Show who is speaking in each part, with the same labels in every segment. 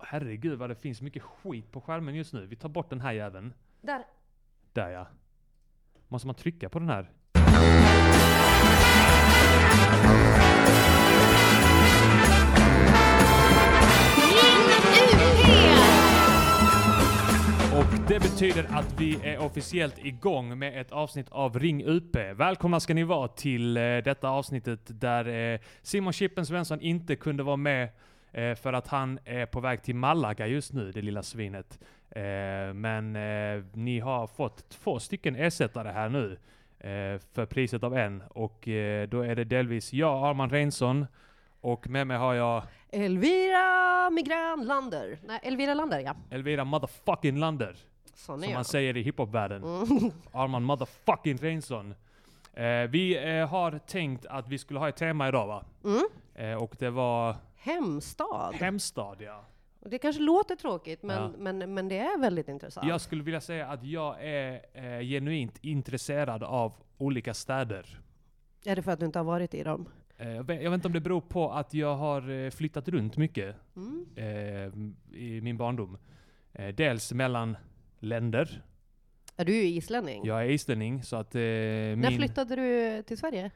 Speaker 1: herregud vad det finns mycket skit på skärmen just nu. Vi tar bort den här jäveln.
Speaker 2: Där.
Speaker 1: Där ja. Måste man trycka på den här? Och det betyder att vi är officiellt igång med ett avsnitt av Ring UP. Välkomna ska ni vara till eh, detta avsnittet där eh, Simon Chippen Svensson inte kunde vara med eh, för att han är på väg till Malaga just nu, det lilla svinet. Eh, men eh, ni har fått två stycken ersättare här nu eh, för priset av en. Och eh, då är det delvis jag, Arman Reinsson, och med mig har jag
Speaker 2: Elvira Migran Lander. Nej, Elvira Lander ja.
Speaker 1: Elvira motherfucking Lander.
Speaker 2: Sån är
Speaker 1: Som man
Speaker 2: jag.
Speaker 1: säger i hiphopvärlden.
Speaker 2: Mm.
Speaker 1: Arman motherfucking Reinsson. Eh, vi eh, har tänkt att vi skulle ha ett tema idag va?
Speaker 2: Mm.
Speaker 1: Eh, och det var
Speaker 2: Hemstad.
Speaker 1: hemstad ja.
Speaker 2: Och Det kanske låter tråkigt, men,
Speaker 1: Ja.
Speaker 2: men, men det är väldigt intressant.
Speaker 1: Jag skulle vilja säga att jag är eh, genuint intresserad av olika städer.
Speaker 2: Är det för att du inte har varit i dem?
Speaker 1: Eh, jag, vet, jag vet inte om det beror på att jag har eh, flyttat runt mycket
Speaker 2: Mm.
Speaker 1: eh, i min barndom. Eh, dels mellan länder.
Speaker 2: Mm. Är du ju islänning?
Speaker 1: Jag är islänning så att eh,
Speaker 2: När
Speaker 1: min
Speaker 2: flyttade du till Sverige?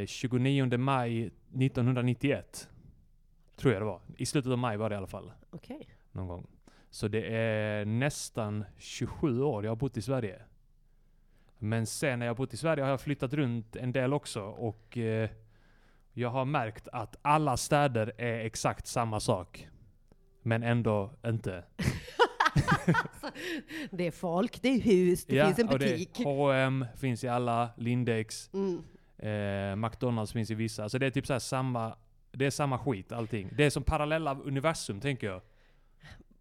Speaker 1: eh, 29 maj 1991 tror jag det var. I slutet av maj var det i alla fall.
Speaker 2: Okej.
Speaker 1: någon gång. Så det är nästan 27 år jag har bott i Sverige. Men sen när jag har bott i Sverige har jag flyttat runt en del också och eh, jag har märkt att alla städer är exakt samma sak. Men ändå inte.
Speaker 2: Det är folk, det är hus, det finns en
Speaker 1: och
Speaker 2: butik.
Speaker 1: Det, H&M finns i alla, Lindex,
Speaker 2: Mm.
Speaker 1: eh, McDonalds finns i vissa. Alltså det är typ så här samma, det är samma skit allting. Det är som parallella universum tänker jag.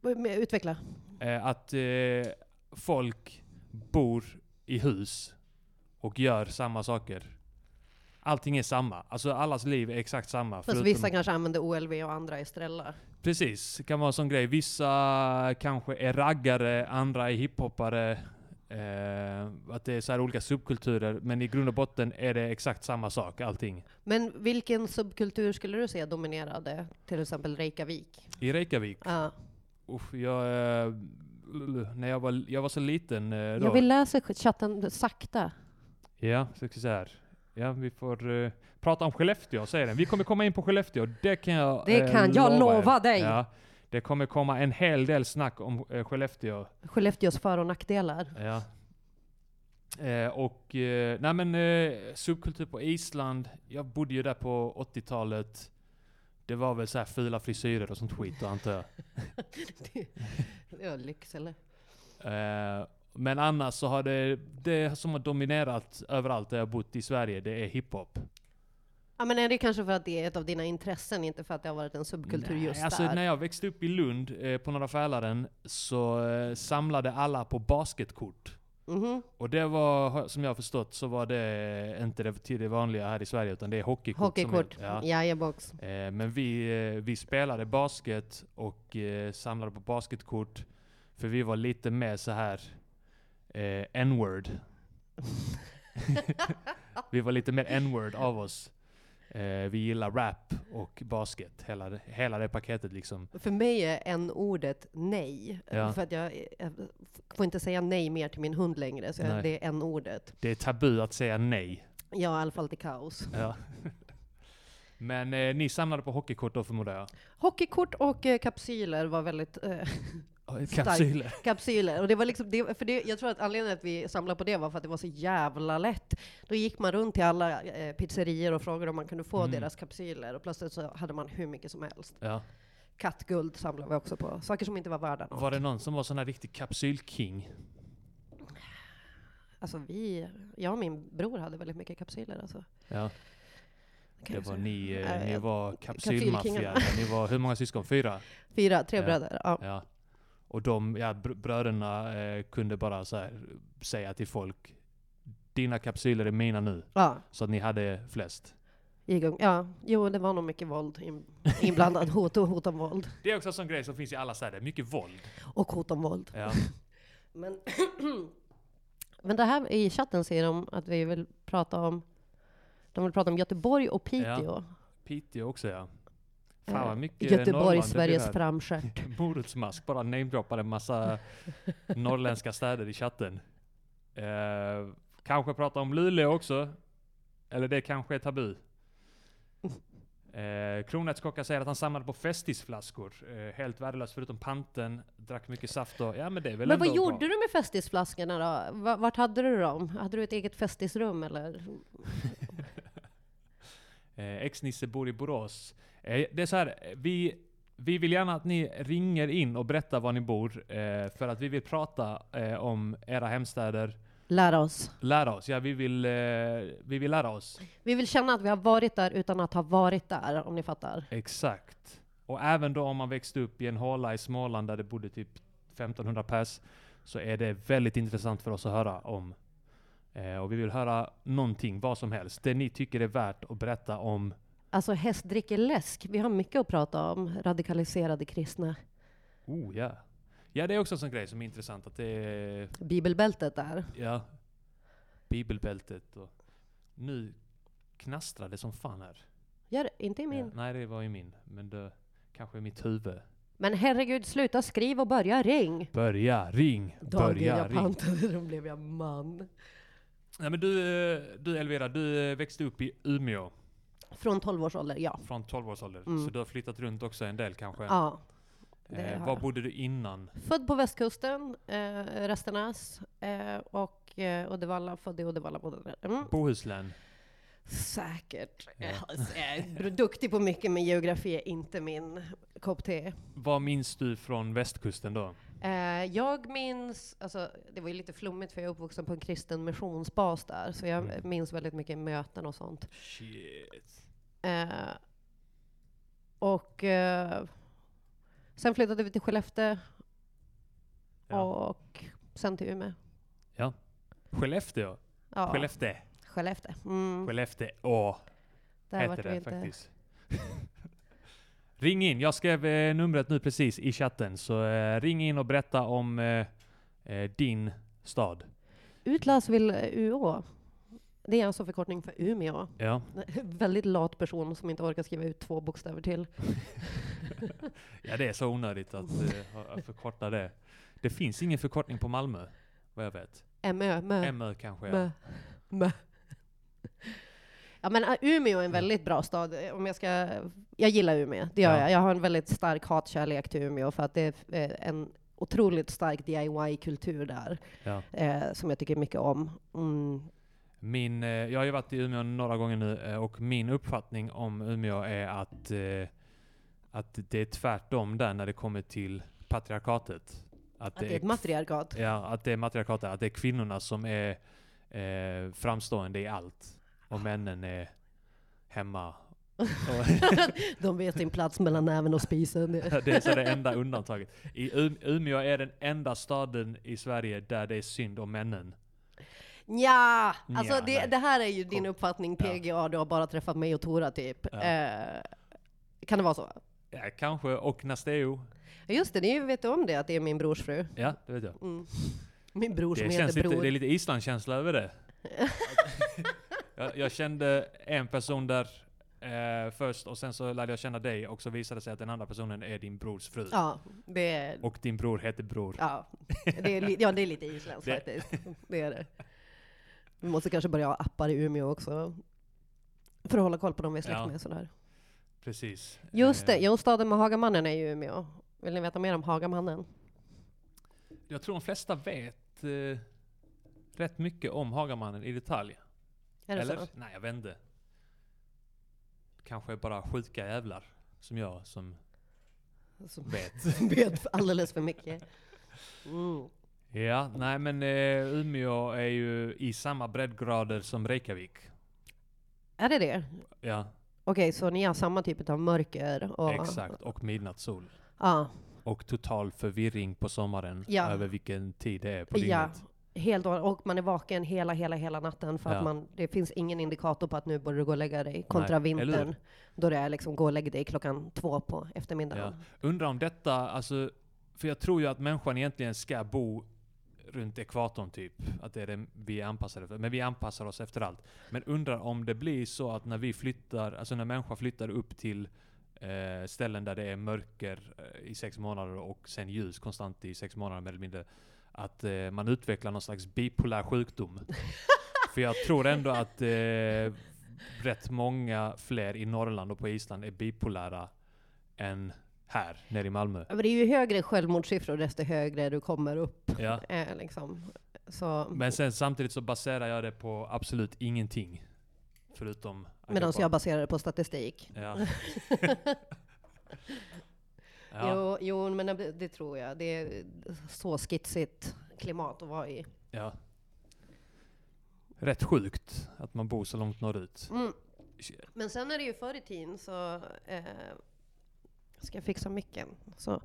Speaker 2: Men Utveckla.
Speaker 1: Eh, att eh, folk bor i hus och gör samma saker. Allting är samma. Alltså allas liv är exakt samma.
Speaker 2: Fast
Speaker 1: förutom-
Speaker 2: vissa kanske använder OLV och andra Estrella.
Speaker 1: Precis, kan vara en sån grej. Vissa kanske är raggare, andra är hiphoppare. Eh, att det är så här olika subkulturer. Men i grund och botten är det exakt samma sak, allting.
Speaker 2: Men vilken subkultur skulle du säga dominerade till exempel Reykjavik?
Speaker 1: I Reykjavik,
Speaker 2: Ja.
Speaker 1: usch, jag, eh, när jag, var, jag var så liten eh, då.
Speaker 2: Jag vill läsa chatten sakta.
Speaker 1: Ja, så ska vi se här. Ja, vi får eh, prata om Skellefteå, säger den. Vi kommer komma in på Skellefteå, det kan jag
Speaker 2: Det kan jag
Speaker 1: er.
Speaker 2: lova dig.
Speaker 1: Eh, Ja, det kommer komma en hel del snack om eh, Skellefteå.
Speaker 2: Skellefteås för och nackdelar.
Speaker 1: Ja. Eh, och, eh, nej men eh, subkultur på Island. Jag bodde ju där på 80-talet. Det var väl så här fula frisyrer och sånt skit då, antar jag.
Speaker 2: ja, lyx eller?
Speaker 1: Eh, men annars så har det, det som har dominerat överallt där jag bott i Sverige, det är hiphop.
Speaker 2: Ja men är det kanske för att det är ett av dina intressen, inte för att det har varit en subkultur
Speaker 1: Nej,
Speaker 2: just
Speaker 1: alltså,
Speaker 2: där?
Speaker 1: När jag växte upp i Lund eh, på Norra Fälaren så eh, samlade alla på basketkort.
Speaker 2: Mhm.
Speaker 1: Och det var, har- som jag har förstått, så var det inte det, till det vanliga här i Sverige utan det är hockeykort. som är-
Speaker 2: Hockeykort,
Speaker 1: ja.
Speaker 2: jajabox.
Speaker 1: Eh, men vi, eh, vi spelade basket och eh, samlade på basketkort. För vi var lite mer så här eh, n-word. vi var lite mer n-word av oss. Eh, vi gillar rap och basket, hela, det- hela det paketet liksom.
Speaker 2: För mig är en ordet nej.
Speaker 1: Ja.
Speaker 2: För att jag, jag får inte säga nej mer till min hund längre, så jag-
Speaker 1: Nej.
Speaker 2: det är en ordet
Speaker 1: Det är tabu att säga nej.
Speaker 2: Ja, i alla fall till kaos.
Speaker 1: Ja. Men eh, ni samlade på hockeykort då förmodar jag?
Speaker 2: Hockeykort och eh, kapsyler var väldigt... Eh, Starkt.
Speaker 1: Kapsyler.
Speaker 2: kapsyler. Och det var liksom det, för det, jag tror att anledningen att vi samlade på det var för att det var så jävla lätt. Då gick man runt till alla eh, pizzerier och frågade om man kunde få
Speaker 1: Mm.
Speaker 2: deras kapsyler. Och plötsligt så hade man hur mycket som helst.
Speaker 1: Ja.
Speaker 2: Kattguld samlade vi också på. Saker som inte var värda något.
Speaker 1: Var det någon som var sån här riktig kapsylking?
Speaker 2: Alltså vi, jag och min bror hade väldigt mycket kapsyler alltså.
Speaker 1: Ja.
Speaker 2: Det
Speaker 1: Det
Speaker 2: kan jag
Speaker 1: var
Speaker 2: säga.
Speaker 1: ni, eh,
Speaker 2: Nej,
Speaker 1: ni
Speaker 2: jag-
Speaker 1: var kapsylmaffian. Ni var, hur många syskon? Fyra?
Speaker 2: Fyra, tre
Speaker 1: Ja.
Speaker 2: bröder. Ja.
Speaker 1: Ja. Och de, ja, br- bröderna eh, kunde bara så här, säga till folk Dina kapsyler är mina nu.
Speaker 2: Ja.
Speaker 1: Så att ni hade flest.
Speaker 2: igång. ja, jo det var nog mycket våld in, inblandat. Hot, och hot om våld.
Speaker 1: Det är också en sån grej som finns i alla städer. Mycket våld.
Speaker 2: Och hot om våld.
Speaker 1: Ja.
Speaker 2: Men, men det här i chatten säger de att vi vill prata om de vill prata om Göteborg och Piteå.
Speaker 1: Piteå också ja. Fan
Speaker 2: Eh,
Speaker 1: vad mycket norrman
Speaker 2: Göteborg,
Speaker 1: det blir
Speaker 2: Sveriges
Speaker 1: här.
Speaker 2: framstjärt.
Speaker 1: Morotsmask bara namedroppade en massa norrländska städer i chatten. Eh, kanske prata om Luleå också. Eller det kanske är tabu.
Speaker 2: Oh.
Speaker 1: Eh, Kronärtskocka säger att han samlade på festisflaskor. Eh, helt värdelös förutom panten. Drack mycket saft och... Ja men det är väl
Speaker 2: Men vad
Speaker 1: ändå
Speaker 2: gjorde
Speaker 1: bra.
Speaker 2: du med festisflaskorna då? Va- Vart hade du dem? Hade du ett eget festisrum eller?
Speaker 1: Eh, Ex-Nisse bor i Borås. Eh, det är så här, eh, vi, vi vill gärna att ni ringer in och berättar var ni bor. Eh, för att vi vill prata eh, om era hemstäder.
Speaker 2: Lära oss.
Speaker 1: Lära oss, ja vi vill, eh, vi vill lära oss.
Speaker 2: Vi vill känna att vi har varit där utan att ha varit där, om ni fattar.
Speaker 1: Exakt. Och även då om man växte upp i en håla i Småland där det bodde typ 1500 pers, så är det väldigt intressant för oss att höra om. Eh, och vi vill höra någonting, vad som helst. Det ni tycker är värt att berätta om.
Speaker 2: Alltså häst dricker läsk. Vi har mycket att prata om. Radikaliserade kristna.
Speaker 1: Oh ja. Ja, det är också en sån grej som är intressant. Att det är,
Speaker 2: Bibelbältet där.
Speaker 1: ja, bibelbältet och... Nu knastrar det som fan här.
Speaker 2: Gör det, inte i min.
Speaker 1: Ja, nej, det var ju min. Men det kanske är mitt huvud.
Speaker 2: Men herregud, sluta skriv och börja ring.
Speaker 1: Börja ring,
Speaker 2: Dagen
Speaker 1: börja
Speaker 2: jag
Speaker 1: ring.
Speaker 2: pantade dem blev jag man.
Speaker 1: Nej men du, eh, du Elvira, du eh, växte upp i Umeå
Speaker 2: Från 12 års ålder, ja.
Speaker 1: från 12 års ålder.
Speaker 2: Mm.
Speaker 1: Så du har flyttat runt också en del kanske.
Speaker 2: ja. det
Speaker 1: eh,
Speaker 2: har
Speaker 1: var
Speaker 2: jag.
Speaker 1: bodde du innan?
Speaker 2: Född på västkusten, eh, Restenäs eh, och eh, Uddevalla. Född i Uddevalla, bodde där. Mm.
Speaker 1: Bohuslän?
Speaker 2: Säkert.
Speaker 1: Ja.
Speaker 2: Alltså, jag är duktig på mycket, men geografi är inte min kopp te.
Speaker 1: Vad minns du från västkusten då?
Speaker 2: Eh, jag minns, alltså, det var ju lite flummigt för jag är uppvuxen på en kristen missionsbas där, så jag
Speaker 1: Mm.
Speaker 2: minns väldigt mycket möten och sånt.
Speaker 1: Shit.
Speaker 2: Eh, och eh, sen flyttade vi till Skellefteå
Speaker 1: Ja.
Speaker 2: och sen till Umeå.
Speaker 1: Skellefteå?
Speaker 2: Ja,
Speaker 1: Skellefteå?
Speaker 2: Skellefteå. Mm,
Speaker 1: Skellefteå? Åh,
Speaker 2: där
Speaker 1: heter
Speaker 2: vart
Speaker 1: det
Speaker 2: vi inte.
Speaker 1: faktiskt. ring in, jag skrev eh, numret nu precis i chatten. Så eh, ring in och berätta om eh, eh, din stad.
Speaker 2: Utläs vill UÅ. Det är alltså förkortning för Umeå.
Speaker 1: Ja.
Speaker 2: Väldigt lat person som inte orkar skriva ut två bokstäver till.
Speaker 1: Ja, det är så onödigt att eh, ha- att förkorta det. Det finns ingen förkortning på Malmö, vad jag vet.
Speaker 2: MÖ, mö,
Speaker 1: MÖ kanske.
Speaker 2: mö,
Speaker 1: Ja.
Speaker 2: mö. Ja men ä, Umeå är en väldigt bra stad. Om jag, ska, jag gillar Umeå, det gör
Speaker 1: Ja.
Speaker 2: jag. Jag har en väldigt stark hatkärlek till Umeå för att det är eh, en otroligt stark DIY-kultur där
Speaker 1: Ja.
Speaker 2: eh, som jag tycker mycket om. Mm.
Speaker 1: Min, eh, jag har ju varit i Umeå några gånger nu eh, och min uppfattning om Umeå är att, eh, att det är tvärtom där när det kommer till patriarkatet.
Speaker 2: Att det är ett matriarkat.
Speaker 1: Ja, att det är matriarkatet. Att det är kvinnorna som är eh, framstående i allt.
Speaker 2: Ah.
Speaker 1: Och männen är hemma. Och
Speaker 2: De vet sin plats mellan näven och spisen.
Speaker 1: det är så det enda undantaget. I U- Umeå är den enda staden i Sverige där det är synd om männen.
Speaker 2: Ja, alltså
Speaker 1: Nja,
Speaker 2: det,
Speaker 1: nej.
Speaker 2: det här är ju din
Speaker 1: Kom.
Speaker 2: uppfattning
Speaker 1: Ja.
Speaker 2: PGA, du har bara träffat mig och Tora typ.
Speaker 1: Ja.
Speaker 2: Eh, kan det vara så?
Speaker 1: Ja, kanske. Och Nasteo.
Speaker 2: Ja, Just det, ni vet om det att det är min brors fru.
Speaker 1: Ja, det vet jag.
Speaker 2: Mm. Min bror som
Speaker 1: Det, känns
Speaker 2: heter
Speaker 1: lite,
Speaker 2: Bror.
Speaker 1: det är lite Islandskänsla över det. jag, jag kände en person där eh, först och sen så lärde jag känna dig och så visade det sig att den andra personen är din brors fru.
Speaker 2: Ja, det är,
Speaker 1: Och din bror heter Bror.
Speaker 2: ja, det är, li- ja, det är lite isländskt
Speaker 1: Det-
Speaker 2: faktiskt. Det är det. Vi måste kanske börja ha appar i Umeå också. För att hålla koll på dem vi är släkt
Speaker 1: Ja. Eh.
Speaker 2: med. och Sådär.
Speaker 1: Precis.
Speaker 2: Just det,
Speaker 1: Eh,
Speaker 2: jo, staden med Hagamannen är ju Umeå. Vill ni veta mer om Hagamannen?
Speaker 1: Jag tror de flesta vet eh, rätt mycket om Hagamannen i detalj.
Speaker 2: Är det
Speaker 1: Eller?
Speaker 2: så?
Speaker 1: Nej, jag vände. Kanske bara sjuka jävlar som jag som
Speaker 2: Som
Speaker 1: vet.
Speaker 2: vet alldeles för mycket. Mm.
Speaker 1: ja, nej men eh, Umeå är ju i samma breddgrader som Reykjavik.
Speaker 2: Är det det?
Speaker 1: Ja,
Speaker 2: Okej, så ni har samma typ av mörker? Och,
Speaker 1: exakt. Och midnattssol.
Speaker 2: Ja,
Speaker 1: Och total förvirring på sommaren
Speaker 2: Ja.
Speaker 1: över vilken tid det är på dygnet.
Speaker 2: ja. Helt och, och man är vaken hela, hela, hela natten för
Speaker 1: Ja.
Speaker 2: att man, det finns ingen indikator på att nu borde du gå och lägga dig. Kontra
Speaker 1: Nej, eller
Speaker 2: vintern, då det är liksom gå och lägg dig klockan två på eftermiddagen.
Speaker 1: Undrar om detta, alltså, för jag tror ju att människan egentligen ska bo runt ekvatorn typ. Att det är det vi är anpassade för. Men vi anpassar oss efter allt. Men undrar om det blir så att när vi flyttar, alltså när människan flyttar upp till eh, ställen där det är mörker eh, i sex månader och sen ljus konstant i sex månader mer eller mindre. Att eh, man utvecklar någon slags bipolär sjukdom. För jag tror ändå att eh, rätt många fler i Norrland och på Island är bipolära än här nere i Malmö.
Speaker 2: Men det är ju högre självmordssiffror desto högre du kommer upp.
Speaker 1: Ja.
Speaker 2: Eh, liksom. Så,
Speaker 1: Men sen samtidigt så baserar jag det på absolut ingenting. Förutom...
Speaker 2: medan
Speaker 1: Acapulco.
Speaker 2: jag baserar det på statistik.
Speaker 1: Ja. ja,
Speaker 2: Jo, jo, men det, det tror jag. Det är så skitsigt klimat att vara i.
Speaker 1: ja. Rätt sjukt att man bor så långt norrut.
Speaker 2: Mm. Men sen är det ju förr i tiden så... Eh, ska jag fixa micken? Så,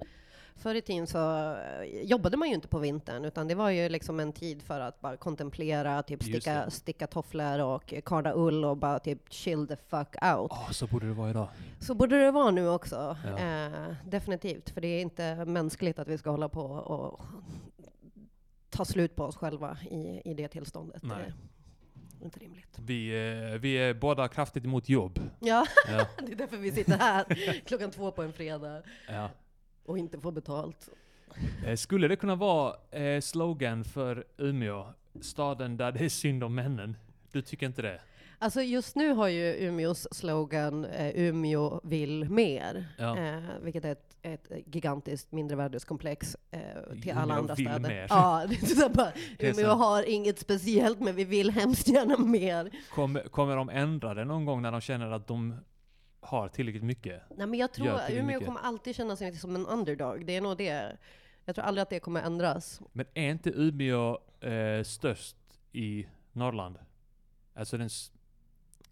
Speaker 2: förr i tiden så eh, jobbade man ju inte på vintern, utan det var ju liksom en tid för att bara kontemplera, typ
Speaker 1: Just
Speaker 2: sticka, sticka tofflor och karda ull och bara typ chill the fuck out.
Speaker 1: Ah, så borde det vara idag.
Speaker 2: Så borde det vara nu också.
Speaker 1: Ja.
Speaker 2: Eh, definitivt, för det är inte mänskligt att vi ska hålla på och ta slut på oss själva i, i det tillståndet.
Speaker 1: Nej.
Speaker 2: Det är inte rimligt.
Speaker 1: Vi, eh, vi är båda kraftigt emot jobb.
Speaker 2: Ja,
Speaker 1: Ja,
Speaker 2: det är därför vi sitter här klockan två på en fredag
Speaker 1: ja.
Speaker 2: och inte får betalt.
Speaker 1: Eh, Skulle det kunna vara eh, slogan för Umeå? Staden där det är synd om männen. Du tycker inte det?
Speaker 2: Alltså just nu har ju Umeås slogan eh, Umeå vill mer.
Speaker 1: Ja.
Speaker 2: Eh, vilket är ett, ett gigantiskt mindrevärdeskomplex eh, till alla
Speaker 1: Umeå
Speaker 2: andra
Speaker 1: vill
Speaker 2: städer.
Speaker 1: mer.
Speaker 2: Ja, det är så bara,
Speaker 1: Det är
Speaker 2: Umeå
Speaker 1: så.
Speaker 2: har inget speciellt men vi vill hemskt gärna mer.
Speaker 1: Kommer, kommer de ändra det någon gång när de känner att de har tillräckligt mycket?
Speaker 2: Nej men jag tror
Speaker 1: Gör till
Speaker 2: Umeå
Speaker 1: mycket.
Speaker 2: kommer alltid känna sig lite som en underdog. Det är nog det. Jag tror aldrig att det kommer ändras.
Speaker 1: Men är inte Umeå eh, störst i Norrland? Alltså den s-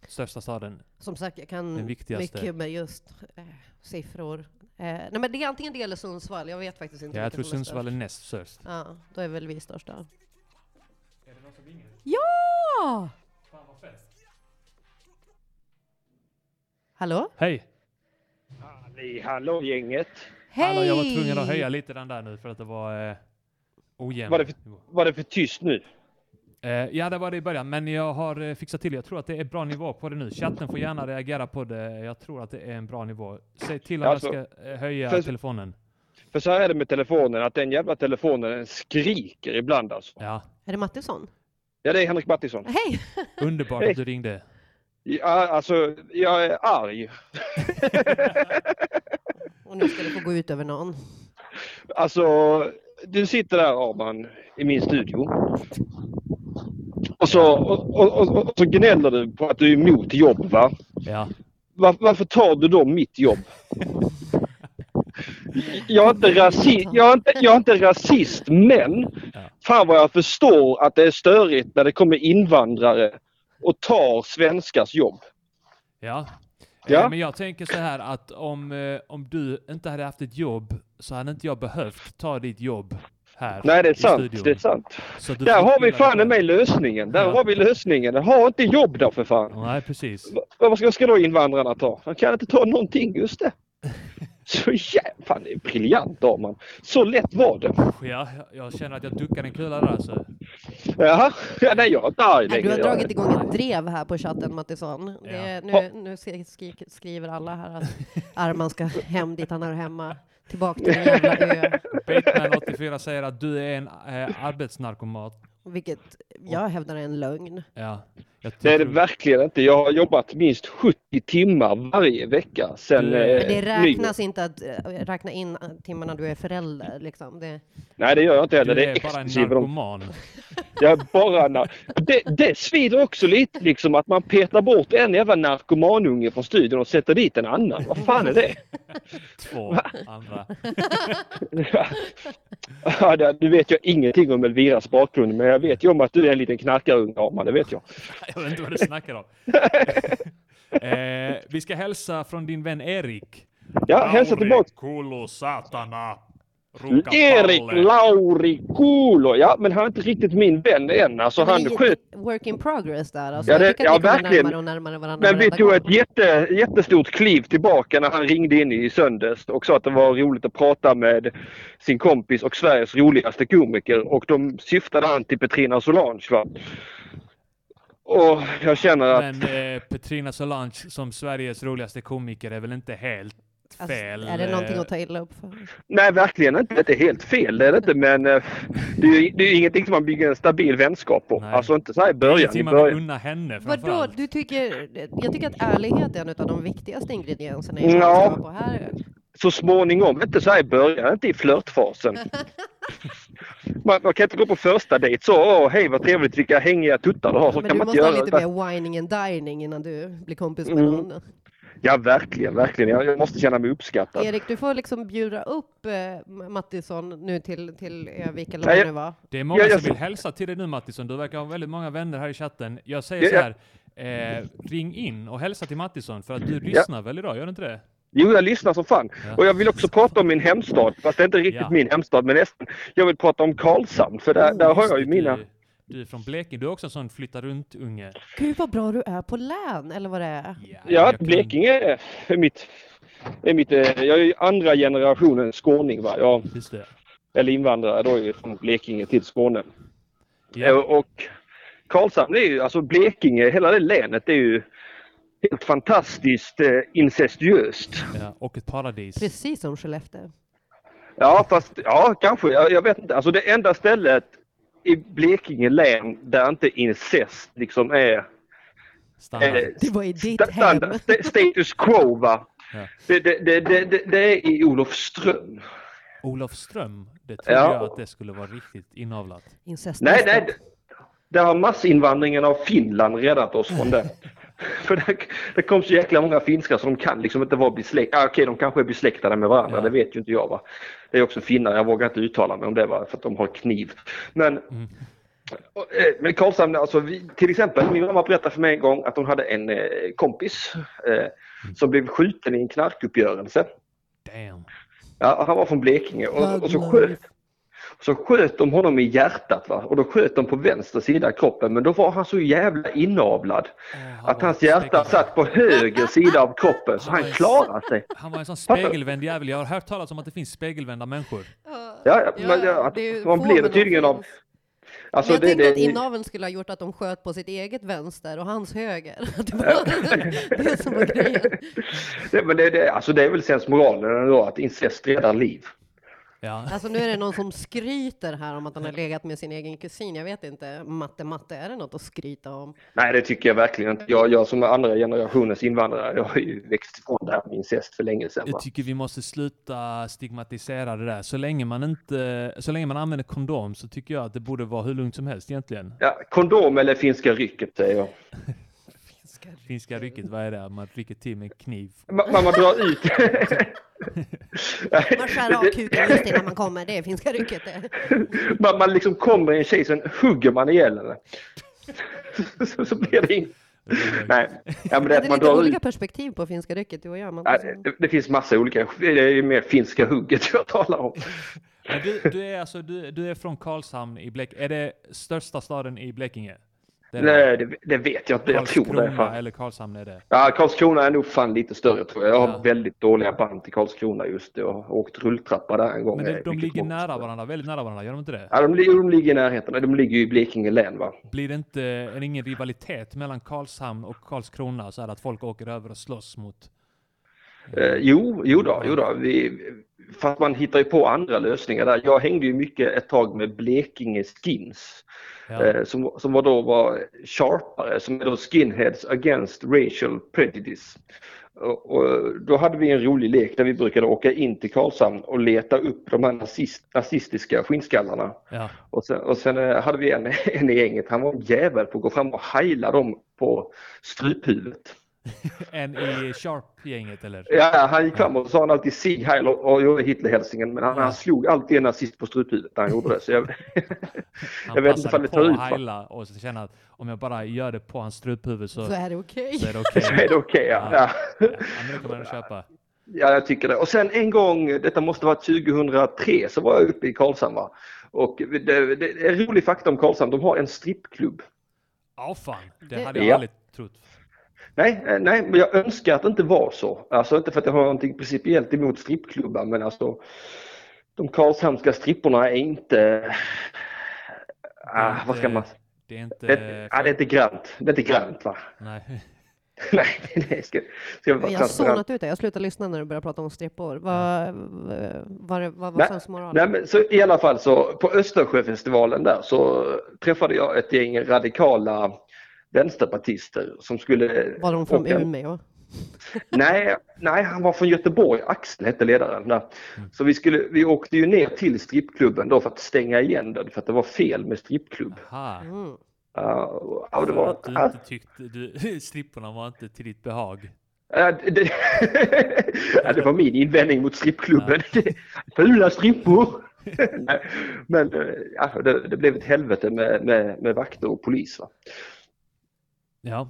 Speaker 1: största staden?
Speaker 2: Som sagt, jag
Speaker 1: Den
Speaker 2: kan
Speaker 1: viktigaste.
Speaker 2: mycket med just eh, siffror. Eh, nej men det är antingen det eller Sundsvall. Jag vet faktiskt inte
Speaker 1: Ja, jag
Speaker 2: vilken
Speaker 1: tror
Speaker 2: som är
Speaker 1: Sundsvall är näst störst.
Speaker 2: Ja, då är väl vi största.
Speaker 1: Är det någon som ringer?
Speaker 2: Ja!
Speaker 1: Fan vad fest.
Speaker 2: Hallå?
Speaker 1: Hej!
Speaker 3: Halli hallå gänget!
Speaker 2: Hej!
Speaker 1: Hallå, jag var tvungen att höja lite den där nu för att det var eh, ojämn
Speaker 3: Var det för-
Speaker 1: nivå.
Speaker 3: Var det för tyst nu?
Speaker 1: Eh, ja, det var det i början, men jag har eh, fixat till Jag tror att det är bra nivå på det nu. Chatten får gärna reagera på det. Jag tror att det är en bra nivå. Säg till om
Speaker 3: Ja,
Speaker 1: jag
Speaker 3: så-
Speaker 1: ska eh, höja
Speaker 3: för-
Speaker 1: telefonen.
Speaker 3: För så här är det med telefonen, att den jävla telefonen den skriker ibland alltså.
Speaker 1: Ja,
Speaker 2: Är det Mattisson?
Speaker 3: Ja, det är Henrik Mattisson.
Speaker 2: Hej!
Speaker 1: underbart att du ringde.
Speaker 3: Ja, alltså, jag är arg.
Speaker 2: Och nu ska det få gå ut över någon.
Speaker 3: Alltså, du sitter där Arman, i min studio. Och så, och, och, och, och så gnäller du på att du är emot jobb va?
Speaker 1: Ja.
Speaker 3: Var, varför tar du då mitt jobb? Jag är, inte rasi- jag, är inte, jag är inte rasist, men
Speaker 1: Ja.
Speaker 3: fan vad jag förstår att det är störigt när det kommer invandrare och tar svenskars jobb.
Speaker 1: Ja.
Speaker 3: Ja.
Speaker 1: Eh, Men jag tänker så här att om, eh, om du inte hade haft ett jobb så hade inte jag behövt ta ditt jobb här
Speaker 3: Nej, det är
Speaker 1: i
Speaker 3: sant.
Speaker 1: studion.
Speaker 3: Det är sant.
Speaker 1: Så du
Speaker 3: Där
Speaker 1: får
Speaker 3: har vi
Speaker 1: skylla
Speaker 3: fan
Speaker 1: dig
Speaker 3: i mig lösningen. Där
Speaker 1: Ja.
Speaker 3: har vi lösningen. Ha inte jobb då för fan.
Speaker 1: själv. Nej, precis.
Speaker 3: Va- Vad ska, vad ska då invandrarna ta? De kan inte ta någonting, just det. Så jävla... Fan, det är briljant av man. Så lätt var det.
Speaker 1: Ja, jag- jag känner att jag duckar en kula där alltså.
Speaker 3: Jaha. Ja, nej, jag är inte
Speaker 2: Nej,
Speaker 3: arg längre.
Speaker 2: du har
Speaker 3: Jag är-
Speaker 2: dragit igång ett drev här på chatten Mattisson. Det är, nu nu skri- skri- skriver alla här att Arman ska hem dit han är hemma. Tillbaka till en jävla ö.
Speaker 1: Bateman84 säger att du är en eh, arbetsnarkoman.
Speaker 2: Vilket jag hävdar är en lögn.
Speaker 1: Ja. Jag
Speaker 3: Det är det
Speaker 1: tror-
Speaker 3: verkligen inte. Jag har jobbat minst 70 timmar varje vecka sedan
Speaker 1: Men
Speaker 2: Men det
Speaker 3: eh, nyår.
Speaker 2: räknas inte att eh, räkna in eh, timmarna du är förälder. Liksom. Det,
Speaker 3: Nej, det gör jag inte heller.
Speaker 1: Du
Speaker 3: Det är
Speaker 1: är bara en
Speaker 3: exklusive. de-
Speaker 1: narkoman.
Speaker 3: Jag är bara en nar- det, det svider också lite liksom att man petar bort en jävla narkomanunge från studion och sätter dit en annan. Vad fan är det?
Speaker 1: Två andra.
Speaker 3: Ja, det- Nu vet jag ingenting om Elviras bakgrund, men jag vet ju om att du är en liten knarkarunge, Arman. Det vet jag.
Speaker 1: Jag vet inte vad du snackar om. eh, vi ska hälsa från din vän Erik.
Speaker 3: Ja, hälsa tillbaka.
Speaker 1: Kulo satana.
Speaker 3: Erik Laurikulo. Ja, men han är inte riktigt min vän än. Alltså,
Speaker 2: Men det
Speaker 3: han
Speaker 2: är
Speaker 3: sköt
Speaker 2: ett work in progress där. Alltså.
Speaker 3: Ja,
Speaker 2: jag
Speaker 3: det-
Speaker 2: tycker
Speaker 3: ja,
Speaker 2: att vi kommer
Speaker 3: verkligen.
Speaker 2: närmare och närmare varandra.
Speaker 3: Men vi
Speaker 2: varenda
Speaker 3: tog
Speaker 2: gång.
Speaker 3: ett jätte, jättestort kliv tillbaka när han ringde in i söndags och sa att det var roligt att prata med sin kompis och Sveriges roligaste komiker och de syftade han till Petrina Solange. Va? Och jag känner att
Speaker 1: Men eh, Petrina Solange som Sveriges roligaste komiker är väl inte helt
Speaker 2: Alltså,
Speaker 1: fel.
Speaker 2: är det någonting
Speaker 1: eh,
Speaker 2: att ta illa upp för?
Speaker 3: Nej, verkligen inte. Det är helt fel, det är det inte. Men eh, det är ju det är ju ingenting som man bygger en stabil vänskap på.
Speaker 1: Nej.
Speaker 3: Alltså inte så här i början. I
Speaker 1: Ingenting man vill
Speaker 3: början.
Speaker 1: unna henne
Speaker 2: Vadå?
Speaker 1: framförallt.
Speaker 2: Du tycker, jag tycker att ärlighet är en av de viktigaste ingredienserna i
Speaker 3: Ja.
Speaker 2: vänskap. Och här,
Speaker 3: Så småningom, inte så här i början, inte i flörtfasen. Man, man kan inte gå på första dejt så, åh hej vad trevligt vilka hängiga tuttar du har. Så
Speaker 2: men
Speaker 3: kan
Speaker 2: du
Speaker 3: man
Speaker 2: måste
Speaker 3: inte
Speaker 2: ha
Speaker 3: göra.
Speaker 2: lite
Speaker 3: utan-
Speaker 2: mer whining and dining innan du blir kompis med
Speaker 3: Mm.
Speaker 2: någon.
Speaker 3: Ja, verkligen, verkligen. Jag, jag måste känna mig uppskattad.
Speaker 2: Erik, du får liksom bjuda upp eh, Mattisson nu till, till Övik eller
Speaker 3: Ja,
Speaker 2: vad det
Speaker 3: jag-
Speaker 2: nu var.
Speaker 1: Det är många
Speaker 3: Jag- jag-
Speaker 1: som vill hälsa till dig nu Mattisson. Du verkar ha väldigt många vänner här i chatten. Jag säger
Speaker 3: Ja,
Speaker 1: så här, eh, ring in och hälsa till Mattisson för att du lyssnar väl idag, gör du inte det?
Speaker 3: Jo, jag lyssnar som fan.
Speaker 1: Ja.
Speaker 3: Och jag vill också prata om min hemstad. Fast det är inte riktigt
Speaker 1: Ja.
Speaker 3: min hemstad, men nästan. Jag vill prata om Karlshamn, för där, där har jag ju
Speaker 1: Just det,
Speaker 3: mina...
Speaker 1: Du, du är från Blekinge, du är också en sån flytta runt-unge.
Speaker 2: Gud vad bra du är på län, eller vad det är.
Speaker 3: Ja,
Speaker 1: jag kan-
Speaker 3: Blekinge är mitt... Är mitt eh, jag är ju andra generationen skåning, va? Jag,
Speaker 1: Just det.
Speaker 3: eller invandrare då, är ju från Blekinge till Skåne. Eh,
Speaker 1: Ja,
Speaker 3: Och Karlshamn, det är ju, alltså Blekinge, hela det länet, det är ju helt fantastiskt eh, incestuöst.
Speaker 1: ja, och ett paradis.
Speaker 2: Precis som Skellefteå.
Speaker 3: Ja, fast ja, kanske. Jag, jag vet inte. Alltså det enda stället i Blekinge län där inte incest liksom är
Speaker 1: Standard.
Speaker 3: eh,
Speaker 2: Det var i ditt
Speaker 3: sta-
Speaker 2: hem.
Speaker 3: standard- sta- status quo va.
Speaker 1: Ja.
Speaker 3: Det, det, det, det, det, det är i Olofström.
Speaker 1: Olofström, det trodde
Speaker 3: Ja.
Speaker 1: jag att det skulle vara riktigt inavlat.
Speaker 2: Incest.
Speaker 3: Nej, nej. det- Där har massinvandringen av Finland räddat oss från det. För det, det kom så jäkla många finskar som kan liksom inte vara besläktade. Ah, Okej, de kanske är besläktade med varandra,
Speaker 1: Ja.
Speaker 3: det vet ju inte jag. Va? Det är också finnar, jag vågar inte uttala mig om det va? för att de har kniv. Men
Speaker 1: Mm.
Speaker 3: Och, eh, Men Karlshamn, alltså vi, till exempel, min mamma berättade för mig en gång att hon hade en eh, kompis eh,
Speaker 1: Mm.
Speaker 3: som blev skjuten i en knarkuppgörelse.
Speaker 1: Damn.
Speaker 3: Ja, han var från Blekinge och, och så, sköt, så sköt de honom i hjärtat va? och då sköt de på vänster sida av kroppen men då var han så jävla inavlad
Speaker 1: Åh, han
Speaker 3: att
Speaker 1: var
Speaker 3: hans
Speaker 1: en
Speaker 3: hjärta
Speaker 1: spegelvänd-
Speaker 3: satt på höger sida av kroppen så
Speaker 1: Han
Speaker 3: han
Speaker 1: var en-
Speaker 3: klarade sig.
Speaker 1: Han var en sån spegelvänd jävel. Jag har hört talas om att det finns spegelvända människor.
Speaker 2: Ja,
Speaker 3: ja, men, ja,
Speaker 2: det är ju
Speaker 3: man
Speaker 2: få,
Speaker 3: blir
Speaker 2: men de
Speaker 3: tydligen av-
Speaker 2: finns.
Speaker 3: Alltså,
Speaker 2: Men jag
Speaker 3: det-
Speaker 2: tänkte
Speaker 3: det-
Speaker 2: att inaveln skulle ha gjort att de sköt på sitt eget vänster och hans höger. Att Det var det som var grejen.
Speaker 3: det, men det, det, alltså, det är väl sensmoralen ändå att incest räddar liv.
Speaker 1: Ja.
Speaker 2: Alltså nu är det någon som skryter här om att han har legat med sin egen kusin. Jag vet inte, matte, matte, är det något att skryta om?
Speaker 3: Nej, det tycker jag verkligen inte. Jag, jag som är andra generationens invandrare, jag har ju växt ifrån det här med incest för länge sedan. Va?
Speaker 1: Jag tycker vi måste sluta stigmatisera det där. Så länge man inte, så länge man använder kondom så tycker jag att det borde vara hur lugnt som helst egentligen.
Speaker 3: Ja, kondom eller finska rycket säger jag.
Speaker 2: Finska ry-
Speaker 1: Finska rycket, vad är det? Man rycker till med en kniv.
Speaker 3: Ma- Man, man drar ut.
Speaker 2: Man skär av kuken just innan man kommer, det är finska rycket det.
Speaker 3: man, man liksom kommer i en tjej, sen hugger man ihjäl henne. så, så blir det inte. Nej, ja, men
Speaker 2: Det
Speaker 3: det, att
Speaker 2: är
Speaker 3: man
Speaker 2: lite
Speaker 3: drar ut.
Speaker 2: olika perspektiv på finska rycket, du och jag. Man
Speaker 3: Ja, det, det finns massa olika. Det är ju mer finska hugget jag talar om.
Speaker 1: Men du, du, är alltså, du, du är från Karlshamn i Blekinge. Är det största staden i Blekinge? Det är det.
Speaker 3: Nej, det, det vet jag inte. Jag tror det.
Speaker 1: Karlskrona
Speaker 3: Fan.
Speaker 1: eller Karlshamn är det.
Speaker 3: Ja, Karlskrona är nog fan lite större tror jag. Jag har
Speaker 1: Ja.
Speaker 3: väldigt dåliga band till Karlskrona just. Jag har åkt rulltrappa där en gång.
Speaker 1: Men
Speaker 3: Jag
Speaker 1: de,
Speaker 3: är
Speaker 1: de
Speaker 3: mycket
Speaker 1: ligger
Speaker 3: bra.
Speaker 1: nära varandra, väldigt nära varandra, gör de inte det?
Speaker 3: Ja, de, li- de ligger i närheten. De ligger ju i Blekinge län va?
Speaker 1: Blir det inte, är det ingen rivalitet mellan Karlshamn och Karlskrona så här att folk åker över och slåss mot?
Speaker 3: Eh, jo, jo då, jo då. Vi, fast man hittar ju på andra lösningar där. Jag hängde ju mycket ett tag med Blekinge Skins.
Speaker 1: Ja.
Speaker 3: Eh, som, som var då var sharpare, som är då skinheads against racial prejudice. Och, och då hade vi en rolig lek där vi brukade åka in till Karlshamn och leta upp de här nazist, nazistiska skinnskallarna.
Speaker 1: Ja.
Speaker 3: Och sen, och sen eh, hade vi en, en i gänget, han var en jävel på att gå fram och heila dem på struphuvudet.
Speaker 1: En i Sharp-gänget eller?
Speaker 3: Ja, han gick fram och så sa han alltid Sieg Heil och, och gjorde Hitlerhälsningen men han, han slog alltid en nazist på struphuvudet när han gjorde det. Så jag,
Speaker 1: Han
Speaker 3: jag vet
Speaker 1: passade
Speaker 3: inte ifall det
Speaker 1: på
Speaker 3: tar ut
Speaker 1: att heila och så känner att om jag bara gör det på hans struphuvud så,
Speaker 2: Så är det okej.
Speaker 1: så är det okej.
Speaker 3: så är det okej. ja.
Speaker 1: Ja.
Speaker 3: Ja.
Speaker 1: Ja, men det kan man köpa.
Speaker 3: ja, jag tycker det. Och sen en gång, detta måste vara 2003, så var jag uppe i Karlshamn. Va? Och det, det är en rolig fakta om Karlshamn, de har en strippklubb.
Speaker 1: Ja fan, det
Speaker 2: Det-
Speaker 1: hade jag
Speaker 3: Ja.
Speaker 1: aldrig trott.
Speaker 3: Nej, eh, nej, men jag önskar att det inte var så. Alltså inte för att jag har någonting principiellt emot strippklubbar, men alltså de Karlshamnska stripporna är inte... Ah, vad ska Ah. man
Speaker 1: Det är inte...
Speaker 3: Det, ja, det är inte grant. Det är inte grant va?
Speaker 1: Nej.
Speaker 3: Nej, nej, ska, ska vi vara
Speaker 2: Jag har
Speaker 3: transparenta.
Speaker 2: zonat ut det. Jag slutade lyssna när du började prata om strippor. Vad, vad, vad, vad var
Speaker 3: Nej,
Speaker 2: sensmoralen?
Speaker 3: Nej, men så I alla fall så på Östersjöfestivalen där så träffade jag ett gäng radikala vänsterpartister som skulle...
Speaker 2: Var de från
Speaker 3: åka-
Speaker 2: Umeå?
Speaker 3: Nej, nej, han var från Göteborg. Axel hette ledaren där.
Speaker 1: Mm.
Speaker 3: Så vi, skulle, vi åkte ju ner till strippklubben då för att stänga igen den för att det var fel med strippklubb.
Speaker 1: Aha.
Speaker 2: Mm.
Speaker 3: Uh, och- ja, det
Speaker 1: För
Speaker 3: var,
Speaker 1: att du inte tyckte, du, stripporna var inte till ditt behag.
Speaker 3: Ja, det, ja, det var min invändning mot strippklubben. Fula strippor! Nej, Men eh, ja, det, det blev ett helvete med, med, med vakter och polis. Va?
Speaker 1: Ja.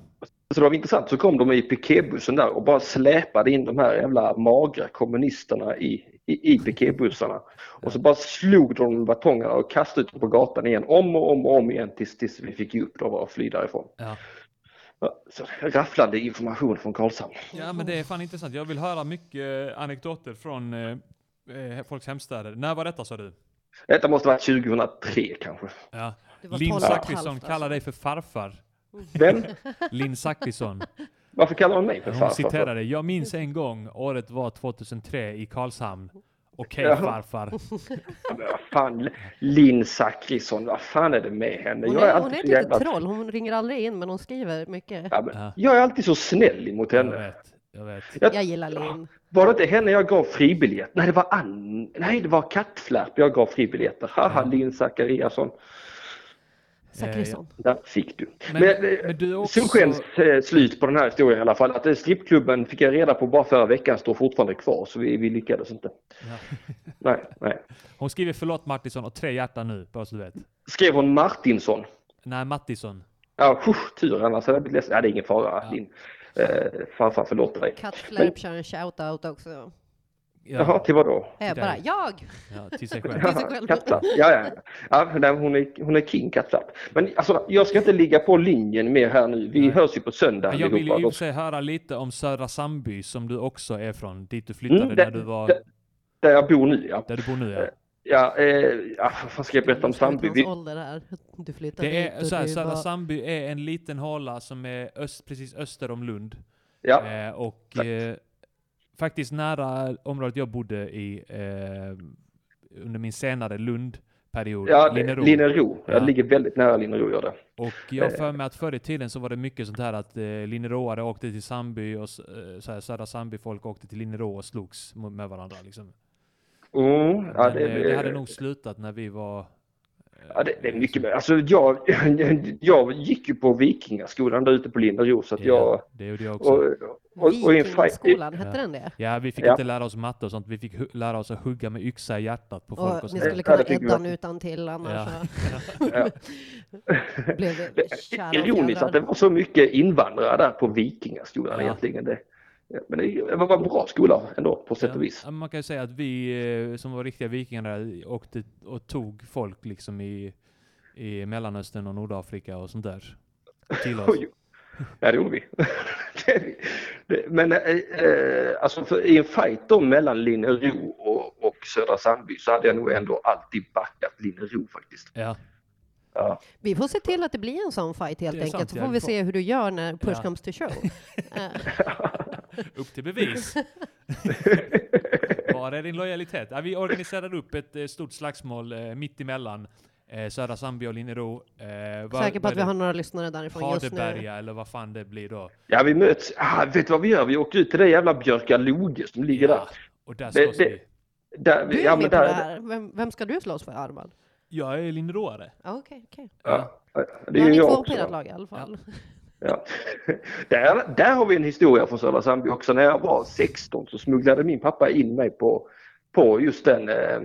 Speaker 3: Så det var intressant, så kom de i piketbussen där och bara släpade in de här jävla magra kommunisterna i, i, i piketbussarna. Och så bara slog de med batongerna och kastade ut dem på gatan igen om och om och om igen tills, tills vi fick ge upp dem och fly därifrån.
Speaker 1: Ja.
Speaker 3: Ja, Så rafflande information från Karlshamn.
Speaker 1: ja, men det är fan intressant. Jag vill höra mycket eh, anekdoter från eh, eh, folks hemstäder. När var detta sa du?
Speaker 3: Detta måste vara 2003 kanske.
Speaker 1: Ja.
Speaker 2: Det var
Speaker 1: Linn
Speaker 2: 12 och ett halvt, alltså.
Speaker 1: Zachrisson kallar dig för farfar.
Speaker 3: Vem?
Speaker 1: Linn Zachrisson.
Speaker 3: Varför kallar hon mig för
Speaker 1: Hon
Speaker 3: farfar? för?
Speaker 1: citerade, jag minns en gång, året var 2003 i Karlshamn. Okej
Speaker 3: Ja.
Speaker 1: farfar.
Speaker 3: Men vad fan, Linn Zachrisson, vad fan är det med henne?
Speaker 2: Hon
Speaker 3: Jag är
Speaker 2: är, hon
Speaker 3: alltid
Speaker 2: är ett
Speaker 3: så jävla...
Speaker 2: litet troll. Hon ringer aldrig in, men hon skriver mycket.
Speaker 3: Ja, men
Speaker 1: Ja.
Speaker 3: Jag är alltid så snäll emot
Speaker 1: Jag
Speaker 3: henne.
Speaker 1: vet, jag vet.
Speaker 2: Jag gillar Linn.
Speaker 3: Var det inte henne jag gav fribiljett? Nej, det var Ann... Nej, det var Kattflärp jag gav fribiljetter. Haha, Linn Zachrisson.
Speaker 2: Zachrisson.
Speaker 3: Där fick du.
Speaker 1: Men-
Speaker 3: Men, eh,
Speaker 1: men du är också-
Speaker 3: Solskens eh, slut på den här historien i alla fall. Att eh, strippklubben fick jag reda på bara förra veckan står fortfarande kvar, så vi, vi lyckades inte. Nej, nej.
Speaker 1: Hon skriver förlåt Martinsson och tre hjärtan nu, bara så du vet.
Speaker 3: Skrev hon Martinsson?
Speaker 1: Nej, Mattisson.
Speaker 3: Ja, usch, tur annars hade jag blivit ledsen. Ja, det är ingen fara, Linn. Eh, farfar förlåter dig.
Speaker 2: Kat Flärp kör en shout-out också.
Speaker 3: Jaha,
Speaker 1: Ja,
Speaker 3: till vad då?
Speaker 2: Eh,
Speaker 1: Där.
Speaker 2: bara jag!
Speaker 1: ja, till sig själv.
Speaker 2: Till sig själv.
Speaker 3: Kattlapp. Ja, ja. ja. ja nej, hon, är, hon är king Kattlapp. Men alltså, jag ska inte ligga på linjen mer här nu. Vi hörs ju på söndag
Speaker 1: Men jag vill ju i
Speaker 3: allihopa.
Speaker 1: och för sig höra lite om Södra Sandby som du också är från, dit du flyttade
Speaker 3: Mm,
Speaker 1: där,
Speaker 3: det-
Speaker 1: du var,
Speaker 3: det- Där jag bor nu, ja.
Speaker 1: där du bor nu ja.
Speaker 3: ja, eh, ja vad fan ska jag berätta om Sandby?
Speaker 2: Vi...
Speaker 3: Vi,
Speaker 2: ålder här. Du flyttade
Speaker 1: Det
Speaker 2: dit
Speaker 1: är
Speaker 2: och
Speaker 1: så här,
Speaker 2: du
Speaker 1: Södra
Speaker 2: var...
Speaker 1: Sandby är en liten håla som är öst, precis öster om Lund.
Speaker 3: ja,
Speaker 1: Eh, och
Speaker 3: Exakt.
Speaker 1: eh, faktiskt nära området jag bodde i eh, under min senare Lundperiod,
Speaker 3: ja,
Speaker 1: Linnero.
Speaker 3: Linnero.
Speaker 1: Ja.
Speaker 3: Jag ligger väldigt nära Linnero, gör det.
Speaker 1: Och
Speaker 3: Eh.
Speaker 1: jag har för mig att förr i tiden så var det mycket sånt här att eh, Linneroare åkte till Sandby och s- eh, så här, Södra Sandby-folk åkte till Linnero och slogs mo- med varandra. Liksom.
Speaker 3: Mm, ja,
Speaker 1: Men,
Speaker 3: det,
Speaker 1: eh, det hade nog slutat när vi var... eh,
Speaker 3: Ja, det, det är mycket mer. Alltså, jag, jag gick ju på Vikingaskolan där ute på Linnero, så att jag...
Speaker 1: det gjorde jag också.
Speaker 3: Och, och, och i en fight,
Speaker 2: Vikingaskolan, hette
Speaker 1: Ja.
Speaker 2: den det?
Speaker 1: ja, vi fick
Speaker 3: Ja.
Speaker 1: inte lära oss matte och sånt. Vi fick hu- lära oss att hugga med yxa i hjärtat på folk och
Speaker 2: Och ni
Speaker 1: sånt.
Speaker 2: skulle
Speaker 3: Ja,
Speaker 2: kunna
Speaker 3: det fick vi
Speaker 2: Eddan
Speaker 3: verkligen.
Speaker 2: utan till annars
Speaker 1: Ja.
Speaker 2: så blev det kära
Speaker 3: Ironiskt att det
Speaker 2: fjädrar.
Speaker 3: var så mycket invandrare där på vikingaskolan
Speaker 1: Ja.
Speaker 3: egentligen. Det, ja, men det var en bra skola ändå på sätt och vis.
Speaker 1: Ja, man kan ju säga att vi eh, som var riktiga vikingar där åkte och tog folk liksom i, i Mellanöstern och Nordafrika och sånt där. Till oss.
Speaker 3: Oj. Ja, det gjorde vi. Det- det- men eh, eh, alltså för, i en fight då mellan Linnero och, och Södra Sandby så hade jag nog ändå alltid backat Linnero faktiskt.
Speaker 1: Ja.
Speaker 3: Ja.
Speaker 2: Vi får se till att det blir en sån fight helt
Speaker 1: Det är
Speaker 2: enkelt,
Speaker 1: sant,
Speaker 2: så
Speaker 1: ja,
Speaker 2: får
Speaker 1: vi
Speaker 2: vi
Speaker 1: får-
Speaker 2: se hur du gör när push
Speaker 1: Ja.
Speaker 2: comes to show. Eh,
Speaker 1: Upp till bevis. Var är din lojalitet? Ja, vi organiserade upp ett eh, stort slagsmål eh, mitt emellan eh, Södra Sandby och Linnero. Eh, vad-
Speaker 2: Säker på
Speaker 1: vad
Speaker 2: att vi
Speaker 1: är
Speaker 2: har
Speaker 1: det?
Speaker 2: några lyssnare därifrån just nu.
Speaker 1: Hardeberga eller vad fan det blir då.
Speaker 3: ja, vi möts. Ah, vet du vad vi gör? Vi åker ut till det jävla Björkaloge som ligger
Speaker 1: Ja,
Speaker 3: där.
Speaker 1: och där
Speaker 3: Det-
Speaker 1: slåss
Speaker 3: det-
Speaker 1: vi.
Speaker 3: där
Speaker 2: Du är
Speaker 3: ja,
Speaker 2: ja,
Speaker 3: men
Speaker 2: mitt på det
Speaker 3: där,
Speaker 2: här. Vem, vem ska du slåss för, Arman?
Speaker 1: Jag är Linneroare.
Speaker 2: Ja, Okej, okej.
Speaker 3: ja, det
Speaker 2: Då
Speaker 3: är
Speaker 2: har
Speaker 3: ju
Speaker 2: ni
Speaker 3: jag
Speaker 2: två på
Speaker 3: också.
Speaker 2: ert lag i alla fall.
Speaker 3: Ja. Där, där har vi en historia från Södra Sandby också. När jag var 16 så smugglade min pappa in mig på, på just den, eh,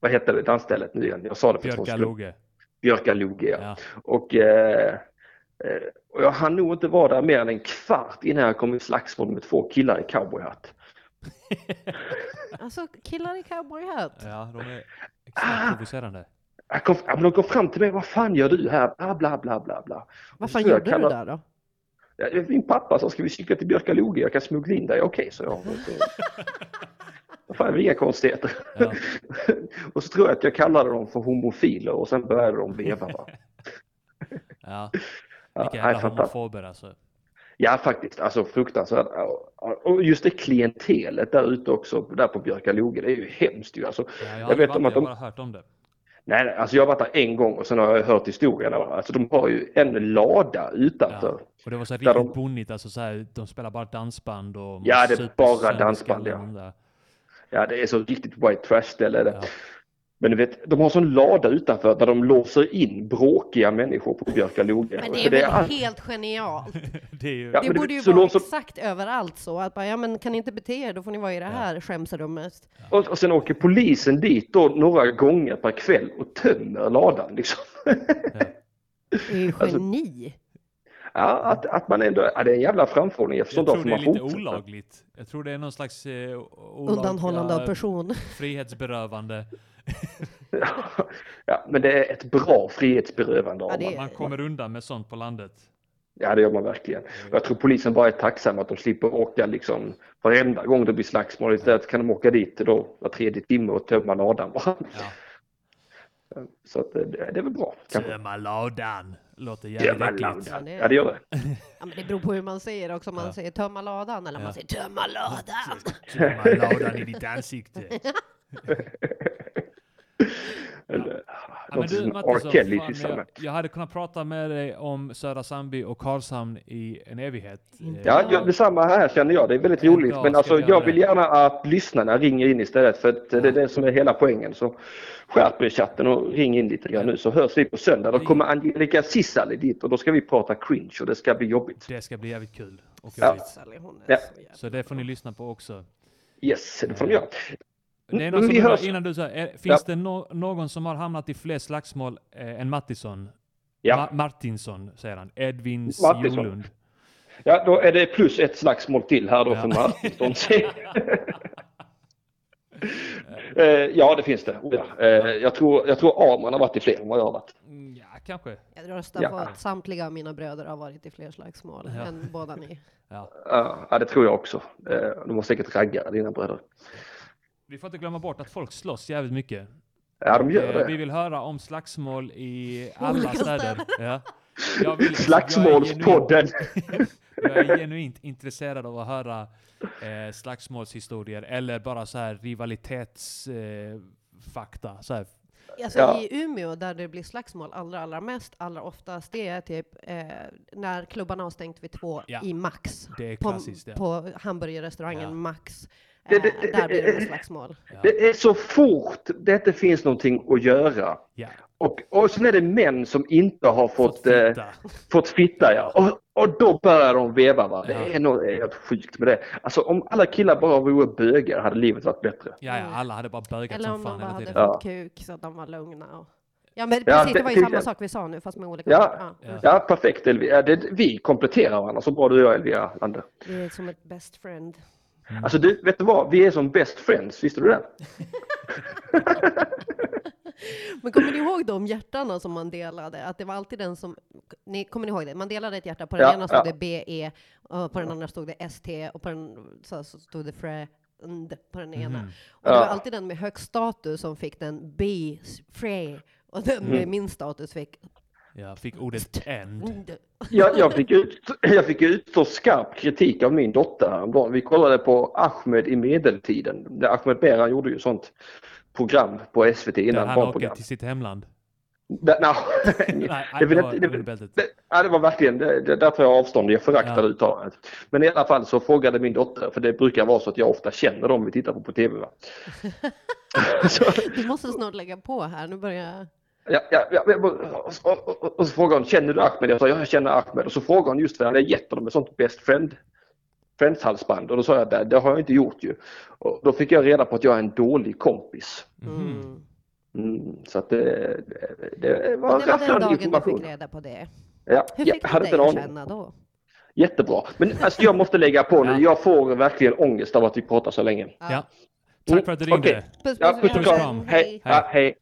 Speaker 3: vad hette det dansstället nu igen? Jag sa det för två sekunder.
Speaker 1: Björkaloge.
Speaker 3: Björkaloge. Ja.
Speaker 1: Ja.
Speaker 3: Och, eh, eh, och jag hann nog inte vara där mer än en kvart innan jag kom i slagsmål med två killar i cowboyhatt.
Speaker 2: Alltså, killar i cowboyhatt.
Speaker 1: ja, de är extremt
Speaker 3: Ah.
Speaker 1: provocerande.
Speaker 3: Jag kom, ja, men de kom fram till mig, vad fan gör du här? Bla, bla, bla, bla, bla.
Speaker 2: Vad
Speaker 3: Så
Speaker 2: fan
Speaker 3: jag
Speaker 2: gjorde du
Speaker 3: kallar-
Speaker 2: där då?
Speaker 3: Ja, Min pappa sa, ska vi cykla till Björkaloge? Jag kan smuggla in dig. Okej, så jag.
Speaker 1: Mm.
Speaker 3: Så... Vad Fan, det är inga konstigheter.
Speaker 1: Ja.
Speaker 3: och så tror jag att jag kallade dem för homofiler och sen började de veva. Va?
Speaker 1: Ja.
Speaker 3: Ja,
Speaker 1: Vilka
Speaker 3: nej,
Speaker 1: jävla
Speaker 3: fantastiskt.
Speaker 1: homofober alltså.
Speaker 3: Ja, faktiskt. Alltså fruktansvärt. Och just det klientelet där ute också, där på Björkaloge, det är ju hemskt ju. Alltså,
Speaker 1: Ja, jag,
Speaker 3: Jag
Speaker 1: har aldrig
Speaker 3: vet
Speaker 1: varit
Speaker 3: om
Speaker 1: där,
Speaker 3: att
Speaker 1: jag
Speaker 3: de-
Speaker 1: har bara hört om det.
Speaker 3: nej, nej, alltså jag har varit där en gång och sen har jag hört historien. Alltså de har ju en lada utanför.
Speaker 1: Ja. Och det var så här
Speaker 3: Alltså, Där
Speaker 1: riktigt
Speaker 3: de-
Speaker 1: bonnigt, alltså så här, de spelar bara dansband och...
Speaker 3: Ja, det är
Speaker 1: super
Speaker 3: bara
Speaker 1: sönder
Speaker 3: dansband,
Speaker 1: skallen där.
Speaker 3: Ja, det är så riktigt white trash ställe är det.
Speaker 1: Ja.
Speaker 3: Men du vet, de har sån lada utanför där de låser in bråkiga människor på Björkaloge.
Speaker 2: Men det
Speaker 3: Så
Speaker 2: är väl
Speaker 3: all-
Speaker 2: helt genialt?
Speaker 1: Det är ju...
Speaker 3: Ja,
Speaker 2: Det
Speaker 3: men det-
Speaker 2: borde ju
Speaker 3: så
Speaker 2: vara
Speaker 3: låt som-
Speaker 2: exakt överallt så. Att bara, ja men kan ni inte bete er, då får ni vara i det här skämsrummet.
Speaker 3: Och, och sen åker polisen dit då några gånger per kväll och tömmer ladan liksom.
Speaker 2: Det är ju geni.
Speaker 3: ja, att, att man ändå, ja, det är en jävla framförhållning. Jag förstår
Speaker 1: Jag
Speaker 3: inte
Speaker 1: tror det
Speaker 3: varför
Speaker 1: är
Speaker 3: man
Speaker 1: lite
Speaker 3: fortsätter.
Speaker 1: olagligt. Jag tror det är någon slags eh, olaga
Speaker 2: Undanhållande av person.
Speaker 1: frihetsberövande.
Speaker 3: ja, men det är ett bra frihetsberövande.
Speaker 2: Ja,
Speaker 3: Ja,
Speaker 2: det-
Speaker 3: det...
Speaker 1: Man kommer undan med sånt på landet.
Speaker 3: ja, det gör man verkligen.
Speaker 1: Mm.
Speaker 3: Och jag tror polisen bara är tacksam att de slipper åka liksom varenda gång det
Speaker 1: Mm.
Speaker 3: blir slagsmål. Istället kan de åka dit då var tredje timme och tömma ladan bara.
Speaker 1: Ja.
Speaker 3: Så att, eh, det, det är väl bra. Kanske.
Speaker 1: Tömma ladan! Låter jävligt
Speaker 3: Tömma
Speaker 1: äckligt.
Speaker 3: ladan. Ja, det gör det.
Speaker 2: Ja, men det beror på hur man säger också. Om man säger tömma ladan eller om man säger tömma ladan.
Speaker 1: Tömma ladan i ditt ansikte.
Speaker 3: Eller,
Speaker 1: Ja, men
Speaker 3: något
Speaker 1: du
Speaker 3: som
Speaker 1: Mattisson,
Speaker 3: R. Kelly
Speaker 1: fan,
Speaker 3: sysslar
Speaker 1: jag,
Speaker 3: med.
Speaker 1: jag hade kunnat prata med dig om Södra Sandby och Karlshamn i en evighet. Eh,
Speaker 3: Ja, ja, detsamma här känner jag. Det är väldigt
Speaker 1: En
Speaker 3: roligt.
Speaker 1: dag
Speaker 3: Men
Speaker 1: ska
Speaker 3: alltså,
Speaker 1: vi göra
Speaker 3: jag vill
Speaker 1: det.
Speaker 3: gärna att lyssnarna ringer in istället för att det är det som är hela poängen. Så skärp er i chatten och ring in lite grann nu så hörs vi på söndag. Då kommer Angelica Cissali dit och då ska vi prata cringe och det ska bli jobbigt.
Speaker 1: Det ska bli jävligt kul. Och
Speaker 3: Ja.
Speaker 1: roligt.
Speaker 2: Sally, hon är
Speaker 3: Ja.
Speaker 2: så jävla-
Speaker 1: Så det får ni lyssna på också.
Speaker 3: Yes, det får de göra.
Speaker 1: Det är
Speaker 3: Mm,
Speaker 1: någon som
Speaker 3: vi hörs.
Speaker 1: undrar, innan du säger, är- finns det
Speaker 3: Ja.
Speaker 1: no- någon som har hamnat i fler slagsmål eh, än Mattisson?
Speaker 3: Ja,
Speaker 1: Ma- Martinsson, säger han. Edvin
Speaker 3: Martinsson.
Speaker 1: Sjölund.
Speaker 3: ja då är det plus ett slagsmål till här då
Speaker 1: Ja.
Speaker 3: för Martinsson. Eh, ja, det finns det. Oh, ja. Eh, jag, tror, jag tror Arman har varit i fler än vad jag har varit.
Speaker 1: Mm, Ja, kanske.
Speaker 2: Jag röstar
Speaker 3: Ja.
Speaker 2: på att samtliga av mina bröder har varit i fler slagsmål
Speaker 1: Ja.
Speaker 2: än båda ni.
Speaker 1: Ja.
Speaker 3: Ja, ja, det tror jag också. Eh, de har säkert raggare, dina bröder.
Speaker 1: Vi får inte glömma bort att folk slåss jävligt mycket.
Speaker 3: Ja, de gör
Speaker 1: Eh,
Speaker 3: det.
Speaker 1: Vi vill höra om slagsmål i alla
Speaker 2: Olika
Speaker 1: städer. Ja. Jag vill- Jag
Speaker 3: Slagsmålspodden.
Speaker 1: är, genuint, jag är genuint intresserad av att höra eh, slagsmålshistorier eller bara så här rivalitetsfakta. Eh, fakta. så här.
Speaker 2: Alltså
Speaker 3: Ja.
Speaker 2: i Umeå, där det blir slagsmål allra, allra mest, allra oftast, det är typ eh, när klubbarna har stängt vid två
Speaker 1: Ja.
Speaker 2: i Max.
Speaker 1: Det är
Speaker 2: På,
Speaker 1: klassiskt. Ja.
Speaker 2: på hamburgerrestaurangen
Speaker 1: Ja.
Speaker 2: Max. Eh,
Speaker 3: Det- det- det-
Speaker 2: där blir det
Speaker 3: det-
Speaker 2: slagsmål.
Speaker 3: Det är så fort det inte finns någonting att göra.
Speaker 1: Ja.
Speaker 3: Och, och sen är det män som inte har fått,
Speaker 1: Fått
Speaker 3: eh,
Speaker 1: fitta.
Speaker 3: fått fitta ja. och, och då börjar de veva. Va? Det
Speaker 1: Ja.
Speaker 3: är något det är helt sjukt med det. Alltså om alla killar bara vore bögar hade livet varit bättre.
Speaker 1: Ja, ja, alla hade bara bögat
Speaker 2: Eller om
Speaker 1: som
Speaker 2: de
Speaker 1: fan
Speaker 2: bara
Speaker 1: hela
Speaker 2: hade
Speaker 1: tiden.
Speaker 2: fått
Speaker 3: Ja.
Speaker 2: kuk så att de var lugna. Och... Ja men
Speaker 3: Ja,
Speaker 2: precis, det
Speaker 3: det-
Speaker 2: var ju
Speaker 3: till
Speaker 2: samma
Speaker 3: exempel.
Speaker 2: sak vi sa nu fast med olika
Speaker 3: Ja.
Speaker 2: ord.
Speaker 1: Ja.
Speaker 3: Ja, perfekt Elvia. Ja, det, vi kompletterar varandra så bra du och jag Elvia Lande.
Speaker 2: Det är som ett best friend.
Speaker 1: Mm.
Speaker 3: Alltså du, vet du vad? Vi är som best friends, visste du det?
Speaker 2: Men kommer ni ihåg de hjärtarna som man delade? Att det var alltid den som, ni, kommer ni ihåg det? Man delade ett hjärta, på den
Speaker 3: Ja,
Speaker 2: ena stod
Speaker 3: ja.
Speaker 2: det BE, och på den andra stod det ST, och på den så, så stod det FRIEND på den ena.
Speaker 1: Mhm.
Speaker 2: Och det
Speaker 3: Ja.
Speaker 2: var alltid den med högst status som fick den B, FRIE, och den
Speaker 3: Mhm.
Speaker 2: med minst status fick
Speaker 1: Ja, fick ordet end.
Speaker 2: ND.
Speaker 3: Jag, jag, fick ut, jag fick utstå skarp kritik av min dotter häromdagen. Vi kollade på Ahmed i medeltiden. Ahmed Beran gjorde ju sånt program på SVT
Speaker 1: Där
Speaker 3: innan
Speaker 1: han åker
Speaker 3: barnprogram.
Speaker 1: till sitt hemland.
Speaker 3: Där- nej.
Speaker 1: Nej,
Speaker 3: Det
Speaker 1: det,
Speaker 3: är väl
Speaker 1: var
Speaker 3: inte- det är väl-
Speaker 1: under bältet.
Speaker 3: Det, ja, det var verkligen, det, det, där tar jag avstånd, jag föraktar
Speaker 1: Ja.
Speaker 3: uttalandet. Men i alla fall så frågade min dotter, för det brukar vara så att jag ofta känner dem vi tittar på på TV. Va? så,
Speaker 2: Du måste snart lägga på här, nu börjar jag.
Speaker 3: ja, ja, ja, men- och, och, och, och så frågade hon, känner du Ahmed? Jag sa, ja, jag känner Ahmed. Och så frågade hon just för han hade gett honom ett sånt best friend Friends-halsband och då sa jag det, det har jag inte gjort ju. Och då fick jag reda på att jag är en dålig kompis.
Speaker 1: Mhm.
Speaker 2: Mm.
Speaker 3: Mm, så att det, det, det
Speaker 2: Det
Speaker 3: var
Speaker 2: var den
Speaker 3: rafflande
Speaker 2: dagen du fick
Speaker 3: information.
Speaker 2: reda på det.
Speaker 3: Ja,
Speaker 2: Hur
Speaker 3: jag
Speaker 2: fick du
Speaker 3: hade
Speaker 2: dig
Speaker 3: inte en
Speaker 2: att
Speaker 3: aning.
Speaker 2: känna då?
Speaker 3: Jättebra. Men alltså, jag måste lägga på nu. Jag får verkligen ångest av att vi pratar så länge.
Speaker 1: Ja. Tack för att du ringde.
Speaker 3: Okej.
Speaker 2: Puss
Speaker 3: Ja,
Speaker 2: vi
Speaker 3: puss och
Speaker 2: hörs
Speaker 3: kram.
Speaker 2: sen.
Speaker 3: Hej. Ja, hej.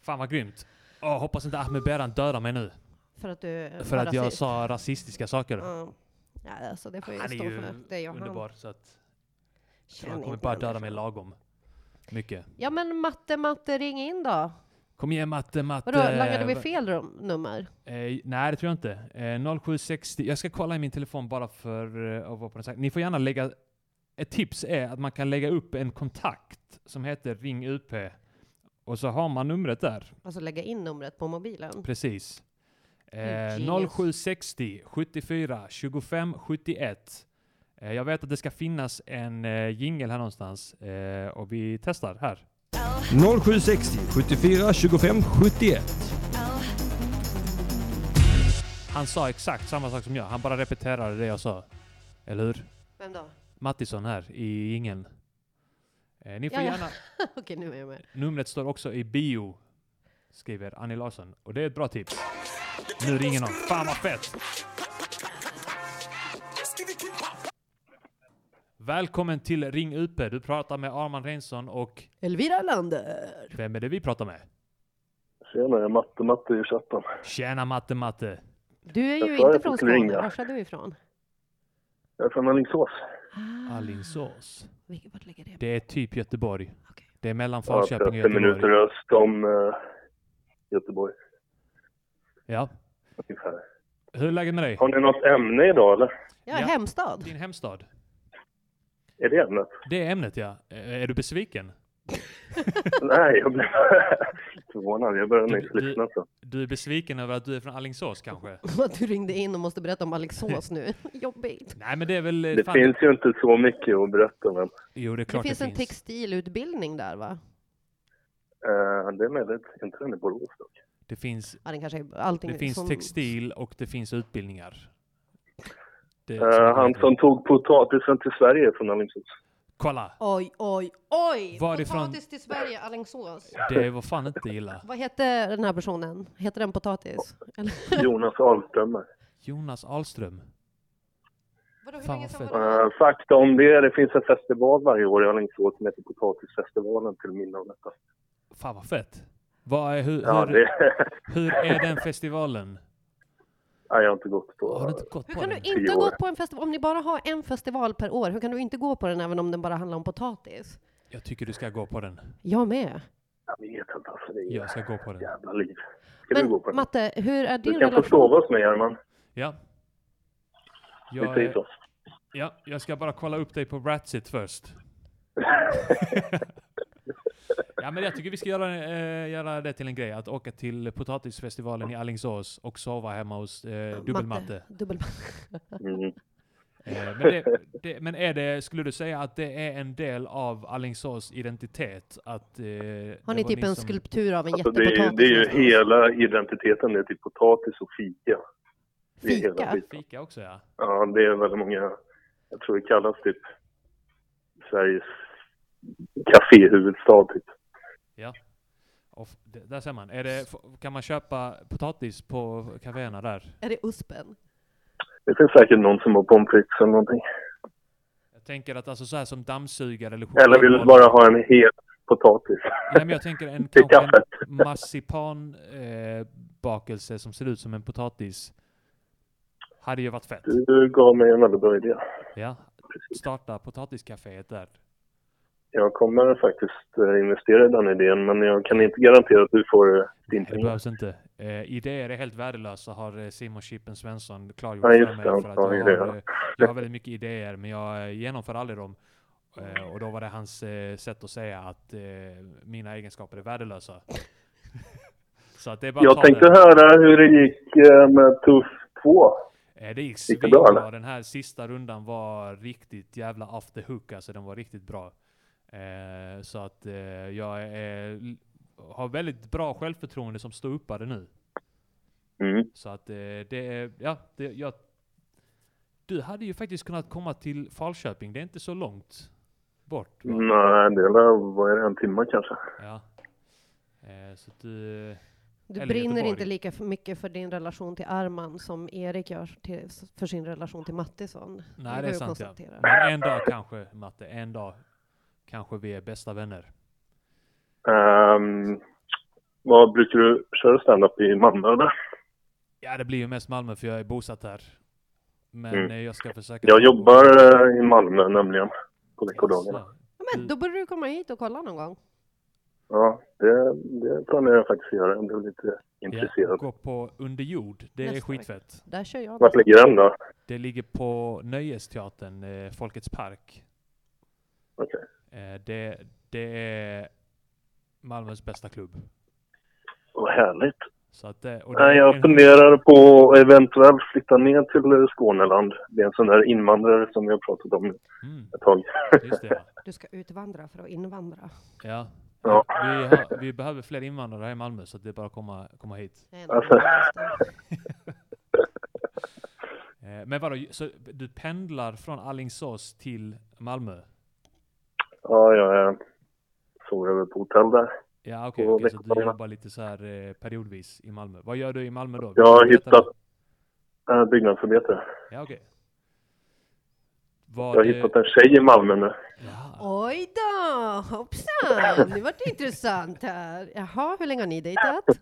Speaker 1: Fan vad grymt. Åh, hoppas inte Ahmed Beran dödar mig nu.
Speaker 2: För att du
Speaker 1: För
Speaker 2: var
Speaker 1: att jag
Speaker 2: rasist. Mm.
Speaker 1: sa rasistiska saker.
Speaker 2: Ja. Ja, alltså det får ju
Speaker 1: Han är
Speaker 2: stå
Speaker 1: ju
Speaker 2: för det jag
Speaker 1: underbar så att
Speaker 2: han
Speaker 1: han
Speaker 2: känner
Speaker 1: kommer
Speaker 2: inte
Speaker 1: bara
Speaker 2: människor.
Speaker 1: döda mig lagom. Mycket.
Speaker 2: Ja men matte, matte, ring in då.
Speaker 1: Kom igen Matte, Matte.
Speaker 2: Vadå, langade vi
Speaker 1: Eh,
Speaker 2: fel rum- nummer?
Speaker 1: Eh, nej, det tror jag inte. Eh, 0760. Jag ska kolla i min telefon bara för eh, att vara på den säkra. Ni får gärna lägga... Ett tips är att man kan lägga upp en kontakt som heter Ring UP. Och så har man numret där.
Speaker 2: Alltså lägga in numret på mobilen.
Speaker 1: Precis. Eh,
Speaker 2: Genius.
Speaker 1: 0760 74 25 71. Eh, jag vet att det ska finnas en eh, jingle här någonstans. Eh, och vi testar här.
Speaker 4: 0760 74 25 71.
Speaker 1: Han sa exakt samma sak som jag. Han bara repeterade det jag sa. Eller hur?
Speaker 2: Vem då?
Speaker 1: Mattisson här i ingen. Eh, ni får
Speaker 2: Ja, ja.
Speaker 1: gärna.
Speaker 2: Okej, nu är jag med.
Speaker 1: Numret står också i bio, skriver Annie Larsson. Och det är ett bra tips. Nu ringer någon. Fan vad fett! Välkommen till Ring UP. Du pratar med Arman Reinsson och
Speaker 2: Elvira Lander!
Speaker 1: vem är det vi pratar med?
Speaker 5: Tjena, jag är Matte Matte i chatten.
Speaker 1: Tjena Matte Matte!
Speaker 2: Du är
Speaker 5: Jag
Speaker 2: ju
Speaker 5: sa
Speaker 2: inte
Speaker 5: att
Speaker 2: från
Speaker 5: du
Speaker 2: Skåne.
Speaker 5: skulle ringa.
Speaker 2: Var är du ifrån?
Speaker 5: Jag är från Alingsås.
Speaker 1: Alingsås.
Speaker 2: Vilket- Vart ligger det?
Speaker 1: Det är typ Göteborg.
Speaker 2: Okej.
Speaker 1: Det är mellan
Speaker 5: Jag har
Speaker 1: Falköping och
Speaker 5: 30 minuter
Speaker 1: Göteborg.
Speaker 5: öst om eh, Göteborg,
Speaker 1: Ja.
Speaker 5: ungefär.
Speaker 1: Hur är läget med dig?
Speaker 5: Har ni något ämne idag, eller?
Speaker 2: Ja,
Speaker 1: Ja.
Speaker 2: hemstad.
Speaker 1: Din hemstad?
Speaker 5: Är det ämnet?
Speaker 1: Det är ämnet ja. Eh, Är du besviken?
Speaker 5: Nej, jag blev förvånad. Jag började nyss
Speaker 1: Du- du-
Speaker 5: lyssna. Så.
Speaker 1: Du är besviken över att du är från Alingsås kanske?
Speaker 2: Att du ringde in och måste berätta om Alingsås nu. Jobbigt.
Speaker 1: Nej men det är väl... eh,
Speaker 5: Det
Speaker 1: fan-
Speaker 5: finns ju inte så mycket att berätta om. än.
Speaker 1: Jo det är
Speaker 2: Det
Speaker 1: klart
Speaker 2: finns
Speaker 1: det
Speaker 2: en
Speaker 1: finns.
Speaker 2: textilutbildning där va?
Speaker 5: Eh, det är möjligt. Inte den i Borås dock.
Speaker 1: Det finns,
Speaker 2: Ja, den kanske är allting
Speaker 1: det finns
Speaker 2: som-
Speaker 1: textil och det finns utbildningar. Det-
Speaker 5: Eh, han som tog potatisen till Sverige från Alingsås.
Speaker 1: Kolla!
Speaker 2: Oj, oj, oj!
Speaker 1: Varifrån-
Speaker 2: Potatis till Sverige, Alingsås.
Speaker 1: Det var fan inte illa.
Speaker 2: Vad hette den här personen? Heter den potatis? Eller?
Speaker 5: Jonas Ahlströmer.
Speaker 1: Jonas Ahlström.
Speaker 2: Vadå, hur
Speaker 1: Fan,
Speaker 2: länge
Speaker 1: vad
Speaker 2: sedan
Speaker 1: fett.
Speaker 2: var det?
Speaker 5: Eh, fakta om det, det finns en festival varje år i Alingsås som heter Potatisfestivalen till minne av detta.
Speaker 1: Fan vad fett. Vad är, hur,
Speaker 5: Ja,
Speaker 1: hur,
Speaker 5: det,
Speaker 1: hur är den festivalen?
Speaker 5: Nej, jag har inte gått på.
Speaker 1: Har du inte gått
Speaker 2: Hur
Speaker 1: på
Speaker 2: kan du
Speaker 1: den?
Speaker 2: inte
Speaker 5: tio
Speaker 2: ha
Speaker 5: år.
Speaker 2: gått på en festival? Om ni bara har en festival per år, hur kan du inte gå på den även om den bara handlar om potatis?
Speaker 1: Jag tycker du ska gå på den.
Speaker 2: Jag med.
Speaker 5: Jag vet inte alltså. Det är
Speaker 1: Jag ska gå på den.
Speaker 5: jävla liv. Ska du gå
Speaker 2: Men
Speaker 5: på den?
Speaker 2: Matte, hur är
Speaker 5: Du
Speaker 2: din
Speaker 5: kan få
Speaker 2: relation?
Speaker 5: sova hos mig Herman.
Speaker 1: Ja.
Speaker 5: Vi
Speaker 1: Jag,
Speaker 5: säger
Speaker 1: eh,
Speaker 5: så.
Speaker 1: ja, jag ska bara kolla upp dig på Ratsit först. Ja, men jag tycker vi ska göra, eh, göra det till en grej, att åka till potatisfestivalen i Alingsås och sova hemma hos eh, dubbelmatte.
Speaker 2: Dubbelmatte.
Speaker 5: Mm.
Speaker 1: Eh, men, det, det, men är det, skulle du säga att det är en del av Alingsås identitet? Att, eh,
Speaker 2: Har ni typ en skulptur av en
Speaker 5: Alltså, det,
Speaker 2: jättepotatis?
Speaker 5: är, det är ju
Speaker 2: någonstans?
Speaker 5: hela identiteten. Det är typ potatis och fika. Det är hela
Speaker 2: Fika?
Speaker 5: skiten.
Speaker 1: Fika också ja.
Speaker 5: Ja, det är väldigt många. Jag tror det kallas typ Sveriges kaféhuvudstad typ.
Speaker 1: ja. Och f- det, där ser man. Är det, f- kan man köpa potatis på kaféerna där?
Speaker 2: Är det uspen?
Speaker 5: Det finns säkert någon som har pommes frites eller någonting.
Speaker 1: Jag tänker att alltså så här som dammsugare eller
Speaker 5: Eller vill du
Speaker 1: chokladbollar-
Speaker 5: bara ha en hel potatis?
Speaker 1: Nej, men jag tänker en,
Speaker 5: Det är
Speaker 1: kanske en
Speaker 5: kaffet.
Speaker 1: marsipanbakelse eh, bakelse som ser ut som en potatis. Hade ju varit fett.
Speaker 5: Du gav mig en väldigt bra idé.
Speaker 1: Ja. Starta potatiscaféet där.
Speaker 5: Jag kommer faktiskt eh, investera i den idén, men jag kan inte garantera att du får eh, din
Speaker 1: Det
Speaker 5: pengar.
Speaker 1: behövs inte. Eh, idéer är helt värdelösa har eh, Simon Chippen Svensson klargjort
Speaker 5: Ja, just
Speaker 1: för mig.
Speaker 5: det, han
Speaker 1: För att
Speaker 5: sa ju
Speaker 1: jag,
Speaker 5: det,
Speaker 1: har,
Speaker 5: ja.
Speaker 1: eh, jag har väldigt mycket idéer men jag eh, genomför aldrig dem. Eh, och då var det hans eh, sätt att säga att eh, mina egenskaper är värdelösa. Så att det är bara att ta
Speaker 5: Jag tänkte
Speaker 1: det.
Speaker 5: höra hur det gick eh, med Tuff 2.
Speaker 1: Eh, Det gick
Speaker 5: Gick det bra,
Speaker 1: svinbra.
Speaker 5: eller?
Speaker 1: Den här sista rundan var riktigt jävla off the hook. Alltså den var riktigt bra. Eh, så att eh, jag är, har väldigt bra självförtroende som ståuppare nu.
Speaker 5: Mm.
Speaker 1: Så att eh, det är, ja, det, jag, du hade ju faktiskt kunnat komma till Falköping. Det är inte så långt bort. Va?
Speaker 5: Nej, det var, vad är det, en timme kanske?
Speaker 1: Ja. Eh, så att du,
Speaker 2: Du
Speaker 1: Eller
Speaker 2: brinner
Speaker 1: Göteborg.
Speaker 2: inte lika f- mycket för din relation till Arman som Erik gör till, för sin relation till Mattisson.
Speaker 1: nej
Speaker 2: går
Speaker 1: det är
Speaker 2: ju att
Speaker 1: sant ja.
Speaker 2: konstatera.
Speaker 1: Men en dag kanske, Matte, en dag kanske vi är bästa vänner.
Speaker 5: Um, vad brukar du köra stand-up i Malmö eller?
Speaker 1: Ja, det blir ju mest Malmö för jag är bosatt här. Men
Speaker 5: Mm.
Speaker 1: eh, jag ska försöka...
Speaker 5: Jag jobbar eh, i Malmö nämligen, på
Speaker 1: Jaså.
Speaker 5: veckodagarna.
Speaker 2: Ja, men då borde du komma hit och kolla någon gång.
Speaker 5: Ja, Det, det planerar jag faktiskt att göra. Jag blev lite intresserad.
Speaker 1: Gå på Under jord. Det är
Speaker 2: Nästa vecka.
Speaker 1: skitfett.
Speaker 2: Där kör jag.
Speaker 5: Vart ligger den då?
Speaker 1: Det ligger på Nöjesteatern, eh, Folkets park.
Speaker 5: Okej.
Speaker 1: Eh, det, det är Malmös bästa klubb.
Speaker 5: Vad härligt.
Speaker 1: Så att, eh, och det
Speaker 5: Nej,
Speaker 1: är
Speaker 5: jag
Speaker 1: en-
Speaker 5: funderar på att eventuellt flytta ner till eh, Skåneland. Det är en sån där invandrare som vi har pratat om
Speaker 1: Mm,
Speaker 5: ett tag.
Speaker 1: just det.
Speaker 2: Du ska utvandra för att invandra.
Speaker 1: Ja.
Speaker 5: Ja.
Speaker 1: Vi, har, vi behöver fler invandrare här i Malmö så att det är bara att komma, komma hit.
Speaker 2: Det är
Speaker 5: Alltså.
Speaker 2: alltså.
Speaker 1: Eh, men vadå, så du pendlar från Alingsås till Malmö?
Speaker 5: Ja, jag eh, sover över på hotell där.
Speaker 1: Ja okej,
Speaker 5: Och
Speaker 1: okej, så du
Speaker 5: veckodagarna.
Speaker 1: jobbar lite så här eh, periodvis i Malmö. Vad gör du i Malmö då?
Speaker 5: Jag har
Speaker 1: Berätta
Speaker 5: hittat-
Speaker 1: då.
Speaker 5: Jag är byggnadsarbetare.
Speaker 1: Ja okej.
Speaker 5: Jag har
Speaker 1: Vad... eh,
Speaker 5: hittat en tjej i Malmö nu.
Speaker 1: Ja.
Speaker 2: Oj då, hoppsan! Det vart intressant här. Jaha, hur länge har ni dejtat?
Speaker 5: Ja,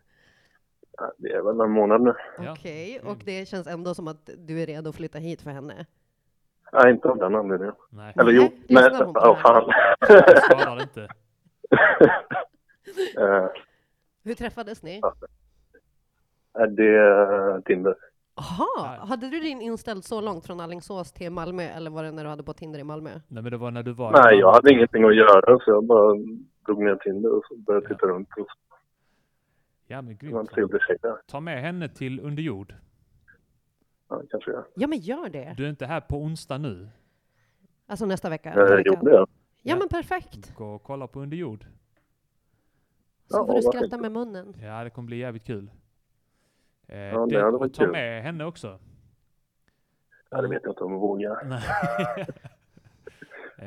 Speaker 5: Äh, Det är väl en månad nu.
Speaker 1: Ja.
Speaker 2: Okej,
Speaker 1: Mm.
Speaker 2: och det känns ändå som att du är redo att flytta hit för henne?
Speaker 5: Nej, inte av den anledningen.
Speaker 1: Nej,
Speaker 5: Eller
Speaker 2: Nej,
Speaker 5: jo,
Speaker 2: det
Speaker 5: men...
Speaker 2: lyssnar hon på
Speaker 5: Ja,
Speaker 2: här.
Speaker 5: fan.
Speaker 1: det skadar inte.
Speaker 5: Eh,
Speaker 2: Hur träffades ni?
Speaker 5: Är det eh, Tinder?
Speaker 2: Jaha,
Speaker 1: Ja.
Speaker 2: hade du din inställd så långt från Alingsås till Malmö eller var det när du hade på Tinder i Malmö?
Speaker 1: Nej men det var när du var i
Speaker 5: Nej, jag
Speaker 1: Malmö.
Speaker 5: hade ingenting att göra så jag bara drog ner Tinder och så började
Speaker 1: Ja.
Speaker 5: titta runt. Och så
Speaker 1: Ja men
Speaker 5: var det en
Speaker 1: grymt.
Speaker 5: trevlig tjej där.
Speaker 1: Ta med henne till Under jord.
Speaker 5: Ja, kanske jag.
Speaker 2: Ja men gör det!
Speaker 1: Du är inte här på onsdag nu.
Speaker 2: Alltså nästa vecka? eller
Speaker 5: Eh,
Speaker 2: veckan.
Speaker 5: gjorde jag?
Speaker 2: Ja men perfekt!
Speaker 1: Gå och kolla på Under jord.
Speaker 2: Så
Speaker 5: Ja,
Speaker 2: får du
Speaker 5: vad
Speaker 2: skratta
Speaker 5: fint.
Speaker 2: med munnen.
Speaker 1: Ja, det kommer bli jävligt kul. Eh,
Speaker 5: Ja, det
Speaker 1: det,
Speaker 5: hade
Speaker 1: och
Speaker 5: varit
Speaker 1: ta
Speaker 5: kul.
Speaker 1: med henne också.
Speaker 5: Ja, det vet jag inte om jag vågar.
Speaker 1: Nej.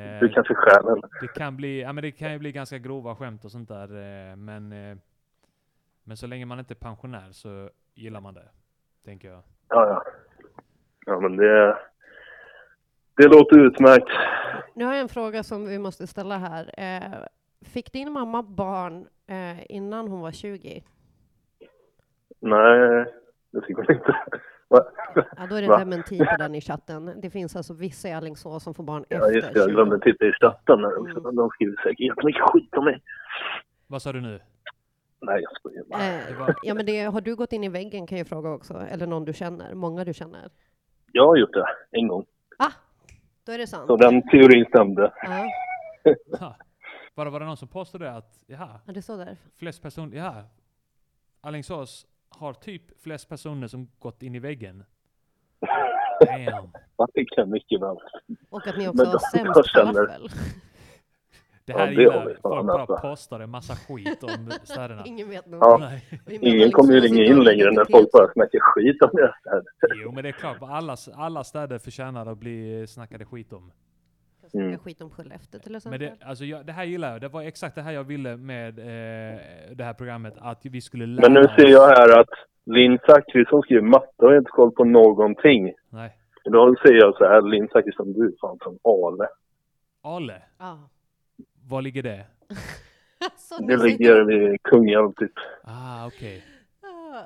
Speaker 1: Eh,
Speaker 5: Du kanske stjäl eller?
Speaker 1: det kan bli, ja men det kan ju bli ganska grova skämt och sånt där, eh, men, eh, men så länge man inte är pensionär så gillar man det, tänker jag.
Speaker 5: Ja, ja. Ja, men det... Det låter utmärkt.
Speaker 2: Nu har jag en fråga som vi måste ställa här. Eh, Fick din mamma barn eh, innan hon var 20?
Speaker 5: Nej, det fick hon inte. Va?
Speaker 2: Ja, då är det
Speaker 5: Va?
Speaker 2: dementi på den i chatten. Det finns alltså vissa i Alingsås som får barn
Speaker 5: Ja,
Speaker 2: efter
Speaker 5: just det. Jag
Speaker 2: 20.
Speaker 5: glömde titta i chatten. där också.
Speaker 2: Mm.
Speaker 5: De skriver säkert jättemycket skit om mig.
Speaker 1: Vad sa du nu?
Speaker 5: Nej, jag skojar bara.
Speaker 2: Eh,
Speaker 1: Det var-
Speaker 2: ja, men det, har du gått in i väggen kan jag fråga också, eller någon du känner, många du känner.
Speaker 5: Jag har gjort det en gång.
Speaker 2: Ah, då är det sant.
Speaker 5: Så den teorin stämde.
Speaker 2: Ja,
Speaker 1: Ha. Var, det, var det någon som påstod det att, jaha,
Speaker 2: ja, det står där.
Speaker 1: flest personer, jaha, Alingsås har typ flest personer som gått in i väggen? Damn.
Speaker 5: Man tycker mycket väl.
Speaker 2: Och att ni också
Speaker 5: Men
Speaker 2: har
Speaker 5: de
Speaker 2: sämst
Speaker 5: jag känner-
Speaker 2: falafel.
Speaker 1: Det
Speaker 5: Ja,
Speaker 1: här
Speaker 5: det
Speaker 1: gillar
Speaker 5: har vi
Speaker 1: folk
Speaker 5: fan
Speaker 1: bara
Speaker 5: alltså.
Speaker 1: postar en massa skit om städerna.
Speaker 2: Ingen vet något.
Speaker 5: Ja.
Speaker 1: Nej.
Speaker 2: Vi menar liksom
Speaker 5: Ingen
Speaker 2: Alingsås
Speaker 5: kommer ju
Speaker 2: inte
Speaker 5: ringa
Speaker 2: har
Speaker 5: in längre när
Speaker 2: identitet.
Speaker 5: folk bara snackar skit om det här.
Speaker 1: Jo, men det är klart. Alla, alla städer förtjänar att bli snackade skit om.
Speaker 2: Jag snackar
Speaker 5: Mm.
Speaker 2: skit om Skellefteå till
Speaker 1: Men
Speaker 2: exempel.
Speaker 1: det, alltså jag, det här gillar jag. Det var exakt det här jag ville med eh, det här programmet. Att vi skulle lära
Speaker 5: Men nu
Speaker 1: oss-
Speaker 5: ser jag här att Linn Zachrisson skriver matte och har inte koll på någonting.
Speaker 1: Nej.
Speaker 5: Då säger jag så här, Linn Zachrisson, du är fan från Ale.
Speaker 1: Ale,
Speaker 2: Ja.
Speaker 1: var ligger det?
Speaker 2: Alltså,
Speaker 5: Det
Speaker 2: ni sitter-
Speaker 5: ligger vid Kungälv typ.
Speaker 1: Ah, okej.
Speaker 2: Ah,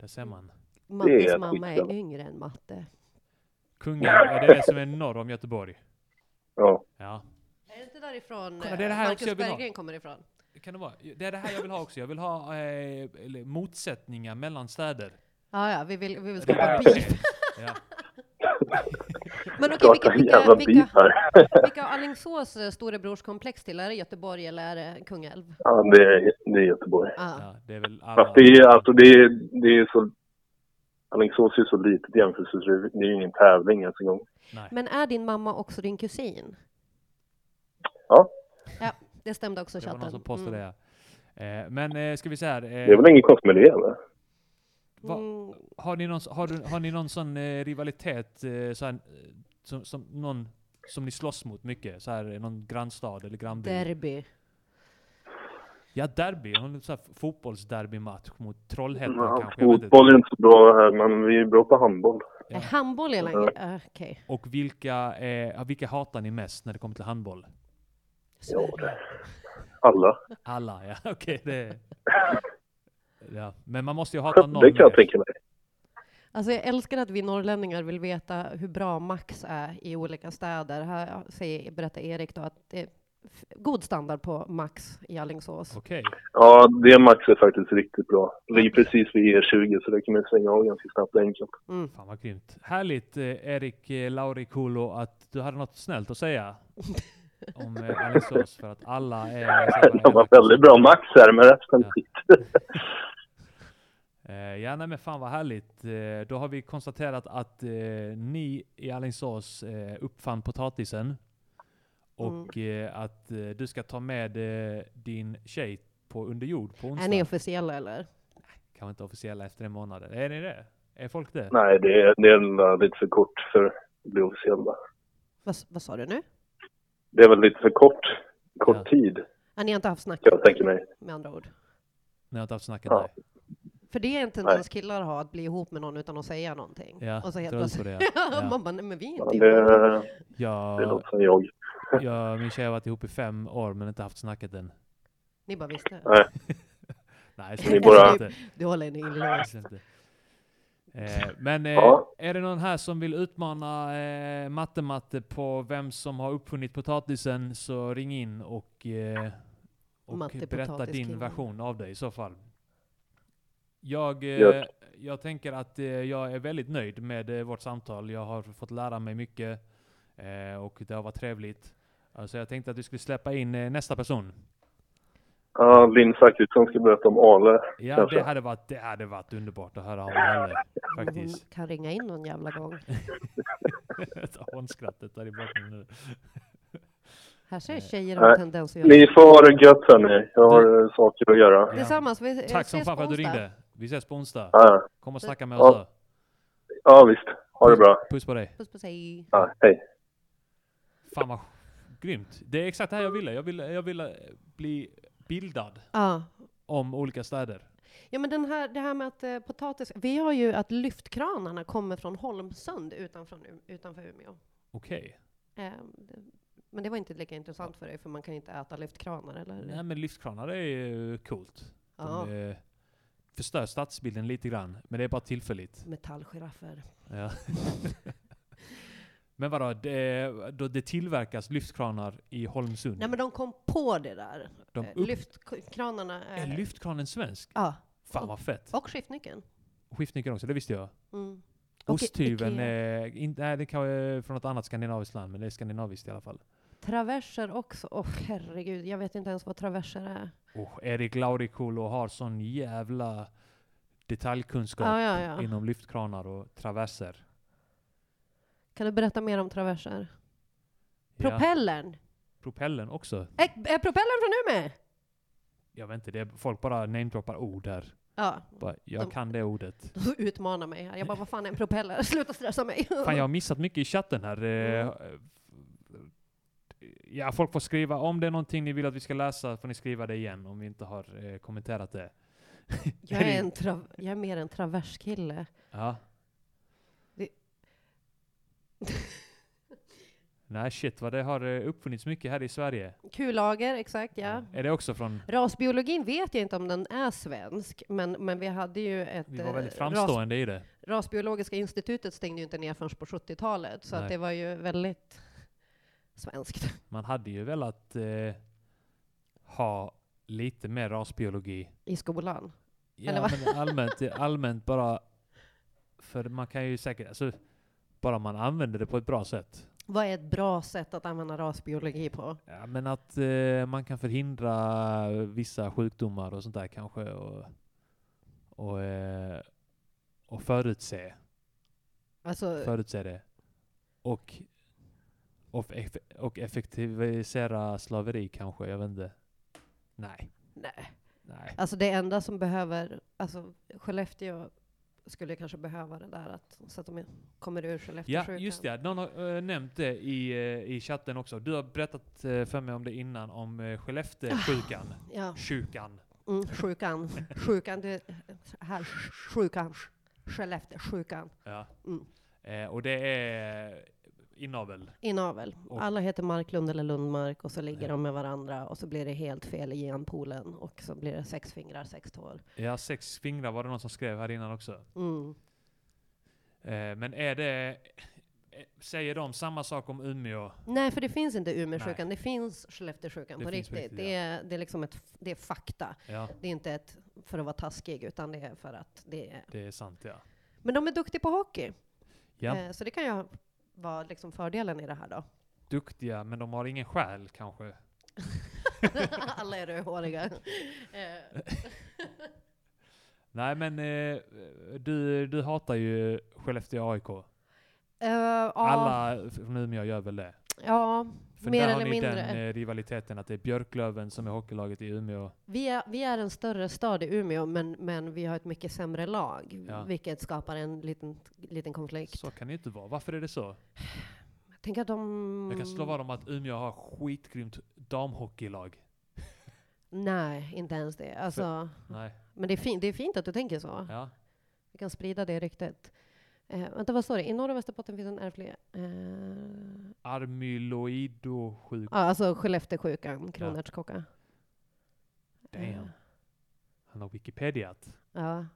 Speaker 1: Där ser man.
Speaker 2: Mattes
Speaker 5: ett
Speaker 2: mamma är
Speaker 5: skitställe.
Speaker 2: yngre än Matte.
Speaker 1: Kungälv, är det det som är norr om Göteborg?
Speaker 5: Ja.
Speaker 1: Ja.
Speaker 2: Är det inte därifrån
Speaker 1: Kolla,
Speaker 2: eh,
Speaker 1: det är det här också
Speaker 2: Marcus
Speaker 1: jag vill ha.
Speaker 2: Berggren kommer ifrån?
Speaker 1: Det kan det vara. Det är det här jag vill ha också. Jag vill ha eh, eller motsättningar mellan städer.
Speaker 2: Ja, ja, vi vill, vi vill
Speaker 1: Det
Speaker 2: skapa
Speaker 1: är
Speaker 2: beef.
Speaker 1: det. Ja.
Speaker 2: Men okej,
Speaker 5: Starta
Speaker 2: vilka,
Speaker 5: en
Speaker 2: vilka,
Speaker 5: jävla beef
Speaker 2: vilka,
Speaker 5: här.
Speaker 2: vilka har Alingsås eh, storebrorskomplex till? Är det Göteborg eller är det Kungälv?
Speaker 5: Ja, det är, det är Göteborg.
Speaker 2: Ah.
Speaker 1: ja, det är väl alla...
Speaker 5: Fast det är alltså det är, det är så... Alingsås är så litet jämfört så det det är ju ingen tävling ens en gång.
Speaker 1: Nej.
Speaker 2: Men är din mamma också din kusin?
Speaker 5: Ja.
Speaker 2: Ja, det stämde också i
Speaker 1: Det var
Speaker 2: chatten.
Speaker 1: någon som postade
Speaker 2: Mm.
Speaker 1: det. ja. Eh, men eh, ska vi säga här. Eh,
Speaker 5: Det är väl inget konstigt med det eller?
Speaker 1: vad-
Speaker 2: Mm.
Speaker 1: Har ni någon, har, du, har ni någon sån eh, rivalitet, eh, så här, eh, som, som, någon, som ni slåss mot mycket? Så här, eh, någon grannstad eller grannby?
Speaker 2: Derby.
Speaker 1: Ja, derby. Har ni så här fotbollsderbymatch mot Trollhättan
Speaker 5: Ja,
Speaker 1: kanske? jag vet inte.
Speaker 5: fotboll är inte så bra här men vi är bra på handboll.
Speaker 1: Ja. Mm.
Speaker 2: Är handboll är längre? Okej.
Speaker 1: Och vilka, eh, vilka hatar ni mest när det kommer till handboll?
Speaker 2: Sverige.
Speaker 5: Alla.
Speaker 1: Alla, ja. Okej, det... Ja. Men man måste ju hata någon.
Speaker 5: Det kan jag
Speaker 1: mer.
Speaker 5: tänka mig.
Speaker 2: Alltså jag älskar att vi norrlänningar vill veta hur bra Max är i olika städer. Här säger, berättar Erik då att det f- god standard på Max i Alingsås.
Speaker 1: Okej.
Speaker 6: Ja, det Max är faktiskt riktigt bra. Det ligger precis vid
Speaker 5: E
Speaker 6: E20 så det kan man svänga av ganska snabbt och enkelt.
Speaker 2: Mm.
Speaker 1: Fan vad grymt. Härligt eh, Erik eh, Laurikulo att du hade något snällt att säga om eh, Alingsås för att alla är...
Speaker 6: Det var väldigt bra Max här men resten
Speaker 1: Ja.
Speaker 6: skit.
Speaker 1: Eh, ja, nej, men fan vad härligt. Eh, då har vi konstaterat att eh, ni i Alingsås eh, uppfann potatisen och
Speaker 6: Mm.
Speaker 1: eh, att eh, du ska ta med eh, din tjej på underjord på onsdag.
Speaker 2: Är ni officiella eller?
Speaker 1: Kanske inte officiella efter en månad. Är ni det? Är folk det?
Speaker 6: Nej, det är, det är lite för kort för att bli officiell där.
Speaker 2: Vad, s- vad sa du nu?
Speaker 6: Det är väl lite för kort, kort
Speaker 1: Ja.
Speaker 6: tid
Speaker 2: Ja, ni har inte haft snack
Speaker 6: kan jag tänka mig.
Speaker 2: med andra ord.
Speaker 1: Ni har inte haft snacket
Speaker 6: Ja.
Speaker 1: där?
Speaker 2: För det är en tendens killar har, att bli ihop med någon utan att säga någonting.
Speaker 1: Ja,
Speaker 2: och så helt
Speaker 1: dra ut på
Speaker 2: plötsligt.
Speaker 1: det, ja. Ja.
Speaker 2: Man bara, nej men vi är inte
Speaker 6: Men Det,
Speaker 2: ihop.
Speaker 6: det
Speaker 1: Jag,
Speaker 6: låter som jag.
Speaker 1: jag, min tjej har varit ihop i fem år men inte haft snacket än.
Speaker 2: Ni bara visste.
Speaker 6: Nej.
Speaker 1: Nej,
Speaker 6: Ni
Speaker 1: det
Speaker 6: bara-
Speaker 1: inte.
Speaker 2: Du håller en inlåst.
Speaker 1: Faktiskt inte. Eh, men eh,
Speaker 6: Ja.
Speaker 1: är det någon här som vill utmana eh, matte-matte på vem som har uppfunnit potatisen så ring in och, eh, och
Speaker 2: Matte
Speaker 1: berätta din
Speaker 2: potatiskillen.
Speaker 1: version av det i så fall. Jag, eh,
Speaker 6: Ja.
Speaker 1: jag tänker att eh, jag är väldigt nöjd med eh, vårt samtal. Jag har fått lära mig mycket eh, och det har varit trevligt. Alltså jag tänkte att vi skulle släppa in eh, nästa person.
Speaker 6: Ja, Linn Zachrisson ska berätta om Ale.
Speaker 1: Ja,
Speaker 6: Kanske.
Speaker 1: det hade varit, det hade varit underbart att höra om henne
Speaker 2: Hon
Speaker 1: faktiskt.
Speaker 2: kan ringa in någon jävla gång.
Speaker 1: Ta Hånskrattet där i botten nu.
Speaker 2: Här ser
Speaker 6: Nej.
Speaker 2: tjejer har en tendens att göra.
Speaker 6: Ni får ha det gött hörni. Jag har eh, saker att göra.
Speaker 2: Tillsammans, vi
Speaker 1: Tack som
Speaker 2: ses
Speaker 1: fan för att
Speaker 2: på
Speaker 1: du
Speaker 2: onsdag.
Speaker 1: ringde. Vi ses på onsdag.
Speaker 6: Ja,
Speaker 1: Kom och snacka med
Speaker 6: Ja.
Speaker 1: oss då.
Speaker 6: ja visst. Ha det bra.
Speaker 1: Puss på dig.
Speaker 2: Puss på sig.
Speaker 6: Ja, hej.
Speaker 1: Fan vad grymt. Det är exakt det här jag ville. Jag ville, jag ville eh, bli bildad
Speaker 2: Ja.
Speaker 1: om olika städer.
Speaker 2: Ja men den här, det här med att eh, potatis, vi har ju att lyftkranarna kommer från Holmsund utanför, utanför Umeå.
Speaker 1: Okej.
Speaker 2: Eh, det- men det var inte lika intressant för dig för man kan inte äta lyftkranar
Speaker 6: Mm.
Speaker 2: eller?
Speaker 1: Nej men lyftkranar är ju coolt. De
Speaker 2: ja,
Speaker 1: eh, förstör stadsbilden lite grann. Men det är bara tillfälligt.
Speaker 2: metallgiraffer.
Speaker 1: Ja. men vadå, det, då det tillverkas lyftkranar i Holmsund?
Speaker 2: Nej men de kom på det där.
Speaker 1: De
Speaker 2: Eh,
Speaker 1: upp-
Speaker 2: Lyftkranarna är...
Speaker 1: Är lyftkranen svensk?
Speaker 2: Ja,
Speaker 1: Fan vad fett.
Speaker 2: och skiftnyckeln.
Speaker 1: Skiftnyckeln också, det visste jag.
Speaker 2: Mm. Och i-
Speaker 1: Osthyveln,
Speaker 2: Ikea.
Speaker 1: är, in, nej det kan vara eh, från något annat skandinaviskt land, men det är skandinaviskt i alla fall.
Speaker 2: Traverser också. Åh herregud, jag vet inte ens vad traverser är.
Speaker 1: Oh, Erik Laurikulo har sån jävla detaljkunskap
Speaker 2: Ja, ja, ja.
Speaker 1: inom lyftkranar och traverser.
Speaker 2: Kan du berätta mer om traverser?
Speaker 1: Ja,
Speaker 2: Propellern!
Speaker 1: propellen också.
Speaker 2: Är, är propellern från Umeå?
Speaker 1: Jag vet inte, det är, folk bara namedroppar ord här.
Speaker 2: Ja,
Speaker 1: Bara, jag
Speaker 2: De-
Speaker 1: kan det ordet.
Speaker 2: de utmanar mig här. Jag bara, vad fan är en propeller? Sluta stressa mig.
Speaker 1: Fan, jag har missat mycket i chatten här. Eh, Ja, folk får skriva, om det är någonting ni vill att vi ska läsa får ni skriva det igen om vi inte har eh, kommenterat det.
Speaker 2: Jag är, en tra- jag är mer en traverskille.
Speaker 1: Ja.
Speaker 2: Det-
Speaker 1: Nej shit vad det har eh, uppfunnits mycket här i Sverige.
Speaker 2: Kulager, exakt ja.
Speaker 1: Är det också från...
Speaker 2: Rasbiologin vet jag inte om den är svensk, men, men vi hade ju ett...
Speaker 1: Vi var väldigt
Speaker 2: eh, ras-
Speaker 1: framstående i det.
Speaker 2: Rasbiologiska institutet stängde ju inte ner förrän på 70-talet, så
Speaker 1: Nej.
Speaker 2: att det var ju väldigt svenskt.
Speaker 1: Man hade ju velat eh, ha lite mer rasbiologi.
Speaker 2: I skolan. Eller
Speaker 1: Ja,
Speaker 2: vad?
Speaker 1: men allmänt, allmänt bara... För man kan ju säkert... Alltså, bara man använder det på ett bra sätt.
Speaker 2: Vad är ett bra sätt att använda rasbiologi på?
Speaker 1: Ja, men att eh, man kan förhindra vissa sjukdomar och sånt där kanske. Och, och, eh, och förutse.
Speaker 2: Alltså,
Speaker 1: förutse det. Och, och, eff och effektivisera slaveri kanske, jag vet inte. Nej.
Speaker 2: nej.
Speaker 1: Nej.
Speaker 2: Alltså det enda som behöver, alltså Skellefteå skulle kanske behöva det där att, så att de kommer ur
Speaker 1: Ja,
Speaker 2: Skellefteåsjukan.
Speaker 1: just det. Någon har eh, nämnt det i, eh, i chatten också. Du har berättat eh, för mig om det innan, om uh, Skellefteåsjukan.
Speaker 2: Ja,
Speaker 1: Sjukan.
Speaker 2: mm, sjukan. Sjukan, det här, sjukan. Skellefteåsjukan.
Speaker 1: Ja.
Speaker 2: Mm.
Speaker 1: Eh, och det är inavel.
Speaker 2: Inavel.
Speaker 1: Och-
Speaker 2: Alla heter Marklund eller Lundmark och så ligger
Speaker 1: Ja.
Speaker 2: de med varandra och så blir det helt fel i genpoolen och så blir det sex fingrar, sex tår.
Speaker 1: Ja, sex fingrar var det någon som skrev här innan också.
Speaker 2: Mm.
Speaker 1: Eh, men är det... eh, säger de samma sak om Umeå?
Speaker 2: Nej, för det finns inte Umeåsjukan, det finns Skellefteåsjukan
Speaker 1: Det
Speaker 2: på
Speaker 1: finns på
Speaker 2: riktigt.
Speaker 1: riktigt,
Speaker 2: det, är, det, är liksom ett, f- det är fakta.
Speaker 1: Ja,
Speaker 2: Det är inte ett för att vara taskig, utan det är för att det är...
Speaker 1: det är sant ja.
Speaker 2: Men de är duktiga på hockey,
Speaker 1: Ja,
Speaker 2: eh, så det kan ju vara liksom fördelen i det här då.
Speaker 1: duktiga, men de har ingen själ kanske.
Speaker 2: Alla är rödhåriga. Eh,
Speaker 1: Nej men eh, du, du hatar ju Skellefteå AIK.
Speaker 2: eh, ja,
Speaker 1: Alla från Umeå gör väl det?
Speaker 2: ja,
Speaker 1: För
Speaker 2: mer
Speaker 1: där har
Speaker 2: eller
Speaker 1: ni
Speaker 2: mindre.
Speaker 1: den eh, rivaliteten att det är Björklöven som är hockeylaget i Umeå.
Speaker 2: Vi, är, vi är en större stad i Umeå, men, men vi har ett mycket sämre lag,
Speaker 1: Ja.
Speaker 2: vilket skapar en liten, liten konflikt.
Speaker 1: Så kan det inte vara. Varför är det så?
Speaker 2: Tänk att de...
Speaker 1: Jag kan
Speaker 2: Mm.
Speaker 1: slå vad om att Umeå har skitgrymt damhockeylag.
Speaker 2: Nej, inte ens det. Alltså,
Speaker 1: Nej,
Speaker 2: men det är, fin- det är fint att du tänker så.
Speaker 1: ja.
Speaker 2: Vi kan sprida det ryktet. Eh, vänta, vad står det? I norra Västerbotten finns en ärftlig... E. Eh,
Speaker 1: Armyloidosjuk.
Speaker 2: ja, alltså Skellefteåsjukan, kronärtskocka. Eh,
Speaker 1: Damn. Han har Wikipediat.
Speaker 2: ja.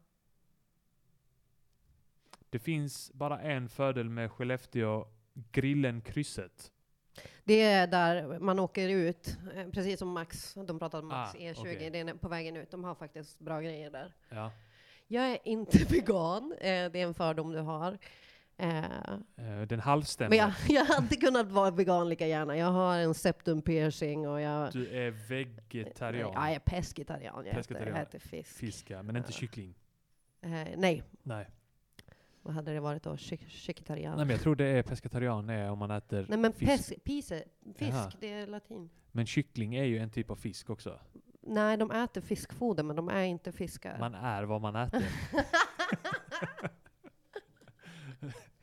Speaker 1: Det finns bara en fördel med Skellefteå, grillen krysset.
Speaker 2: Det är där man åker ut, eh, precis som Max, de pratade om Max
Speaker 1: Ah,
Speaker 2: E20,
Speaker 1: okej.
Speaker 2: det är på vägen ut. De har faktiskt bra grejer där.
Speaker 1: Ja.
Speaker 2: Jag är inte vegan, eh, det är en fördom du har. Eh,
Speaker 1: Eh, Den halvstämda.
Speaker 2: men jag, jag hade kunnat vara vegan lika gärna. Jag har en septum piercing och jag...
Speaker 1: Du är
Speaker 2: Nej, Ja, jag
Speaker 1: vegetarian.
Speaker 2: är pescetarian. Jag,
Speaker 1: Pescetarian.
Speaker 2: Äter, jag äter fisk.
Speaker 1: Fiska, men inte
Speaker 2: Ja.
Speaker 1: kyckling.
Speaker 2: Eh, nej,
Speaker 1: Nej.
Speaker 2: vad hade det varit då? Ky- Kycketarian?
Speaker 1: Nej, men jag tror det är pescetarian är om man äter
Speaker 2: Nej men
Speaker 1: fisk.
Speaker 2: pes, pise, fisk,
Speaker 1: Jaha.
Speaker 2: det är latin.
Speaker 1: Men kyckling är ju en typ av fisk också.
Speaker 2: Nej, de äter fiskfoder men de är inte fiskar.
Speaker 1: Man är vad man äter.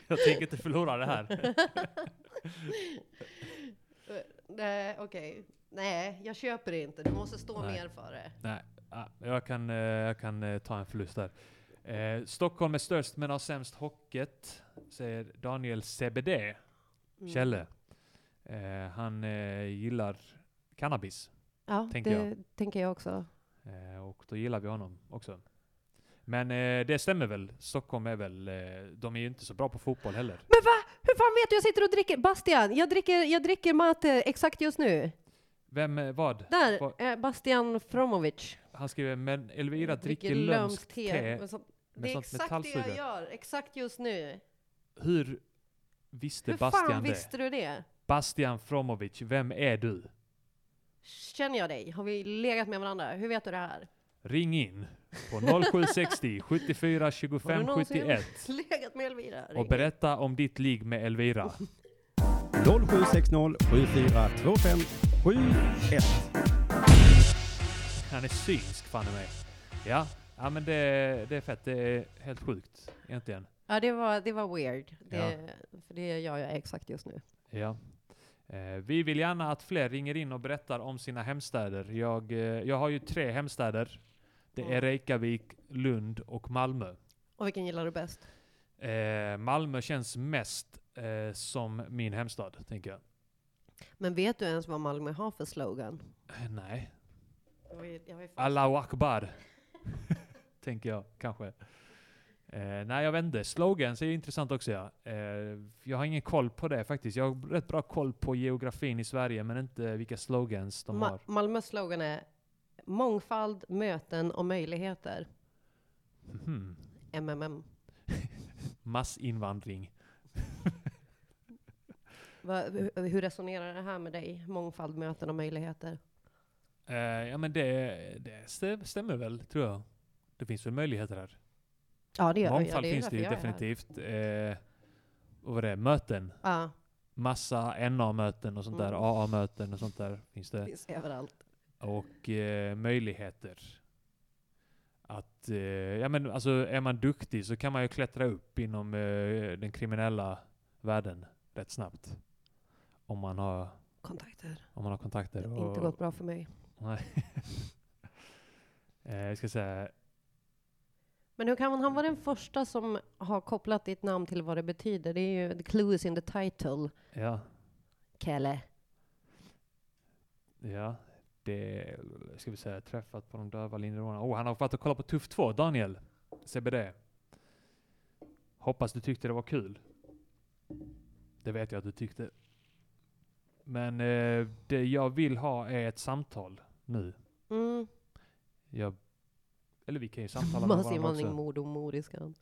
Speaker 1: jag tänker inte förlora det här.
Speaker 2: Nej, okej. Nej, jag köper det inte. Du måste stå
Speaker 1: Nej.
Speaker 2: mer för det.
Speaker 1: Nej, ah, jag kan, eh, jag kan eh, ta en förlust där. Eh, Stockholm är störst men har sämst hocket, säger Daniel CBD,
Speaker 2: Mm.
Speaker 1: Kjelle. Eh, han eh, gillar cannabis.
Speaker 2: Ja,
Speaker 1: tänker
Speaker 2: det tänker jag också.
Speaker 1: Eh, och då gillar vi honom också. Men eh, det stämmer väl. Stockholm är väl... Eh, de är ju inte så bra på fotboll heller.
Speaker 2: Men va? Hur fan vet du? Jag sitter och dricker. Bastian, jag dricker, jag dricker mate exakt just nu.
Speaker 1: Vem, eh, vad? Va-
Speaker 2: Där, eh, Bastian Fromovic.
Speaker 1: Han skriver men Elvira dricker
Speaker 2: lömskt
Speaker 1: lömskt te.
Speaker 2: Men så-
Speaker 1: med
Speaker 2: Det är
Speaker 1: sånt
Speaker 2: exakt det jag
Speaker 1: metallsugrör.
Speaker 2: gör, exakt just nu.
Speaker 1: Hur visste
Speaker 2: Hur fan
Speaker 1: Bastian det?
Speaker 2: visste du det?
Speaker 1: Bastian Fromovic, vem är du?
Speaker 2: Känner jag dig? Har vi legat med varandra? Hur vet du det här?
Speaker 1: Ring in på 0760 74
Speaker 2: Har du
Speaker 1: 25
Speaker 2: någonsin
Speaker 1: 71
Speaker 2: legat med Elvira?
Speaker 1: och
Speaker 2: Ring.
Speaker 1: berätta om ditt ligg med
Speaker 2: Oh.
Speaker 1: Elvira.
Speaker 7: 0760 7425 71.
Speaker 1: Han är synsk fan i mig. Ja, ja men det, det är fett. Det är helt sjukt egentligen.
Speaker 2: Ja, det var, det var weird. Det, För det gör jag exakt just nu.
Speaker 1: Ja. Eh, vi vill gärna att fler ringer in och berättar om sina hemstäder. Jag, eh, jag har ju tre hemstäder. Det är
Speaker 2: Mm.
Speaker 1: Reykjavik, Lund och Malmö.
Speaker 2: Och vilken gillar du bäst?
Speaker 1: Eh, Malmö känns mest eh, som min hemstad, tänker jag.
Speaker 2: Men vet du ens vad Malmö har för slogan?
Speaker 1: Eh, nej.
Speaker 2: Jag vill- jag vill fan-
Speaker 1: Allahu Akbar. tänker jag, kanske. Eh, nej, jag vet inte. Slogans är ju intressant också. Ja. Eh, jag har ingen koll på det faktiskt. Jag har rätt bra koll på geografin i Sverige, men inte vilka slogans de
Speaker 2: Ma-
Speaker 1: har.
Speaker 2: Malmös slogan är mångfald, möten och möjligheter.
Speaker 1: Mhm.
Speaker 2: MMM.
Speaker 1: Massinvandring.
Speaker 2: Va, hur- hur resonerar det här med dig? Mångfald, möten och möjligheter.
Speaker 1: Eh, ja men det, det stä- stämmer väl, tror jag. Det finns väl möjligheter här.
Speaker 2: Ja, det gör jag.
Speaker 1: Mångfald
Speaker 2: är
Speaker 1: finns det ju
Speaker 2: därför jag är här.
Speaker 1: definitivt. Eh, och vad det är, möten.
Speaker 2: Ja,
Speaker 1: Massa NA-möten och sånt där.
Speaker 2: Mm.
Speaker 1: AA-möten och sånt där finns
Speaker 2: det
Speaker 1: det.
Speaker 2: finns överallt.
Speaker 1: Och eh, möjligheter. Att, eh, ja men alltså är man duktig så kan man ju klättra upp inom eh, den kriminella världen rätt snabbt. Om man har,
Speaker 2: Kontakter.
Speaker 1: om man har
Speaker 2: Det
Speaker 1: kontakter.
Speaker 2: har inte gått bra för mig.
Speaker 1: eh, jag ska säga
Speaker 2: Men hur kan han vara den första som har kopplat ditt namn till vad det betyder? Det är ju the clue is in the title,
Speaker 1: Ja,
Speaker 2: Kelle.
Speaker 1: ja. Det ska vi säga träffat på de döva lindromarna. Oh, han har varit och kollat på Tuff 2, Daniel. CBD. Hoppas du tyckte det var kul. Det vet jag att du tyckte. Men eh, det jag vill ha är ett samtal nu.
Speaker 2: Mm.
Speaker 1: Jag, eller vi kan ju samtala med varandra
Speaker 2: Massinvandring,
Speaker 1: också.
Speaker 2: mord och moriskan.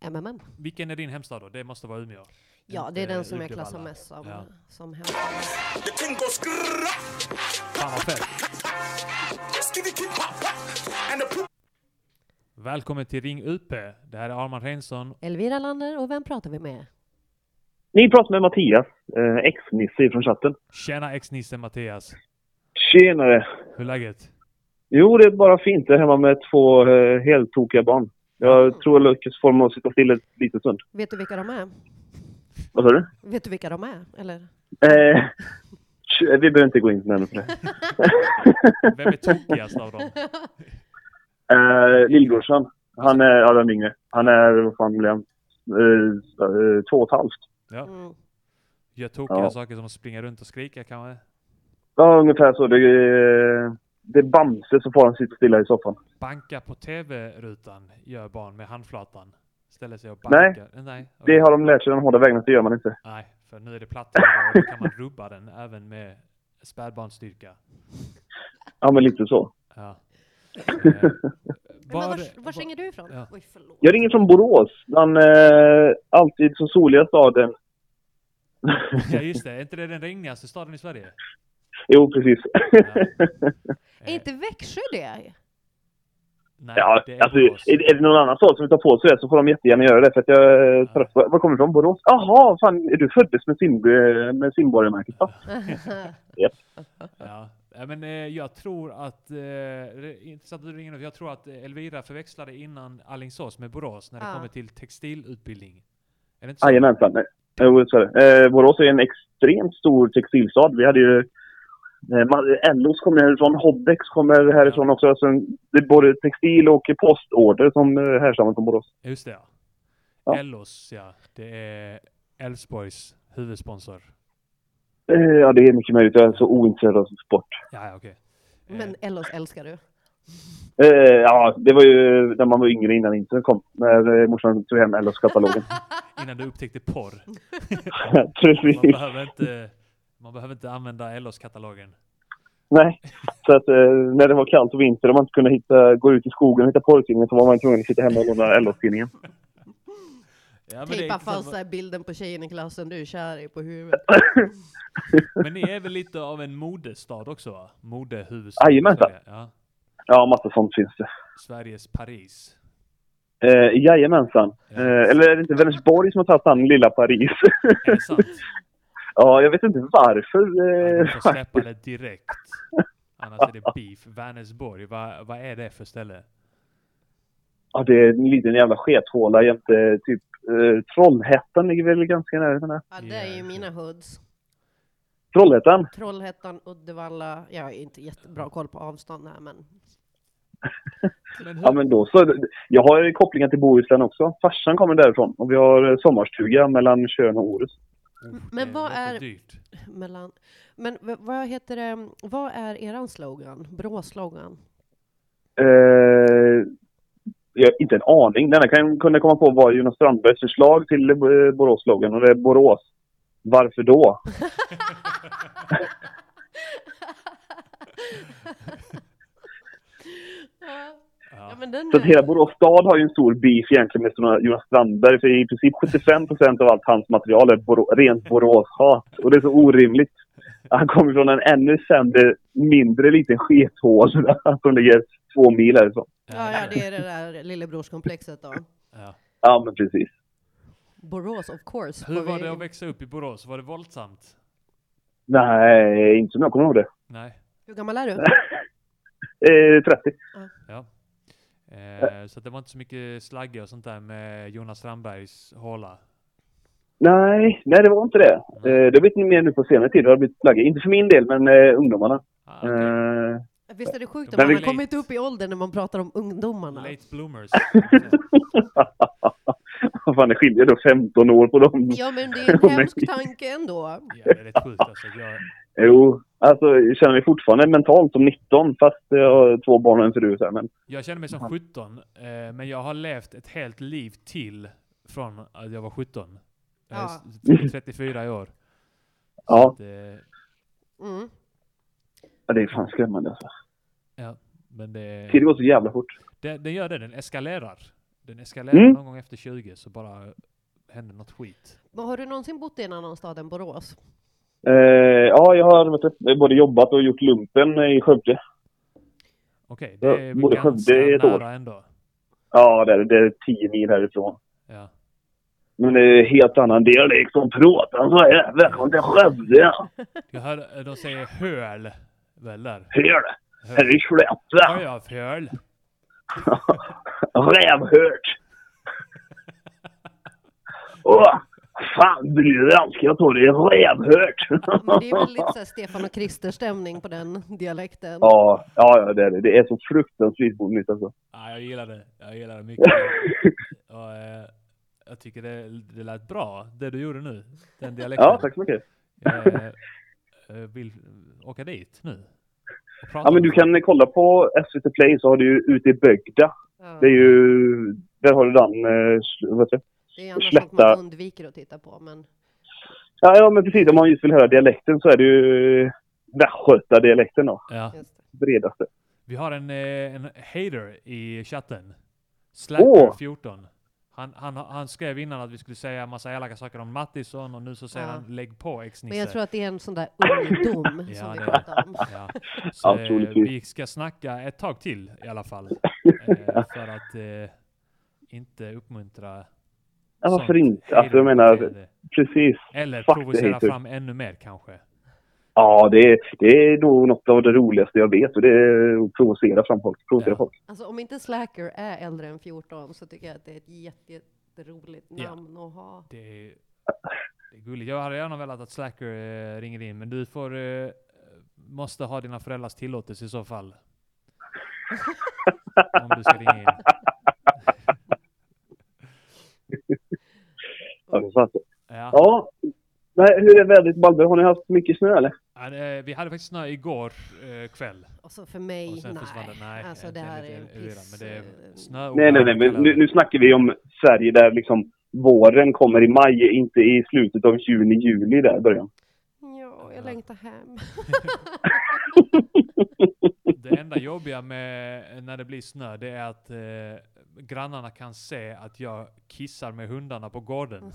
Speaker 2: MMM.
Speaker 1: Vilken är din hemstad då? Det måste vara Umeå.
Speaker 2: Ja,
Speaker 1: Inte
Speaker 2: det är den som jag
Speaker 1: Uddevalla.
Speaker 2: klassar mest som,
Speaker 1: Ja.
Speaker 2: som hemma.
Speaker 1: Fan vad fett. Välkommen till Ring UP. Det här är Arman Reinsson.
Speaker 2: Elvira Lander, och vem pratar vi med?
Speaker 5: Ni pratar med Mattias, eh, ex-Nisse från chatten.
Speaker 1: Tjena ex-Nisse Mattias.
Speaker 5: Tjenare!
Speaker 1: Hur är läget?
Speaker 5: Jo, det är bara fint. Jag är hemma med två eh, helt tokiga barn. Jag tror jag lyckas få dem att sitta still ett litet stund.
Speaker 2: Vet du vilka de är?
Speaker 5: Vad sa du?
Speaker 2: Vet du vilka de är? Eller?
Speaker 5: Eh, tj- vi behöver inte gå in närmare på det.
Speaker 1: Vem är tokigast av dem?
Speaker 5: Eh, Lillbrorsan, han är, ja den yngre. Han är, vad fan blir han? Eh, eh, två och ett halvt.
Speaker 2: Mm.
Speaker 1: Gör tokiga
Speaker 5: Ja.
Speaker 1: saker som att springa runt och skrika kanske?
Speaker 5: Ja, ungefär så. Det, är- det är Bamse som får han sitta stilla i soffan.
Speaker 1: Banka på TV-rutan gör barn med handflatan. Ställer sig och
Speaker 5: Nej.
Speaker 1: bankar. Nej. Nej.
Speaker 5: Det
Speaker 1: okej.
Speaker 5: har de lärt sig den hårda vägen att det gör man inte.
Speaker 1: Nej, för nu är det platta och då kan man rubba den även med spädbarnsstyrka.
Speaker 5: Ja, men lite så.
Speaker 1: Ja. Eh,
Speaker 2: Men
Speaker 1: var,
Speaker 2: var, var, ringer du ifrån?
Speaker 1: Ja.
Speaker 2: Oj, förlåt.
Speaker 5: Jag ringer från Borås, den eh, alltid så soliga staden.
Speaker 1: Ja just det, är inte det den regnigaste staden i Sverige?
Speaker 5: Jo, precis.
Speaker 1: Ja. Eh,
Speaker 2: Är inte Växjö det?
Speaker 1: Nej,
Speaker 5: Ja,
Speaker 1: det är
Speaker 5: alltså,
Speaker 1: Borås.
Speaker 5: är, är det någon annan stad som vill ta på sig det så får de jättegärna göra det. För att jag är trött. Var var kommer du från? Borås? Jaha, fan, är du föddes med, sim, med simborgarmärket? va?
Speaker 1: Ja. Ja, men eh, jag tror att, eh, det är intressant att du ringer nu, för jag tror att eh, Elvira förväxlade innan Alingsås med Borås när det
Speaker 2: Ja.
Speaker 1: kommer till textilutbildning. Är det inte så?
Speaker 5: Jajamensan. nej. Jo, så är det. Eh, Borås är en extremt stor textilstad. Vi hade ju eh, Ma- LOs kommer härifrån, Hobbex kommer härifrån också. Så en- det är både textil och postorder som eh, härstammar från Borås.
Speaker 1: Just det ja.
Speaker 5: Ja.
Speaker 1: Ellos ja, det är Elfsborgs huvudsponsor.
Speaker 5: Eh, ja, det är mycket möjligt. Jag är så ointresserad av sport.
Speaker 1: Ja, ja okej. Eh,
Speaker 2: Men Ellos älskar du.
Speaker 5: Eh, ja, det var ju när man var yngre innan internet kom. När eh, morsan tog hem LS-katalogen.
Speaker 1: Innan du upptäckte porr. Man
Speaker 5: Precis.
Speaker 1: behöver inte, man behöver inte använda Ellos-katalogen.
Speaker 5: Nej. Så att eh, när det var kallt och vinter och man inte kunde hitta, gå ut i skogen och hitta porrtidningen så var man tvungen att sitta hemma och låna LS-tidningen.
Speaker 1: Ja, men det är
Speaker 2: Tejpa
Speaker 1: intressant.
Speaker 2: fast så här bilden på tjejen i klassen du är kär i på huvudet.
Speaker 1: Men ni är väl lite av en modestad också va? Modehuvudstad. i
Speaker 5: Jajamensan.
Speaker 1: Sverige. Ja.
Speaker 5: Ja, massa sånt finns det.
Speaker 1: Sveriges Paris.
Speaker 5: Eh, jajamensan.
Speaker 1: Ja.
Speaker 5: Eh, eller är det inte Vänersborg som har tagit an lilla Paris?
Speaker 1: Är det sant?
Speaker 5: ja, jag vet inte varför.
Speaker 1: Ja,
Speaker 5: Eh,
Speaker 1: de får släppa det direkt. Annars är det beef. Vänersborg, vad, vad är det för ställe?
Speaker 5: ja, det är en liten jävla skethåla jämte typ eh, Trollhättan ligger väl ganska nära. den här.
Speaker 2: Ja, det är ju mina hoods.
Speaker 5: Trollhättan?
Speaker 2: Trollhättan, Uddevalla. Jag har ju inte jättebra koll på avstånd här men.
Speaker 1: Men
Speaker 5: Ja
Speaker 1: hur,
Speaker 5: men då så. Jag har kopplingar till Bohuslän också. Farsan kommer därifrån och vi har eh, sommarstuga mellan Tjörn och Orust.
Speaker 1: det
Speaker 2: Men vad
Speaker 1: låter
Speaker 2: är,
Speaker 1: Dyrt.
Speaker 2: mellan, men v- vad heter det, vad är eran slogan? Brås slogan?
Speaker 5: Eh, jag har inte en aning. Det enda jag kunde komma på var Jonas Strandbergs förslag till eh, Borås-slogan och det är Borås. Varför då?
Speaker 2: ja, ja,
Speaker 1: Ja.
Speaker 2: men den
Speaker 5: Så att hela Borås stad har ju en stor beef egentligen med Jonas Strandberg för i princip 75 procent av allt hans material är Borå- rent Borås-hat. Och det är så orimligt. Han kommer från en ännu sämre, mindre liten skethåla som ligger två mil härifrån.
Speaker 2: ja, ja, det är det där lillebrorskomplexet då.
Speaker 1: Ja.
Speaker 5: Ja, men precis.
Speaker 2: Borås of course.
Speaker 1: Hur
Speaker 2: får
Speaker 1: var
Speaker 2: vi-
Speaker 1: det att växa upp i Borås? Var det våldsamt?
Speaker 5: Nej, Eh, inte som jag kommer ihåg det.
Speaker 1: Nej.
Speaker 2: Hur gammal är du?
Speaker 5: Eh, 30.
Speaker 1: Ja. Eh, så att det var inte så mycket slagge och sånt där med Jonas Strandbergs håla.
Speaker 5: Nej, nej det var inte det. Eh, det har blivit mer nu på senare tid. Det har blivit flaggor. Inte för min del, men eh, ungdomarna.
Speaker 1: Ah, okej.
Speaker 5: Eh,
Speaker 2: Visst är det sjukt att
Speaker 1: Men
Speaker 2: man
Speaker 1: vi-
Speaker 2: har kommit upp i åldern när man pratar om ungdomarna?
Speaker 1: Late bloomers.
Speaker 5: vad fan, det skiljer då 15 år på dem.
Speaker 2: Ja men det
Speaker 5: Mm.
Speaker 2: är en hemsk tanke ändå.
Speaker 1: Ja, det är rätt sjukt alltså. Jag,
Speaker 5: Jo, alltså jag känner mig fortfarande mentalt som 19 fast jag har två barn och en fru. Så här, men
Speaker 1: jag känner mig som 17, eh, men jag har levt ett helt liv till från att jag var 17. Jag är
Speaker 2: Ja.
Speaker 1: s- 34 i år. Så
Speaker 5: Ja,
Speaker 1: att, eh,
Speaker 2: Mm.
Speaker 5: ja, det är fan skrämmande alltså.
Speaker 1: ja, men det,
Speaker 5: Tiden går så jävla fort.
Speaker 1: det, den gör det, den eskalerar. Den eskalerar
Speaker 5: Mm.
Speaker 1: någon gång efter 20 så bara händer något skit.
Speaker 2: Men har du någonsin bott i en annan stad än Borås?
Speaker 5: Eh, ja, jag har vet du, både jobbat och gjort lumpen i Skövde.
Speaker 1: Okej,
Speaker 5: Ja,
Speaker 1: det är
Speaker 5: både
Speaker 1: ganska
Speaker 5: Skövde är ett år.
Speaker 1: nära ändå.
Speaker 5: Ja, det är, det är tio mil härifrån.
Speaker 1: Ja.
Speaker 5: Men det är en helt annan del liksom. Pratan så är välkommen till Skövde.
Speaker 1: Jag hörde de säger höl, väl där?
Speaker 5: Hör det? Här
Speaker 1: Höl.
Speaker 5: är
Speaker 1: Ja,
Speaker 5: släppa.
Speaker 1: ja, föl.
Speaker 5: Rävhört. Åh, fan bryr dig alls. Jag tror det är rävhört.
Speaker 2: Men det är väl lite så här Stefan och Krister stämning på den dialekten.
Speaker 5: Ja, ja, ja, det är det. Det är så fruktansvärt bonigt alltså.
Speaker 1: Ja, jag gillar det. Jag gillar det mycket. Och, eh, jag tycker det, det lät bra, det du gjorde nu. Den dialekten.
Speaker 5: Ja, tack så mycket.
Speaker 1: Eh, eh, vill åka dit nu. och prata
Speaker 5: Ja, men du
Speaker 1: med dem.
Speaker 5: kan kolla på SVT Play så har du ju Ute i Bögda.
Speaker 2: Ja.
Speaker 5: Det är ju... Där har du den... eh, s- Vad heter det?
Speaker 2: Det är annars något
Speaker 5: slätta-
Speaker 2: man undviker att titta på. Men...
Speaker 5: Ja, ja, men precis. Om man just vill höra dialekten så är det ju eh, västgötadialekten då.
Speaker 1: Ja.
Speaker 2: Just det.
Speaker 5: Bredaste.
Speaker 1: Vi har en, eh, en hater i chatten. Slacker
Speaker 5: Åh!
Speaker 1: 14. Han, han, han skrev innan att vi skulle säga massa elaka saker om Mattisson och nu så säger
Speaker 2: Ja.
Speaker 1: han lägg på ex
Speaker 2: Men jag tror att det är en sån där ungdom
Speaker 1: Ja,
Speaker 2: som vi
Speaker 1: det-
Speaker 2: pratar om.
Speaker 1: Ja. Så, eh,
Speaker 5: troligtvis.
Speaker 1: vi ska snacka ett tag till i alla fall. Eh, för att eh, inte uppmuntra
Speaker 5: Ja, varför
Speaker 1: sånt
Speaker 5: inte? Alltså, jag menar,
Speaker 1: haterbeteende.
Speaker 5: precis.
Speaker 1: Eller
Speaker 5: fuck the
Speaker 1: provocera
Speaker 5: haters.
Speaker 1: fram ännu mer kanske.
Speaker 5: Ja, det är, det är nog något av det roligaste jag vet och det är att provocera fram folk. Provocera
Speaker 1: Ja.
Speaker 5: folk.
Speaker 2: Alltså om inte Slacker är äldre än 14 så tycker jag att det är ett jätte- jätteroligt
Speaker 1: Ja.
Speaker 2: namn att ha.
Speaker 1: Det är, det är gulligt. Jag hade gärna velat att Slacker eh, ringer in, men du får, eh, måste ha dina föräldrars tillåtelse i så fall. Om du ska ringa in.
Speaker 5: Ja, det är sant.
Speaker 1: Ja.
Speaker 5: ja. Nej, hur är vädret i Malmö? Har ni haft mycket snö eller?
Speaker 1: Ja, det- Vi hade faktiskt snö igår eh, kväll.
Speaker 2: Och så för mig,
Speaker 1: Och sen försvann
Speaker 2: nej.
Speaker 1: det. Nej,
Speaker 2: Alltså det
Speaker 1: den
Speaker 2: här
Speaker 1: lite
Speaker 2: är en
Speaker 1: yra,
Speaker 2: piss...
Speaker 1: Men det är
Speaker 2: eh,
Speaker 1: snö och
Speaker 5: Nej, nej, nej.
Speaker 1: varmt
Speaker 5: Men nu,
Speaker 1: kallar
Speaker 5: nu snackar vi om Sverige där liksom våren kommer i maj, inte i slutet av juni, juli där i början.
Speaker 2: Ja, jag
Speaker 1: Ja.
Speaker 2: längtar hem.
Speaker 1: Det enda jobbiga med när det blir snö, det är att eh, grannarna kan se att jag kissar med hundarna på gården.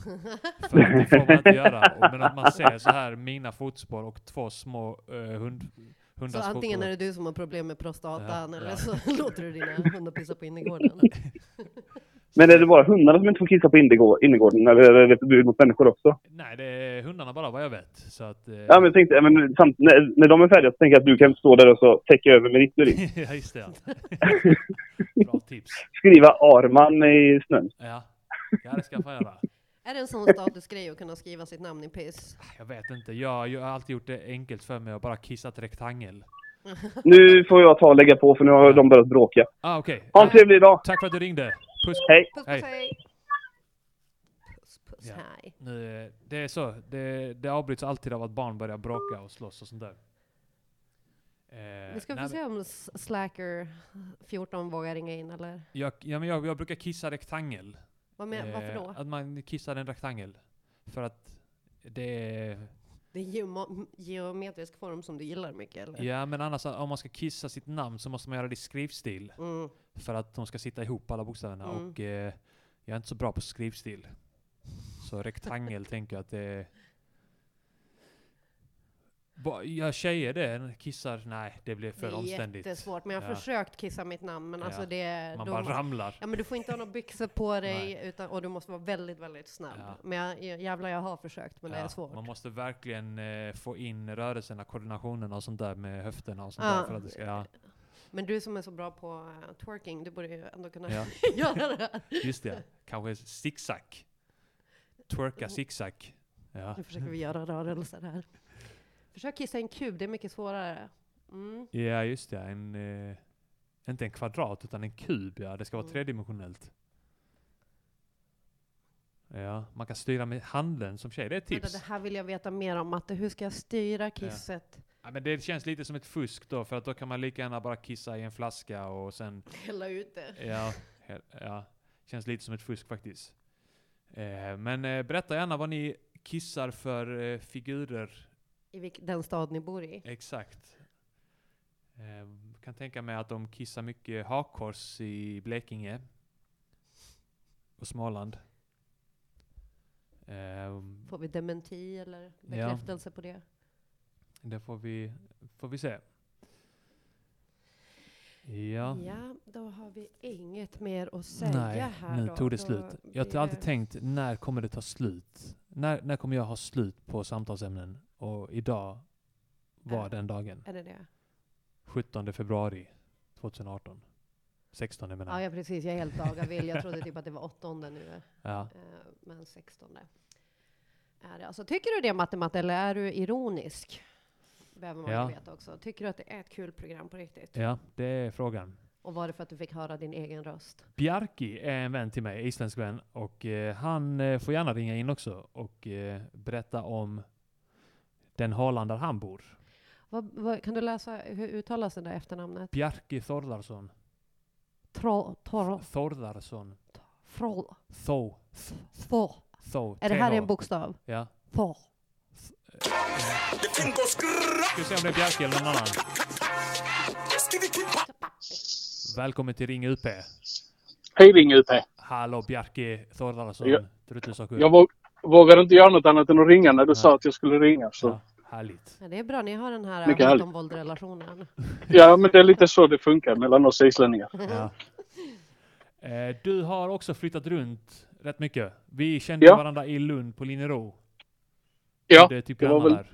Speaker 1: För att det får man inte göra. Och- Men att man ser så här mina fotspår och två små eh, hund,
Speaker 2: Så
Speaker 1: hundars
Speaker 2: antingen är
Speaker 1: fotspår.
Speaker 2: det du som har problem med prostatan
Speaker 1: Ja,
Speaker 2: eller
Speaker 1: ja.
Speaker 2: så låter du dina hundar pissa på innergården.
Speaker 5: Men är det bara hundarna som inte får kissa på innergå- innergården eller är det förbud mot människor också?
Speaker 1: Nej, det är hundarna bara vad jag vet. Så att, eh,
Speaker 5: Ja, men jag tänkte, ja, men, samt, när, när de är färdiga så tänker jag att du kan stå där och så täcka över med ditt urin.
Speaker 1: ja, just det. ja. Bra tips.
Speaker 5: Skriva Arman i snön.
Speaker 1: Ja, ja det ska jag fan göra.
Speaker 2: är det en sån statusgrej att kunna skriva sitt namn i piss?
Speaker 1: Jag vet inte. Jag, jag har alltid gjort det enkelt för mig och bara kissat rektangel.
Speaker 5: Nu får jag ta och lägga på för nu har de börjat bråka.
Speaker 1: Ah, okej.
Speaker 5: Ha en trevlig dag!
Speaker 1: Tack för att du ringde. Puss.
Speaker 5: Hej!
Speaker 2: Puss
Speaker 1: Hej.
Speaker 2: puss hej! Puss puss
Speaker 1: Ja.
Speaker 2: hej.
Speaker 1: Nu, eh, det är så. Det, det avbryts alltid av att barn börjar bråka och slåss och sånt där. Eh,
Speaker 2: Vi ska
Speaker 1: nej,
Speaker 2: få se om S- Slacker 14 vågar ringa in eller?
Speaker 1: men Jag, ja, men jag, jag brukar kissa rektangel.
Speaker 2: Vad men, varför
Speaker 1: Eh,
Speaker 2: då?
Speaker 1: Att man kissar en rektangel. För att det är...
Speaker 2: Det är geoma- geometrisk form som du gillar mycket eller?
Speaker 1: Ja, men annars om man ska kissa sitt namn så måste man göra det i skrivstil.
Speaker 2: Mm.
Speaker 1: För att de ska sitta ihop alla bokstäverna.
Speaker 2: Mm.
Speaker 1: Och eh, jag är inte så bra på skrivstil. Så rektangel tänker jag att det är... Va- Gör tjejer det? Kissar? Nej, det blir
Speaker 2: Det
Speaker 1: för
Speaker 2: är
Speaker 1: omständigt.
Speaker 2: jättesvårt, men jag har
Speaker 1: Ja.
Speaker 2: försökt kissa mitt namn men
Speaker 1: Ja.
Speaker 2: alltså det är...
Speaker 1: Man
Speaker 2: då
Speaker 1: bara
Speaker 2: må-
Speaker 1: ramlar.
Speaker 2: Ja men du får inte ha några byxor på dig utan, och du måste vara väldigt, väldigt snabb.
Speaker 1: Ja.
Speaker 2: Men jag, jävlar jag har försökt men det är
Speaker 1: Ja,
Speaker 2: svårt.
Speaker 1: Man måste verkligen eh, få in rörelserna, koordinationen och sånt där med höfterna och sånt
Speaker 2: Ja.
Speaker 1: där. För att det ska, ja,
Speaker 2: Men du som är så bra på eh, twerking, du borde ju ändå kunna
Speaker 1: Ja.
Speaker 2: göra det här.
Speaker 1: just det. Kanske zigzag.
Speaker 2: Mm.
Speaker 1: Twerka zigzag. Ja.
Speaker 2: Nu försöker vi göra rörelser här. Försök kissa i en kub, det är mycket svårare. Mm.
Speaker 1: ja, just det. En, eh, inte en kvadrat utan en kub. Ja. Det ska vara
Speaker 2: Mm.
Speaker 1: tredimensionellt. Ja, man kan styra med handen som tjej. Det är ett
Speaker 2: Vänta,
Speaker 1: tips.
Speaker 2: det här vill jag veta mer om Matte, hur ska jag styra kisset?
Speaker 1: Ja, men det känns lite som ett fusk då, för att då kan man lika gärna bara kissa i en flaska och sen
Speaker 2: Hälla ut det.
Speaker 1: Ja, he- ja. Känns lite som ett fusk faktiskt. Eh, Men eh, berätta gärna vad ni kissar för eh, figurer
Speaker 2: I vilk- den stad ni bor i.
Speaker 1: Exakt. Eh, kan tänka mig att de kissar mycket hakkors i Blekinge. Och Småland. Eh,
Speaker 2: Får vi dementi eller
Speaker 1: Ja.
Speaker 2: bekräftelse på det?
Speaker 1: det får vi, får vi se. Ja.
Speaker 2: Ja, då har vi inget mer att säga
Speaker 1: Nej,
Speaker 2: här
Speaker 1: nu
Speaker 2: då.
Speaker 1: tog det
Speaker 2: Då
Speaker 1: slut. Jag
Speaker 2: blir
Speaker 1: har alltid
Speaker 2: det-
Speaker 1: tänkt, när kommer det ta slut? När, när kommer jag ha slut på samtalsämnen? Och idag var
Speaker 2: Är-
Speaker 1: den dagen.
Speaker 2: Är det det?
Speaker 1: 17 februari 2018. 16 menar
Speaker 2: Ja,
Speaker 1: jag.
Speaker 2: ja precis. Jag är helt dagavill. Jag trodde typ att det var åttonde nu. eh,
Speaker 1: Ja.
Speaker 2: Men sextonde. Är det. Alltså, tycker du det matte, matte eller är du ironisk? Behöver man
Speaker 1: Ja.
Speaker 2: ju veta också. Tycker du att det är ett kul program på riktigt?
Speaker 1: Ja, det är frågan.
Speaker 2: Och var det för att du fick höra din egen röst?
Speaker 1: Bjarki är en vän till mig, isländsk vän, och eh, han eh, får gärna ringa in också och eh, berätta om den Harland där han bor.
Speaker 2: Vad, vad, kan du läsa, hur uttalas det där efternamnet?
Speaker 1: Bjarki Thordarson.
Speaker 2: Tro, tro,
Speaker 1: Thordarson.
Speaker 2: fro,
Speaker 1: Tho.
Speaker 2: tho.
Speaker 1: Tho.
Speaker 2: Är det här
Speaker 1: TH.
Speaker 2: en bokstav?
Speaker 1: Ja.
Speaker 2: Tho.
Speaker 1: Ska vi se om det är Bjarki eller någon annan. Välkommen till Ring UP.
Speaker 8: Hej Ring UP!
Speaker 1: Hallå Bjarki Thordarson.
Speaker 8: Ja.
Speaker 1: Truttlusakur.
Speaker 8: Jag vå- vågade inte göra något annat än att ringa när du sa att jag skulle ringa. Så.
Speaker 1: Ja, härligt.
Speaker 2: Ja, det är bra, ni har den här
Speaker 8: Mycket härligt.
Speaker 2: vattenvåldrelationen.
Speaker 8: Ja, men det är lite så det funkar mellan oss islänningar.
Speaker 1: Ja.
Speaker 8: Mm.
Speaker 1: Eh, du har också flyttat runt rätt mycket. Vi kände
Speaker 8: Ja.
Speaker 1: varandra i Lund på Linero.
Speaker 8: Ja,
Speaker 1: det är typ
Speaker 8: det var
Speaker 1: grannar
Speaker 8: väl-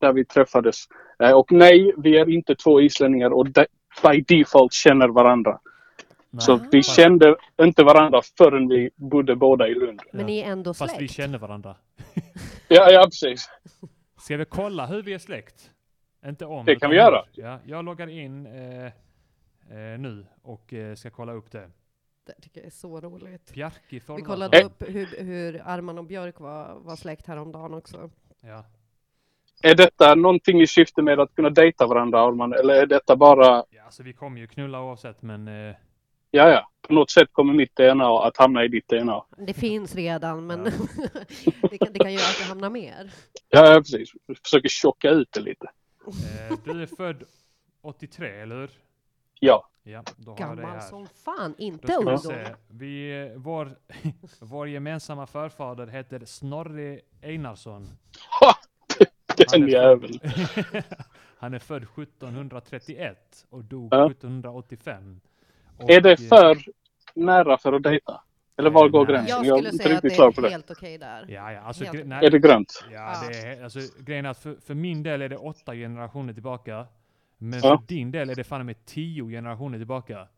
Speaker 1: där.
Speaker 8: där vi träffades. Eh, Och nej, vi är inte två islänningar och de- by default känner varandra.
Speaker 1: Nej.
Speaker 8: Så vi kände inte varandra förrän vi bodde båda i Lund.
Speaker 2: Men
Speaker 1: Ja.
Speaker 2: ni är ändå släkt.
Speaker 1: Fast vi känner varandra.
Speaker 8: Ja, ja precis.
Speaker 1: Ska vi kolla hur vi är släkt? Inte om.
Speaker 8: Det
Speaker 1: utan
Speaker 8: kan vi göra.
Speaker 1: hur. Ja, jag loggar in eh, eh, nu och eh, ska kolla upp det.
Speaker 2: Det tycker jag är så roligt.
Speaker 1: Bjarki
Speaker 2: Vi
Speaker 1: Thordarson.
Speaker 2: kollade upp hur, hur Arman och Björk var, var släkt häromdagen också.
Speaker 8: Eh.
Speaker 1: Ja.
Speaker 8: Är detta någonting i syfte med att kunna dejta varandra, Arman? Eller är detta bara,
Speaker 1: ja, alltså vi kommer ju knulla oavsett, men eh,
Speaker 8: ja, ja, på något sätt kommer mitt DNA att hamna i ditt DNA?
Speaker 2: Det finns redan, men
Speaker 1: Ja.
Speaker 2: det, kan, det kan göra att det hamnar mer.
Speaker 8: Ja, ja precis. Vi försöker tjocka ut det lite.
Speaker 1: eh, du är född 83, eller hur?
Speaker 8: Ja.
Speaker 1: Ja, då har jag det här.
Speaker 2: Gammal som fan,
Speaker 1: Då
Speaker 2: inte
Speaker 1: ska vi
Speaker 2: ungdom.
Speaker 1: se. Vi, eh, vår, vår gemensamma förfader heter Snorri Einarsson.
Speaker 8: Den jäveln.
Speaker 1: han är född 1731 och dog
Speaker 8: Ja.
Speaker 1: 1785. Och,
Speaker 8: Är det
Speaker 1: eh,
Speaker 8: för nära för att dejta? Eller var går
Speaker 1: Nej.
Speaker 8: gränsen?
Speaker 2: Jag
Speaker 8: Jag
Speaker 2: skulle
Speaker 8: är inte
Speaker 2: säga att
Speaker 8: riktigt
Speaker 2: det
Speaker 8: klar på
Speaker 2: är
Speaker 8: det.
Speaker 2: helt okej där.
Speaker 1: Ja, ja, alltså,
Speaker 2: Helt
Speaker 1: gre- nej,
Speaker 8: Är det grönt?
Speaker 1: ja,
Speaker 2: Ja.
Speaker 1: det är, alltså grejen är att för, för min del är det åtta generationer tillbaka. Men
Speaker 8: Ja.
Speaker 1: för din del är det fan med tio generationer tillbaka.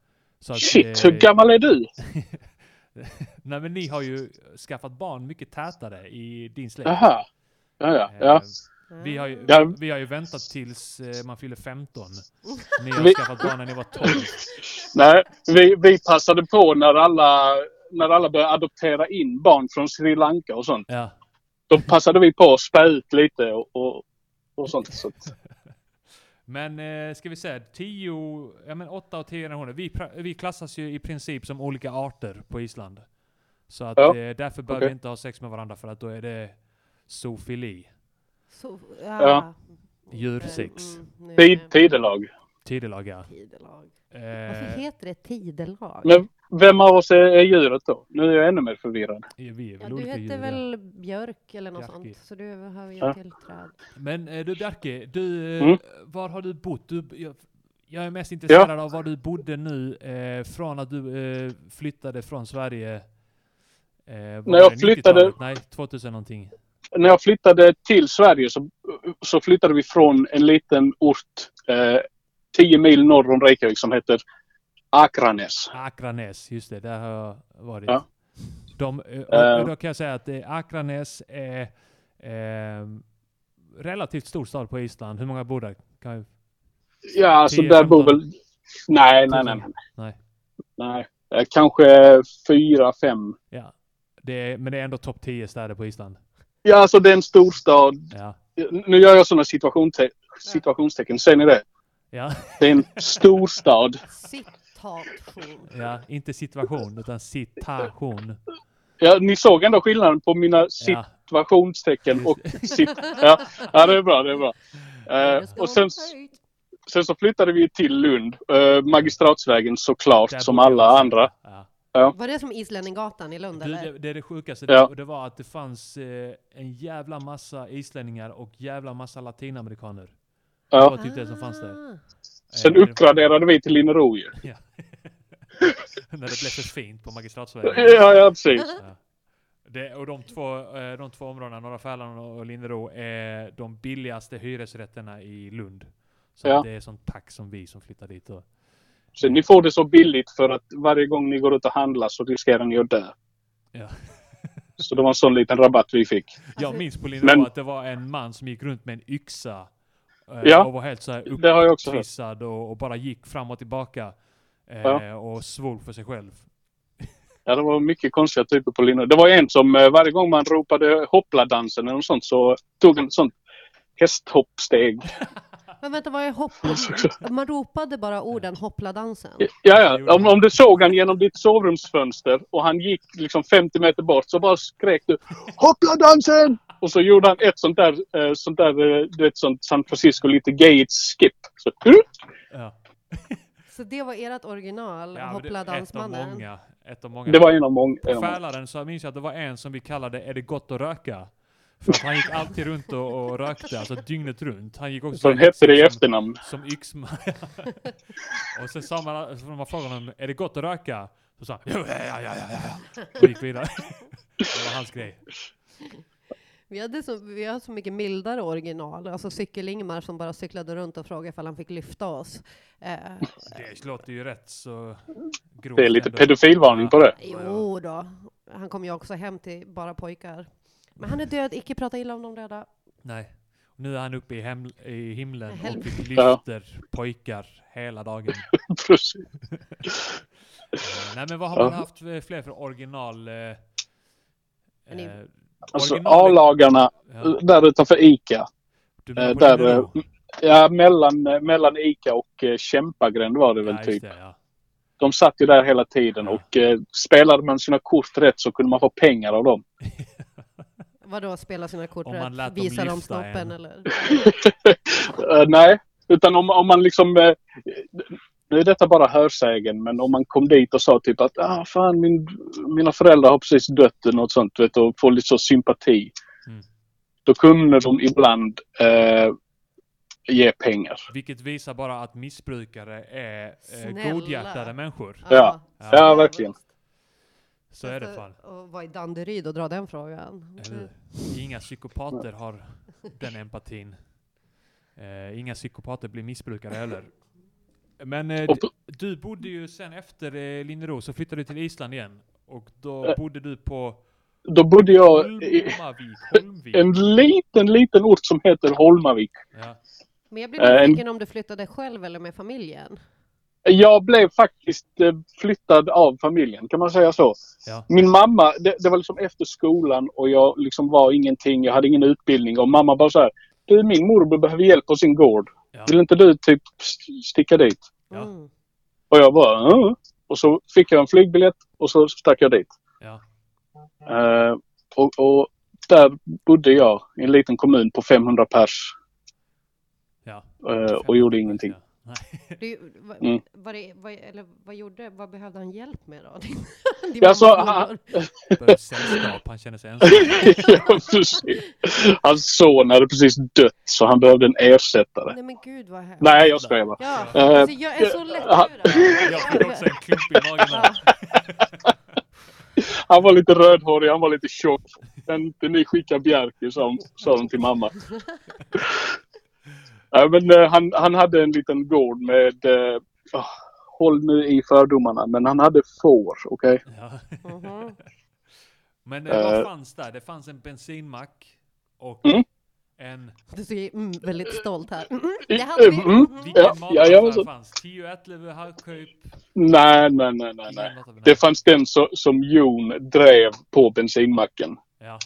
Speaker 1: Så att,
Speaker 8: Shit,
Speaker 1: eh,
Speaker 8: hur gammal är du?
Speaker 1: Nej men ni har ju skaffat barn mycket tätare i din släkt.
Speaker 8: Jaha. Ja, ja, ja.
Speaker 1: Eh, Vi har, ju,
Speaker 8: Ja.
Speaker 1: vi har ju väntat tills eh, man fyller 15. Ni har
Speaker 8: Vi-
Speaker 1: skaffat barn när ni var 12.
Speaker 8: Nej, vi, vi passade på när alla, när alla började adoptera in barn från Sri Lanka och sånt.
Speaker 1: Ja.
Speaker 8: Då passade vi på att spä ut lite och, och, och sånt. Så att,
Speaker 1: Men eh, ska vi säga 10, ja men 8 och 10 generationer. Vi, pra- vi klassas ju i princip som olika arter på Island. Så att
Speaker 8: Ja.
Speaker 1: eh, därför bör vi
Speaker 8: Okej.
Speaker 1: inte ha sex med varandra för att då är det zoofili.
Speaker 2: Så,
Speaker 8: Ja. Typ.
Speaker 1: Djursex.
Speaker 2: Mm, nu är
Speaker 8: tid,
Speaker 2: det
Speaker 8: tidelag.
Speaker 1: Tidelag ja.
Speaker 2: Tidelag. Varför
Speaker 1: Eh,
Speaker 2: heter det tidelag?
Speaker 8: Men vem av oss är, är djuret då? Nu är jag ännu mer förvirrad.
Speaker 1: vi är
Speaker 2: Ja,
Speaker 1: väl
Speaker 2: du
Speaker 1: olika
Speaker 2: hette
Speaker 1: djur. ja.
Speaker 2: väl Björk eller något
Speaker 1: Bjarki.
Speaker 2: sånt, så du har ju
Speaker 8: Ja.
Speaker 2: tillträd.
Speaker 1: Men eh, du Bjarke, du, eh,
Speaker 8: Mm.
Speaker 1: var har du bott? Du, jag, jag är mest intresserad av var du bodde nu eh, från att du eh, flyttade från Sverige. Eh, var
Speaker 8: jag
Speaker 1: det 90-talet?
Speaker 8: flyttade-
Speaker 1: Nej, 2000 någonting.
Speaker 8: när jag flyttade till Sverige så, så flyttade vi från en liten ort eh, 10 mil norr om Reykjavik som heter Akranes.
Speaker 1: Akranes, just det, där har jag varit.
Speaker 8: Ja.
Speaker 1: De, eh, och, och då kan jag säga att eh, Akranes är eh, relativt stor stad på Island. Hur många bor där? Kan jag,
Speaker 8: Ja, alltså
Speaker 1: 10,
Speaker 8: där bor
Speaker 1: 15.
Speaker 8: väl... Nej, nej, nej. nej.
Speaker 1: Nej.
Speaker 8: nej. Eh, Kanske fyra, fem.
Speaker 1: ja. det är, men det är ändå topp 10 städer på Island.
Speaker 8: Ja, alltså det är en storstad.
Speaker 1: Ja.
Speaker 8: Nu gör jag sådana situationste- situationstecken. Ser ni det?
Speaker 1: Ja,
Speaker 8: Det är en storstad.
Speaker 2: Citation.
Speaker 8: Eh,
Speaker 1: ja, inte situation utan citation.
Speaker 8: Ja, ni såg ändå skillnaden på mina
Speaker 1: Ja.
Speaker 8: situationstecken och sitt... Ja, ja det är bra, det är bra. Eh, och sen, sen så flyttade vi till Lund, eh, Magistratsvägen såklart,
Speaker 1: Där
Speaker 8: som
Speaker 1: bodde jag
Speaker 8: alla
Speaker 1: också.
Speaker 8: andra.
Speaker 1: Ja.
Speaker 2: Var det som Islänninggatan i Lund
Speaker 1: Du,
Speaker 2: eller?
Speaker 1: det, det är det sjukaste.
Speaker 8: Ja.
Speaker 1: Det, det var att det fanns eh, en jävla massa islänningar och jävla massa latinamerikaner. Det
Speaker 8: Ja.
Speaker 1: var typ det som fanns där.
Speaker 2: Ah.
Speaker 8: Sen
Speaker 1: Eh,
Speaker 8: uppgraderade vi till Linnero ju.
Speaker 1: Ja. När det blev för fint på Magistratsvägen.
Speaker 8: Ja, ja, precis.
Speaker 1: Ja. Det, och de två, eh, de två områdena, Norra Fälan och Lindero, är de billigaste hyresrätterna i Lund. Så
Speaker 8: Ja.
Speaker 1: att det är sånt tack som vi som flyttar dit. Och,
Speaker 8: Så ni får det så billigt för att varje gång ni går ut och handlar så riskerar ni att dö.
Speaker 1: ja.
Speaker 8: Så det var en sån liten rabatt vi fick.
Speaker 1: Jag
Speaker 2: Alltså-
Speaker 1: minns på Lindero
Speaker 8: Men-
Speaker 1: att det var en man som gick runt med en yxa. eh,
Speaker 8: Ja,
Speaker 1: Och var helt så här
Speaker 8: Det har jag också hört.
Speaker 1: upptrissad och, och bara gick fram och tillbaka. Eh,
Speaker 8: Ja.
Speaker 1: Och svor för sig själv.
Speaker 8: Ja, det var mycket konstiga typer på linjen. Det var en som eh, varje gång man ropade hoppla-dansen eller något sånt så tog en sånt hästhoppsteg.
Speaker 2: Ah. Men vänta, vad är hoppla? Man ropade bara orden hoppla-dansen.
Speaker 8: Ja, ja. Om, om du såg han genom ditt sovrumsfönster och han gick liksom 50 meter bort så bara skrek du hoppla-dansen! Och så gjorde han ett sånt där, eh, sånt där eh, du vet, sånt San Francisco lite gayigt skip. Så, uh, "Hurr!"
Speaker 1: Ja.
Speaker 2: Så det var ert original,
Speaker 1: Ja, men det- Ett av
Speaker 2: hoppla-dansmannen.
Speaker 1: många. Ett av många.
Speaker 8: det var en av många. en av
Speaker 1: På
Speaker 8: många.
Speaker 1: Fälaren så minns jag att det var en som vi kallade Är det gott att röka? För att han gick alltid runt och, och rökte, alltså dygnet runt. Han gick också
Speaker 8: Så den hette det i
Speaker 1: som-
Speaker 8: efternamn.
Speaker 1: Som yxman. och sen sa man, så när man frågade honom, är det gott att röka? Så sa han, ja, ja, ja, ja, ja, ja. Och gick vidare. det var hans grej.
Speaker 2: Vi, hade så, vi har så mycket mildare original, alltså cykel-Ingmar som bara cyklade runt och frågade ifall han fick lyfta oss. Eh,
Speaker 1: Det låter ju rätt så grovt.
Speaker 8: Det är lite
Speaker 1: ändå.
Speaker 8: pedofilvarning på det.
Speaker 2: jo då, han kom ju också hem till bara pojkar. Men han är död, icke prata illa om de döda.
Speaker 1: Nej. Och nu är han uppe i, hem, i himlen och
Speaker 2: Helvete.
Speaker 1: lyfter pojkar hela dagen.
Speaker 8: Precis.
Speaker 1: Eh, Nej men vad har
Speaker 8: Ja.
Speaker 1: man haft eh, fler för original... Eh, eh,
Speaker 2: Men i-
Speaker 8: Alltså
Speaker 1: original-
Speaker 8: A-lagarna eh,
Speaker 1: Ja,
Speaker 8: där utanför ICA.
Speaker 1: du
Speaker 8: eh,
Speaker 1: menar på
Speaker 8: där,
Speaker 1: Lindero?
Speaker 8: Ja, mellan, eh, mellan ICA och eh, Kämpagränd var det väl
Speaker 1: Ja, just
Speaker 8: typ.
Speaker 1: det, ja.
Speaker 8: De satt ju där hela tiden
Speaker 1: Ja.
Speaker 8: och eh, spelade man sina kort rätt så kunde man få pengar av dem.
Speaker 2: Vadå, spela sina kort
Speaker 1: Om man lät
Speaker 2: rätt?
Speaker 1: dem
Speaker 2: Visa dem
Speaker 1: lyfta en.
Speaker 2: snoppen eller?
Speaker 8: Eh, nej, utan om, om man liksom... Eh, nu är detta bara hörsägen, men om man kom dit och sa typ att ah, fan, min, mina föräldrar har precis dött eller något sånt, vet, du, och får lite så sympati.
Speaker 1: Mm.
Speaker 8: Då kunde de ibland eh, ge pengar.
Speaker 1: Vilket visar bara att missbrukare är eh,
Speaker 2: Snälla.
Speaker 1: godhjärtade människor.
Speaker 8: Ja.
Speaker 1: Ja.
Speaker 8: Ja, verkligen.
Speaker 1: Så är
Speaker 2: Alltså,
Speaker 1: det fan.
Speaker 2: Och vara i Danderyd och dra den frågan.
Speaker 1: Eller hur? Inga psykopater har den empatin. Eh, inga psykopater blir missbrukare heller. Men eh,
Speaker 8: Och
Speaker 1: du, du bodde ju sen efter eh, Linnero så flyttade du till Island igen. Och då
Speaker 8: Eh.
Speaker 1: bodde du på
Speaker 8: Då bodde
Speaker 1: Mm.
Speaker 8: jag i
Speaker 1: Holmavik. Holmvik.
Speaker 8: en liten, liten ort som heter Holmavik.
Speaker 1: Ja.
Speaker 2: Men jag blir
Speaker 8: Eh, en-
Speaker 2: nyfiken om du flyttade själv eller med familjen?
Speaker 8: Jag blev faktiskt eh, flyttad av familjen, kan man säga så.
Speaker 1: Ja.
Speaker 8: Min mamma, det, det var liksom efter skolan och jag liksom var ingenting, jag hade ingen utbildning och mamma bara så här. Du, min morbror behöver hjälp på sin gård.
Speaker 1: Ja.
Speaker 8: Vill inte du typ st- sticka dit?
Speaker 1: Ja.
Speaker 2: Mm.
Speaker 8: Och jag bara, "Ja." Och så fick jag en flygbiljett och så stack jag dit.
Speaker 1: Ja.
Speaker 8: Eh, och, och där bodde jag i en liten kommun på 500 pers
Speaker 1: Ja.
Speaker 8: eh, och gjorde ingenting.
Speaker 1: Ja. Nej.
Speaker 2: Du, va,
Speaker 8: Mm.
Speaker 2: vad, det, vad, eller vad gjorde, vad behövde han hjälp med då? Din, din
Speaker 8: Ja, så
Speaker 2: mammas
Speaker 8: han-
Speaker 2: morbror.
Speaker 1: Behöver sällskap, han känner sig ensam.
Speaker 8: Ja, precis. Hans son hade precis dött så han behövde en ersättare.
Speaker 2: Nej men gud vad hemskt.
Speaker 8: Nej, eh, jag skojar bara.
Speaker 2: Ja,
Speaker 1: Eh,
Speaker 2: alltså, jag är så lättlurad.
Speaker 1: Jag fick också en klump i magen.
Speaker 2: Ja.
Speaker 1: här.
Speaker 8: Han var lite rödhårig, han var lite tjock. Kan inte ni skicka Bjerke, sa hon- sa hon till mamma. Ja, men, eh, han, han hade en liten gård med, eh, ah, håll nu i fördomarna, men han hade får. Okej?
Speaker 1: Ja.
Speaker 2: Mhm.
Speaker 1: Men eh, vad
Speaker 8: Eh.
Speaker 1: fanns där? Det fanns en bensinmack och
Speaker 8: Mm.
Speaker 1: en...
Speaker 2: Du ser mm, väldigt stolt här. Mm, det hade vi.
Speaker 8: Mm,
Speaker 2: Mhm.
Speaker 1: Vilken
Speaker 8: ja, ja, jag var
Speaker 1: mataffär
Speaker 8: så,
Speaker 1: fanns? Tio Ättlöv, Hallsjöp?
Speaker 8: nej, nej, nej, nej,
Speaker 1: Alltså,
Speaker 8: nej. Det fanns den så, som Jon drev på bensinmacken.
Speaker 1: Ja.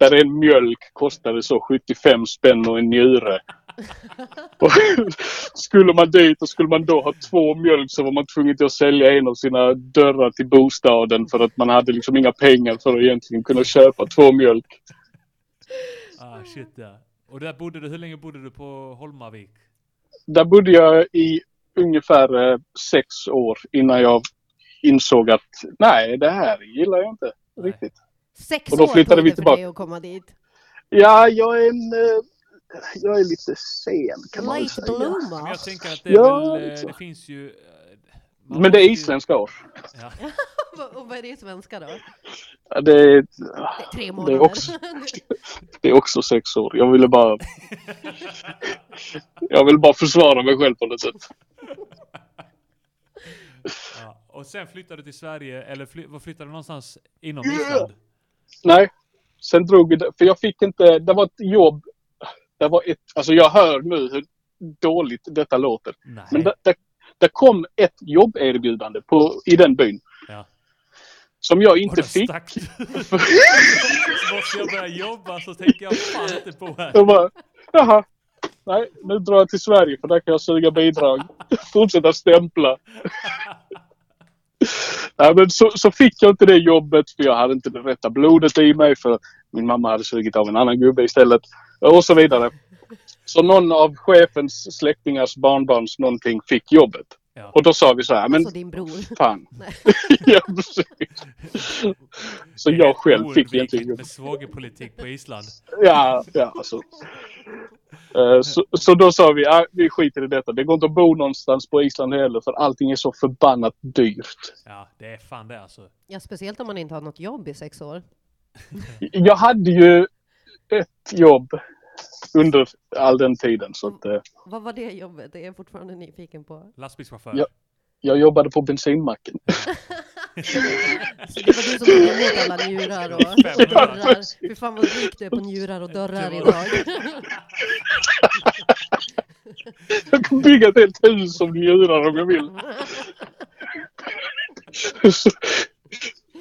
Speaker 8: Där en mjölk kostade så 75 spänn och en njure. Och skulle man dit och skulle man då ha två mjölk så var man tvungen till att sälja en av sina dörrar till bostaden för att man hade liksom inga pengar för att egentligen kunna köpa två mjölk.
Speaker 1: Ah, shit ja. Och där bodde du, hur länge bodde du på Holmavik?
Speaker 8: Där bodde jag i ungefär eh, sex år innan jag insåg att nej, det här gillar jag inte riktigt.
Speaker 2: Sex
Speaker 8: Och då
Speaker 2: år
Speaker 8: flyttade
Speaker 2: tog
Speaker 8: vi
Speaker 2: det för
Speaker 8: tillbaka.
Speaker 2: dig att komma dit.
Speaker 8: Ja, jag är en... eh, Jag är lite sen kan man väl
Speaker 2: Late
Speaker 1: Men
Speaker 8: säga.
Speaker 2: bloomer.
Speaker 1: jag tänker att det är
Speaker 8: Ja,
Speaker 1: väl, eh,
Speaker 8: liksom.
Speaker 1: det finns ju... eh, man
Speaker 8: Men det
Speaker 1: måste
Speaker 8: är
Speaker 1: ju-
Speaker 8: isländska år.
Speaker 1: Ja.
Speaker 2: Och vad är det i svenska då? Det
Speaker 8: Ja, Det är,
Speaker 2: är tre
Speaker 8: det,
Speaker 2: månader.
Speaker 8: är också, det är också sex år. Jag ville bara... Jag vill bara försvara mig själv på något sätt.
Speaker 1: Ja. Och sen flyttade du till Sverige, eller fly, var flyttade du någonstans inom Island?
Speaker 8: Nej. Sen drog vi det, för jag fick inte, det var ett jobb. Det var ett, alltså jag hör nu hur dåligt detta låter.
Speaker 1: Nej.
Speaker 8: Men det, det, det kom ett jobberbjudande på, i den byn.
Speaker 1: Ja.
Speaker 8: Som jag
Speaker 1: Och
Speaker 8: inte
Speaker 1: då
Speaker 8: fick.
Speaker 1: stack du. Så Måste jag börja jobba så tänker jag fan inte på här.
Speaker 8: Jag bara, jaha. Nej, nu drar jag till Sverige för där kan jag suga bidrag. Fortsätta stämpla. Nej, men så, så fick jag inte det jobbet för jag hade inte det rätta blodet i mig för min mamma hade sugit av en annan gubbe istället. Och så vidare. Så någon av chefens släktingars barnbarns någonting fick jobbet.
Speaker 1: Ja.
Speaker 8: Och då sa vi så här, men
Speaker 2: Alltså din bror.
Speaker 8: fan.
Speaker 2: Nej.
Speaker 8: ja, precis. Så
Speaker 1: Det är
Speaker 8: jag själv fick
Speaker 1: oundvikligt
Speaker 8: egentligen jobbet.
Speaker 1: med svågerpolitik på Island.
Speaker 8: Ja, ja alltså. Eh, Så, så då sa vi, "Ah, vi skiter i detta. Det går inte att bo någonstans på Island heller för allting är så förbannat dyrt.
Speaker 1: Ja, det är fan det alltså.
Speaker 2: Ja, speciellt om man inte har något jobb i sex år.
Speaker 8: Jag hade ju ett jobb under all den tiden så att eh,
Speaker 2: Vad var det jobbet? Det är jag fortfarande nyfiken på.
Speaker 1: Lastbilschaufför.
Speaker 8: Ja. jag jobbade på bensinmacken.
Speaker 2: Så det var du som tog emot alla njurar och
Speaker 1: Ja,
Speaker 2: dörrar. Fy fan vad rik du är på njurar och dörrar
Speaker 1: Det
Speaker 2: idag.
Speaker 1: var-
Speaker 8: Jag kan bygga ett helt hus som njurar om jag vill. Så-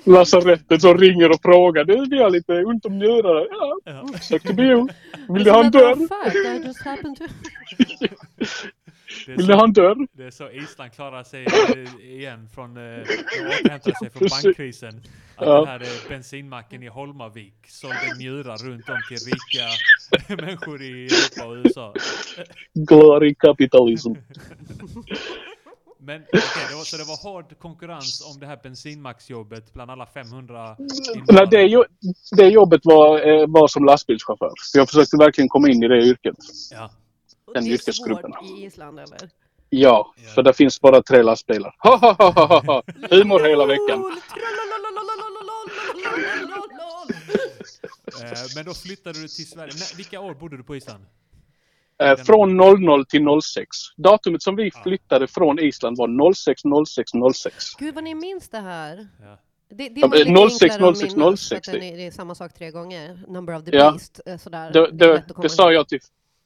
Speaker 8: Lasarettet som ringer och frågar. Du, vi har lite ont om njurar. Ja,
Speaker 1: Ja.
Speaker 8: sök till bio. Vill
Speaker 2: Det
Speaker 8: du
Speaker 2: är
Speaker 8: ha
Speaker 2: som
Speaker 8: en
Speaker 2: att det var
Speaker 8: dörr?
Speaker 2: fact, I just happened to...
Speaker 1: Det, är
Speaker 8: Vill du ha
Speaker 1: så,
Speaker 8: en dörr?
Speaker 1: det är så Island klarar sig eh, igen från, eh, återhämtar sig från
Speaker 8: Precis.
Speaker 1: bankkrisen. Att
Speaker 8: Ja.
Speaker 1: den här eh, bensinmacken i Holmavik sålde njurar runt om till rika människor i Europa och USA.
Speaker 8: Glory capitalism.
Speaker 1: Men okej, det var, så det var hård konkurrens om det här bensinmacksjobbet bland alla 500 invånare.
Speaker 8: Nej, det, jo- det jobbet var, eh, var som lastbilschaufför. Så Jag försökte verkligen komma in i det yrket.
Speaker 1: Ja,
Speaker 8: Den
Speaker 2: Det är
Speaker 8: yrkesgruppen.
Speaker 2: svårt i Island eller?
Speaker 8: Ja, för det finns bara tre lastbilar. Humor hela veckan.
Speaker 2: Lol, trololololololololololololol.
Speaker 1: eh, men då flyttade du till Sverige. Nej, vilka år bodde du på Island?
Speaker 8: Eh, från 00 till 06. Datumet som vi flyttade från Island var 06 06 06.
Speaker 2: Gud vad ni minns det här.
Speaker 1: Ja.
Speaker 2: Det, det
Speaker 8: Ja,
Speaker 2: är lite
Speaker 8: 06,
Speaker 2: enklare att
Speaker 8: 06,
Speaker 2: minnas, för att
Speaker 8: 06.
Speaker 2: den är, det är samma sak tre gånger. Number of the
Speaker 8: Ja.
Speaker 2: beast. eh, Sådär.
Speaker 8: Det,
Speaker 2: är lätt
Speaker 8: det,
Speaker 2: att komma
Speaker 8: det, sa
Speaker 2: ihåg.
Speaker 8: jag till,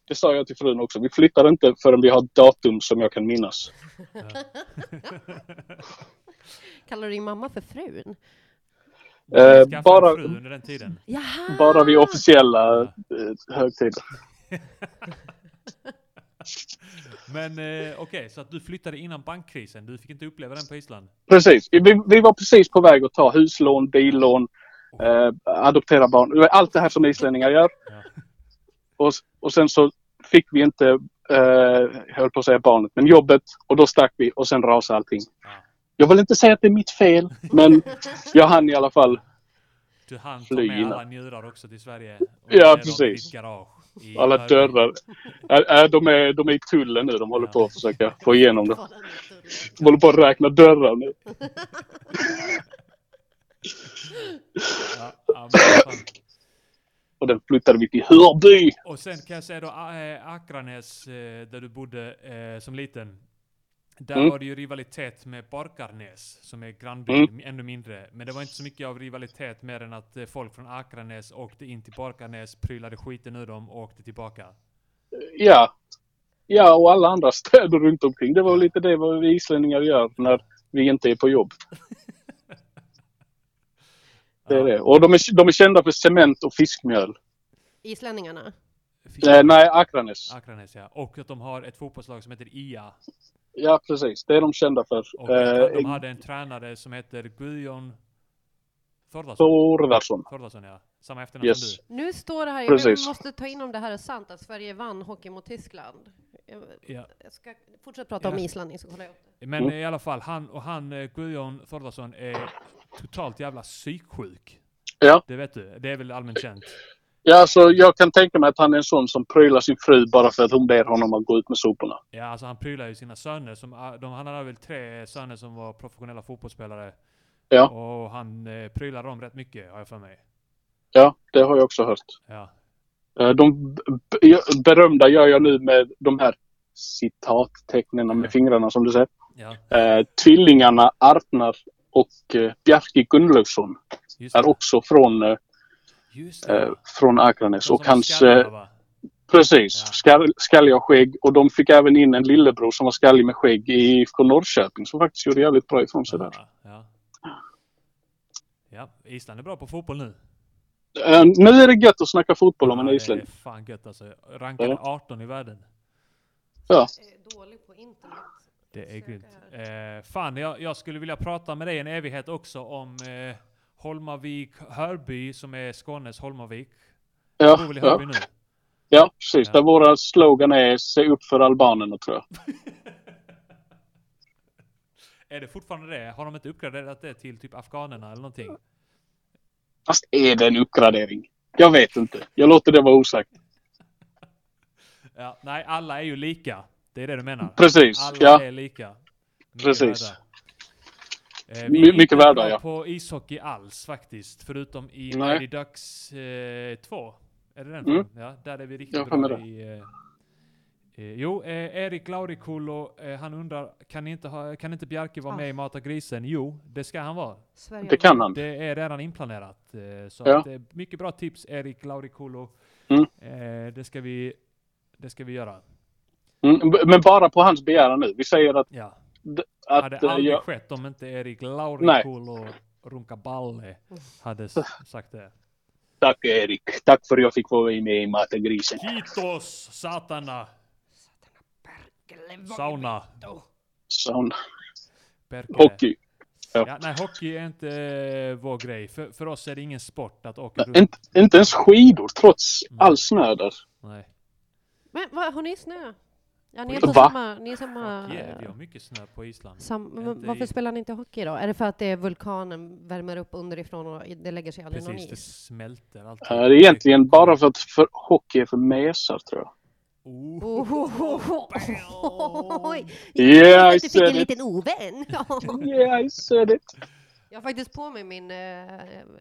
Speaker 8: det sa jag till frun också. Vi flyttar inte förrän vi har ett datum som jag kan minnas.
Speaker 2: Kallar du din mamma för frun?
Speaker 8: Eh,
Speaker 1: Skaffade
Speaker 8: bara,
Speaker 1: fru under den tiden?
Speaker 2: Jaha!
Speaker 8: bara vid officiella eh, högtider.
Speaker 1: Men eh, okej, så att du flyttade innan bankkrisen. Du fick inte uppleva den på Island?
Speaker 8: Precis. Vi, vi var precis på väg att ta huslån, billån, eh, adoptera barn. Allt det här som islänningar gör.
Speaker 1: Ja.
Speaker 8: Och, och sen så fick vi inte, eh, höll på att säga barnet, men jobbet. Och då stack vi och sen rasade allting.
Speaker 1: Ja.
Speaker 8: Jag vill inte säga att det är mitt fel, men jag hann i alla fall.
Speaker 1: Du hann ta
Speaker 8: Fly
Speaker 1: med
Speaker 8: innan.
Speaker 1: alla njurar också till Sverige? och
Speaker 8: Ja,
Speaker 1: ner dem
Speaker 8: precis.
Speaker 1: i ditt Garage, i
Speaker 8: Alla
Speaker 1: Högvik.
Speaker 8: dörrar. Äh, äh, de, är, de är i tullen nu. De håller på att försöka få igenom det.
Speaker 2: Fan, den är så rolig.
Speaker 8: De håller på att räkna dörrar nu.
Speaker 1: Ja, ja, men fan.
Speaker 8: Och den flyttade vi till Hörby.
Speaker 1: Och sen kan jag säga då eh, Akranes, eh, där du bodde eh, som liten. Där
Speaker 8: Mm.
Speaker 1: var det ju rivalitet med Barkarnäs, som är grannby,
Speaker 8: Mm.
Speaker 1: ännu mindre. Men det var inte så mycket av rivalitet mer än att eh, folk från Akranes åkte in till Barkarnäs, prylade skiten ur dem och åkte tillbaka.
Speaker 8: Ja. Ja, och alla andra städer runt omkring. Det var lite det vad vi islänningar gör när vi inte är på jobb. Det är det. Och de är, de är kända för cement och fiskmjöl.
Speaker 2: Islänningarna?
Speaker 8: Eh, nej, Akranes.
Speaker 1: Akranes ja. Och att de har ett fotbollslag som heter IA.
Speaker 8: Ja, precis. Det är de kända för.
Speaker 1: Och att de
Speaker 8: Eh,
Speaker 1: hade en tränare som heter Gujon Thordarson.
Speaker 8: Thorvarsson.
Speaker 1: Thordarson ja. Samma efternamn
Speaker 8: Yes.
Speaker 1: som
Speaker 2: Nu står det här,
Speaker 8: Precis.
Speaker 2: jag måste ta in om det här är sant, att Sverige vann hockey mot Tyskland. Jag,
Speaker 1: du. Ja.
Speaker 2: jag ska fortsätta prata om
Speaker 1: Ja.
Speaker 2: Island så kollar jag upp det.
Speaker 1: Men
Speaker 8: Mm.
Speaker 1: i alla fall, han och han eh, Gujon Thordarson är totalt jävla psyksjuk.
Speaker 8: Ja.
Speaker 1: Det vet du. Det är väl allmänt känt.
Speaker 8: Ja, alltså, jag kan tänka mig att han är en sån som prylar sin fru bara för att hon ber honom att gå ut med soporna.
Speaker 1: Ja, alltså han prylar ju sina söner. Som, ah, de, han hade väl tre söner som var professionella fotbollsspelare.
Speaker 8: Ja.
Speaker 1: Och han eh, prylar dem rätt mycket, har jag för mig.
Speaker 8: Ja, det har jag också hört.
Speaker 1: Ja.
Speaker 8: Eh, De b- b- berömda gör jag nu med de här citattecknen med fingrarna som du säger.
Speaker 1: ja.
Speaker 8: Eh, tvillingarna Arpnar och eh, Bjarki Gunnlaugsson
Speaker 1: Just
Speaker 8: är
Speaker 1: det.
Speaker 8: också från, eh,
Speaker 1: Just
Speaker 8: eh,
Speaker 1: det.
Speaker 8: från Akranes.
Speaker 1: De
Speaker 8: Och
Speaker 1: som
Speaker 8: hans,
Speaker 1: skallar,
Speaker 8: eh,
Speaker 1: va?
Speaker 8: precis,
Speaker 1: Ja.
Speaker 8: skall, skalliga och skägg. Och de fick även in en lillebror som var skallig med skägg i IFK Norrköping som faktiskt gjorde jävligt bra ifrån sig där.
Speaker 1: Ja, ja. ja, Island är bra på fotboll nu.
Speaker 8: Eh, nu är det gött att snacka fotboll om
Speaker 1: Ja,
Speaker 8: en
Speaker 1: det är
Speaker 8: islänning.
Speaker 1: Fan gött alltså. Rankade
Speaker 8: Ja.
Speaker 1: 18 i världen.
Speaker 8: Ja.
Speaker 2: Jag är dålig på internet.
Speaker 1: Det är
Speaker 2: Försöka
Speaker 1: grymt. Eh, fan, jag, jag skulle vilja prata med dig en evighet också om eh, Holmavik Hörby som är Skånes Holmavik. Du
Speaker 8: Ja,
Speaker 1: bor väl i
Speaker 8: ja,
Speaker 1: Hörby nu?
Speaker 8: ja, precis.
Speaker 1: Ja.
Speaker 8: Där våra slogan är se upp för albanerna tror jag.
Speaker 1: Är det fortfarande det? Har de inte uppgraderat det till typ afghanerna eller någonting?
Speaker 8: Fast är det en uppgradering? Jag vet inte. Jag låter det vara osagt.
Speaker 1: Ja, nej, alla är ju lika. Det är det du menar?
Speaker 8: Precis,
Speaker 1: Alla
Speaker 8: ja.
Speaker 1: är lika. Mycket
Speaker 8: Precis.
Speaker 1: värda. Eh,
Speaker 8: My-
Speaker 1: vi är
Speaker 8: mycket
Speaker 1: inte
Speaker 8: värda,
Speaker 1: bra
Speaker 8: ja.
Speaker 1: på ishockey alls faktiskt, förutom i
Speaker 8: Nej.
Speaker 1: Mighty Ducks 2. är det den?
Speaker 8: Mm.
Speaker 1: Ja, där är vi
Speaker 8: Jag
Speaker 1: riktigt
Speaker 8: har med
Speaker 1: bra
Speaker 8: det.
Speaker 1: i... Eh, eh, jo, eh, Erik Laurikulo, eh, han undrar, kan inte, ha, kan inte Bjarke vara
Speaker 2: Ah.
Speaker 1: med i Mata Grisen? Jo, det ska han vara.
Speaker 2: Sverige
Speaker 8: Det kan han.
Speaker 1: Det är redan inplanerat. eh, Så
Speaker 8: Ja.
Speaker 1: att, eh, mycket bra tips Erik Laurikulo.
Speaker 8: Mm.
Speaker 1: Eh, Det, ska vi, det ska vi göra.
Speaker 8: Mm, b- men bara på hans begäran nu. Vi säger att...
Speaker 1: Ja.
Speaker 8: d-
Speaker 1: Det
Speaker 8: att
Speaker 1: hade
Speaker 8: eh,
Speaker 1: aldrig
Speaker 8: jag,
Speaker 1: skett om inte Erik Laurikulo Runkaballe hade s- sagt det.
Speaker 8: tack Erik. Tack för att jag fick vara med i Matagrisen.
Speaker 1: Kitos satana! Sauna.
Speaker 8: Sån
Speaker 1: Perkele.
Speaker 8: hockey.
Speaker 1: Ja, nej, hockey är inte eh, vår grej. För, för oss är det ingen sport att åka runt.
Speaker 8: Inte, inte ens skidor trots
Speaker 1: Mm.
Speaker 8: all snö där.
Speaker 1: Nej.
Speaker 2: Men vad, har ni snö? Ja, ni är
Speaker 1: Va?
Speaker 2: på samma... Ni är samma
Speaker 1: Fuck yeah, vi har mycket snö på Island.
Speaker 2: sam,
Speaker 1: Inte
Speaker 2: men varför
Speaker 1: i-
Speaker 2: spelar ni inte hockey då? Är det för att det är vulkanen värmer upp underifrån och det lägger sig aldrig någon
Speaker 1: Precis, det
Speaker 2: is?
Speaker 1: smälter alltid.
Speaker 8: Eh, Det är egentligen bara för att för hockey är för mesar tror jag.
Speaker 1: Oh.
Speaker 2: Ohohohohoj!
Speaker 8: Yeah, I
Speaker 2: du fick
Speaker 8: said
Speaker 2: en
Speaker 8: it.
Speaker 2: liten ovän! Oh,
Speaker 8: Yeah, I said it.
Speaker 2: Jag har faktiskt på mig min eh,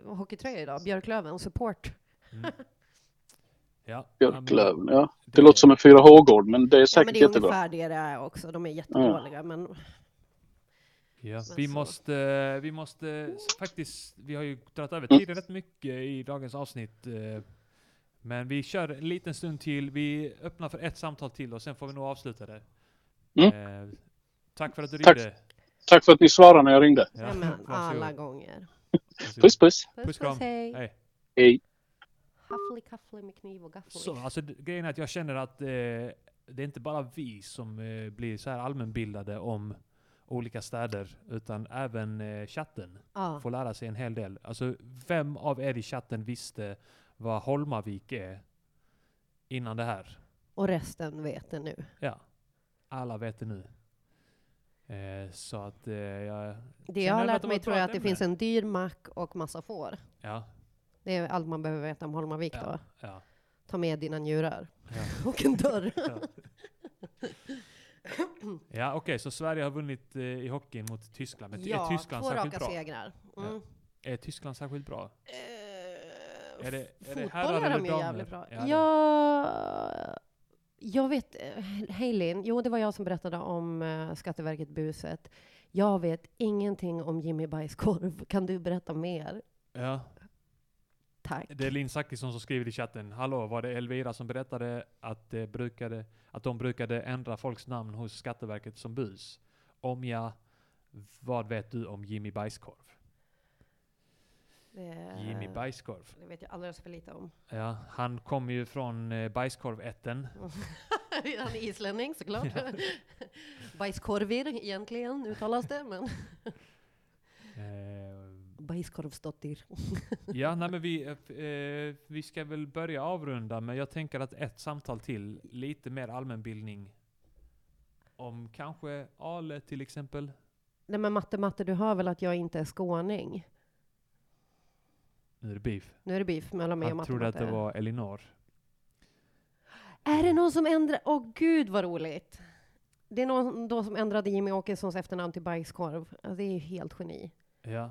Speaker 2: hockeytröja idag, Björklöven support.
Speaker 1: Ja,
Speaker 8: Björklöven,
Speaker 1: men-
Speaker 8: ja. Det låter som en 4H-gård, men det är
Speaker 2: Ja,
Speaker 8: säkert
Speaker 2: men det är
Speaker 8: jättebra.
Speaker 2: ungefär det det är också, de är jättedåliga men
Speaker 1: Ja,
Speaker 2: Men
Speaker 1: vi
Speaker 2: så-
Speaker 1: måste, vi måste s- faktiskt, vi har ju dragit över tiden rätt mycket i dagens avsnitt. eh, Men vi kör en liten stund till, vi öppnar för ett samtal till och sen får vi nog avsluta det. Eh, Tack för att du
Speaker 8: Mm. Tack.
Speaker 1: ringde.
Speaker 8: Tack för att ni svarade när jag ringde.
Speaker 1: Ja,
Speaker 2: Ja, men
Speaker 1: varsågod,
Speaker 2: alla gånger.
Speaker 1: varsågod.
Speaker 8: Puss puss.
Speaker 1: Puss, kram.
Speaker 2: hej.
Speaker 1: Hej.
Speaker 8: Hej.
Speaker 2: Hafflig kafflig med kniv och gafflig.
Speaker 1: Så, alltså, d- grejen är att jag känner att eh, det är inte bara vi som eh, blir så här allmänbildade om olika städer, utan även eh, chatten.
Speaker 2: Ja.
Speaker 1: får lära sig en hel del. Alltså, vem av er i chatten visste vad Holmavik är innan det här?
Speaker 2: Och resten vet det nu.
Speaker 1: Ja, alla vet det nu. Eh, så att eh, jag...
Speaker 2: Det
Speaker 1: Känner
Speaker 2: jag har
Speaker 1: du att
Speaker 2: lärt
Speaker 1: det var
Speaker 2: mig
Speaker 1: ett
Speaker 2: tror
Speaker 1: bra
Speaker 2: jag att det
Speaker 1: ämne?
Speaker 2: finns en dyr mack och massa får.
Speaker 1: Ja,
Speaker 2: Det är allt man behöver veta om Holmavik
Speaker 1: ja,
Speaker 2: då.
Speaker 1: ja.
Speaker 2: Ta med dina njurar.
Speaker 1: Ja.
Speaker 2: Och en dörr.
Speaker 1: Ja, ja okej, så Sverige har vunnit eh, i hockeyn mot Tyskland. Men är Tyskland
Speaker 2: två
Speaker 1: särskilt
Speaker 2: raka
Speaker 1: bra?
Speaker 2: segrar. Mm.
Speaker 1: Ja. Eh, Är Tyskland särskilt bra?
Speaker 2: Eh,
Speaker 1: Är det-
Speaker 2: f-
Speaker 1: är det
Speaker 2: fotboll
Speaker 1: herrar
Speaker 2: är de
Speaker 1: eller
Speaker 2: ju
Speaker 1: damer?
Speaker 2: jävligt bra.
Speaker 1: Ja,
Speaker 2: Ja,
Speaker 1: det-
Speaker 2: jag vet, eh, Heilin, jo det var jag som berättade om eh, Skatteverket buset. Jag vet ingenting om Jimmy Bajskorv. Kan du berätta mer?
Speaker 1: Ja.
Speaker 2: Tack.
Speaker 1: Det är Linn Zachrisson som skriver i chatten. Hallå, var det Elvira som berättade att, det brukade, att de brukade ändra folks namn hos Skatteverket som bus? Om ja, vad vet du om Jimmy Bajskorv?
Speaker 2: Eh,
Speaker 1: Jimmy Bajskorv.
Speaker 2: Det vet jag alldeles för lite om.
Speaker 1: Ja, han kommer ju från eh, bajskorv-ätten.
Speaker 2: Mm. Han är islänning såklart. Bajskorvir egentligen uttalas det, men
Speaker 1: Eh,
Speaker 2: bajskorvsdottir.
Speaker 1: Ja, nej, men vi, eh, eh, vi ska väl börja avrunda, men jag tänker att ett samtal till, lite mer allmänbildning. Om kanske Ale till exempel.
Speaker 2: Nej men matte, matte, du hör väl att jag inte är skåning?
Speaker 1: Nu är det beef.
Speaker 2: Nu är det beef mellan mig och
Speaker 1: Han
Speaker 2: matte,
Speaker 1: trodde att
Speaker 2: matte.
Speaker 1: det var Elinor.
Speaker 2: Är det någon som ändrar? Åh gud vad roligt! Det är någon då som ändrade Jimmy Åkessons efternamn till bajskorv. Alltså, det är ju helt geni.
Speaker 1: Ja.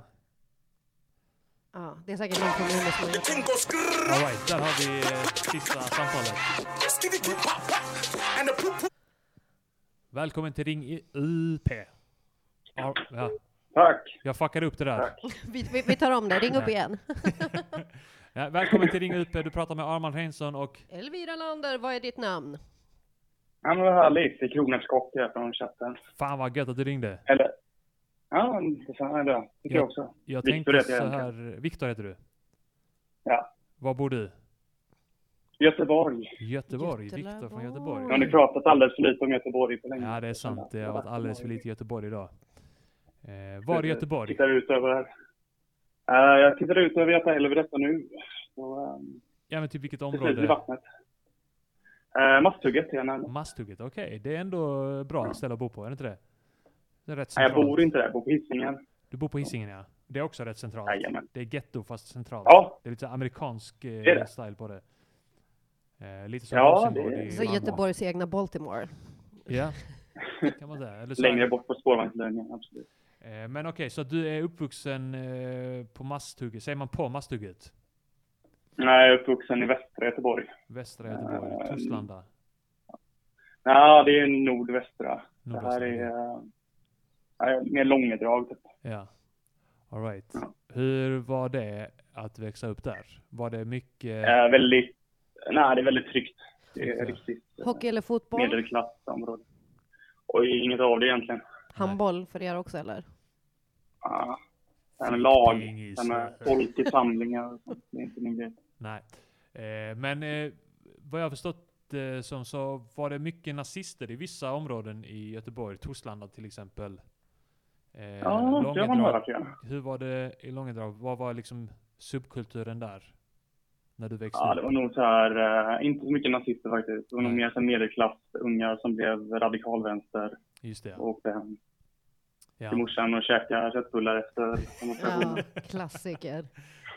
Speaker 2: Ja, det är säkert någon kommun som har gjort det.
Speaker 1: All right, där har vi eh, sista samtalet. Välkommen till Ring i- UP. Ja, ja,
Speaker 9: Tack!
Speaker 1: jag fuckade upp det där.
Speaker 2: Vi, vi, vi tar om det. Ring upp igen.
Speaker 1: Ja, välkommen till Ring UP. Du pratar med Armand Reinsson och
Speaker 2: Elvira Lander, vad är ditt namn?
Speaker 8: Ja, men vad härligt. Det är Kronans Kock jag från chatten.
Speaker 1: fan vad gött att du ringde.
Speaker 8: Eller? Ja, detsamma. Det tycker jag också.
Speaker 1: Jag
Speaker 8: Viktor
Speaker 1: tänkte
Speaker 8: heter jag
Speaker 1: så här.
Speaker 8: egentligen.
Speaker 1: Viktor heter du.
Speaker 8: Ja.
Speaker 1: Var bor du?
Speaker 8: Göteborg.
Speaker 1: Göteborg. Viktor från
Speaker 8: Nu har ni
Speaker 1: Göteborg.
Speaker 8: pratat alldeles för lite om Göteborg på länge.
Speaker 1: Ja, det är sant. Det har varit alldeles för lite Göteborg idag. Eh, var i
Speaker 8: Jag
Speaker 1: Göteborg?
Speaker 8: tittar ut över... Eh, jag tittar ut över Göta helvete nu. Så, ehm,
Speaker 1: Ja, men typ vilket
Speaker 8: precis vid
Speaker 1: område?
Speaker 8: vattnet. Uh, Masthugget är jag närmast.
Speaker 1: Masthugget. Okej, det är ändå bra ställe att bo på, är det inte det? det är rätt
Speaker 8: Nej, jag
Speaker 1: centralt.
Speaker 8: bor inte där. Jag bor på Hisingen.
Speaker 1: Du bor på Hisingen, ja. Det är också rätt centralt.
Speaker 8: Jajamän.
Speaker 1: Det är ghetto fast centralt.
Speaker 8: Ja.
Speaker 1: Det är lite så här amerikansk eh,
Speaker 8: Det är det.
Speaker 1: style på det. Eh, lite som
Speaker 8: Ja,
Speaker 1: Rosengård
Speaker 8: det är-
Speaker 1: i
Speaker 2: Så
Speaker 1: Malmö.
Speaker 2: Göteborgs egna Baltimore.
Speaker 1: Ja, kan man säga. Eller så
Speaker 8: Längre bort på spårvagnslinjen, absolut.
Speaker 1: Eh, Men okej, så du är uppvuxen eh, på Masthugget? Säger man på Masthugget?
Speaker 8: Nej, jag är uppvuxen i västra Göteborg.
Speaker 1: Västra
Speaker 8: Eh,
Speaker 1: Göteborg, Torslanda?
Speaker 8: Nej, det är nordvästra. Det här
Speaker 1: Nordvästra
Speaker 8: är... eh, nej, mer Långedrag, typ.
Speaker 1: Ja. All right. Hur var det att växa upp där? Var det mycket...
Speaker 8: Eh, väldigt... Nej, det är väldigt tryggt. Det är
Speaker 1: Tryggt, ja.
Speaker 8: riktigt eh,
Speaker 2: Hockey eller fotboll?
Speaker 8: medelklassområde. Och inget av det egentligen.
Speaker 2: Handboll för er också eller?
Speaker 8: Ja. Det här med lag,
Speaker 1: Pingis.
Speaker 8: det här med folk i samlingar. och sånt, Det är inte min grej.
Speaker 1: Nej. Eh, men eh, vad jag har förstått eh, som så var det mycket nazister i vissa områden i Göteborg. Torslanda till exempel. Eh,
Speaker 8: Ja, det har man
Speaker 1: Långedrag.
Speaker 8: hört ja.
Speaker 1: Hur var det i Långedrag? Vad var liksom subkulturen där? När du växte
Speaker 8: Ja,
Speaker 1: upp?
Speaker 8: det var nog så här, eh, inte så mycket nazister faktiskt. Det var nog
Speaker 1: Nej.
Speaker 8: mer så här medelklassungar som blev radikalvänster
Speaker 1: Just det.
Speaker 8: och åkte hem
Speaker 1: Ja.
Speaker 8: till morsan och käkade köttbullar efter demonstrationen.
Speaker 2: Ja, klassiker.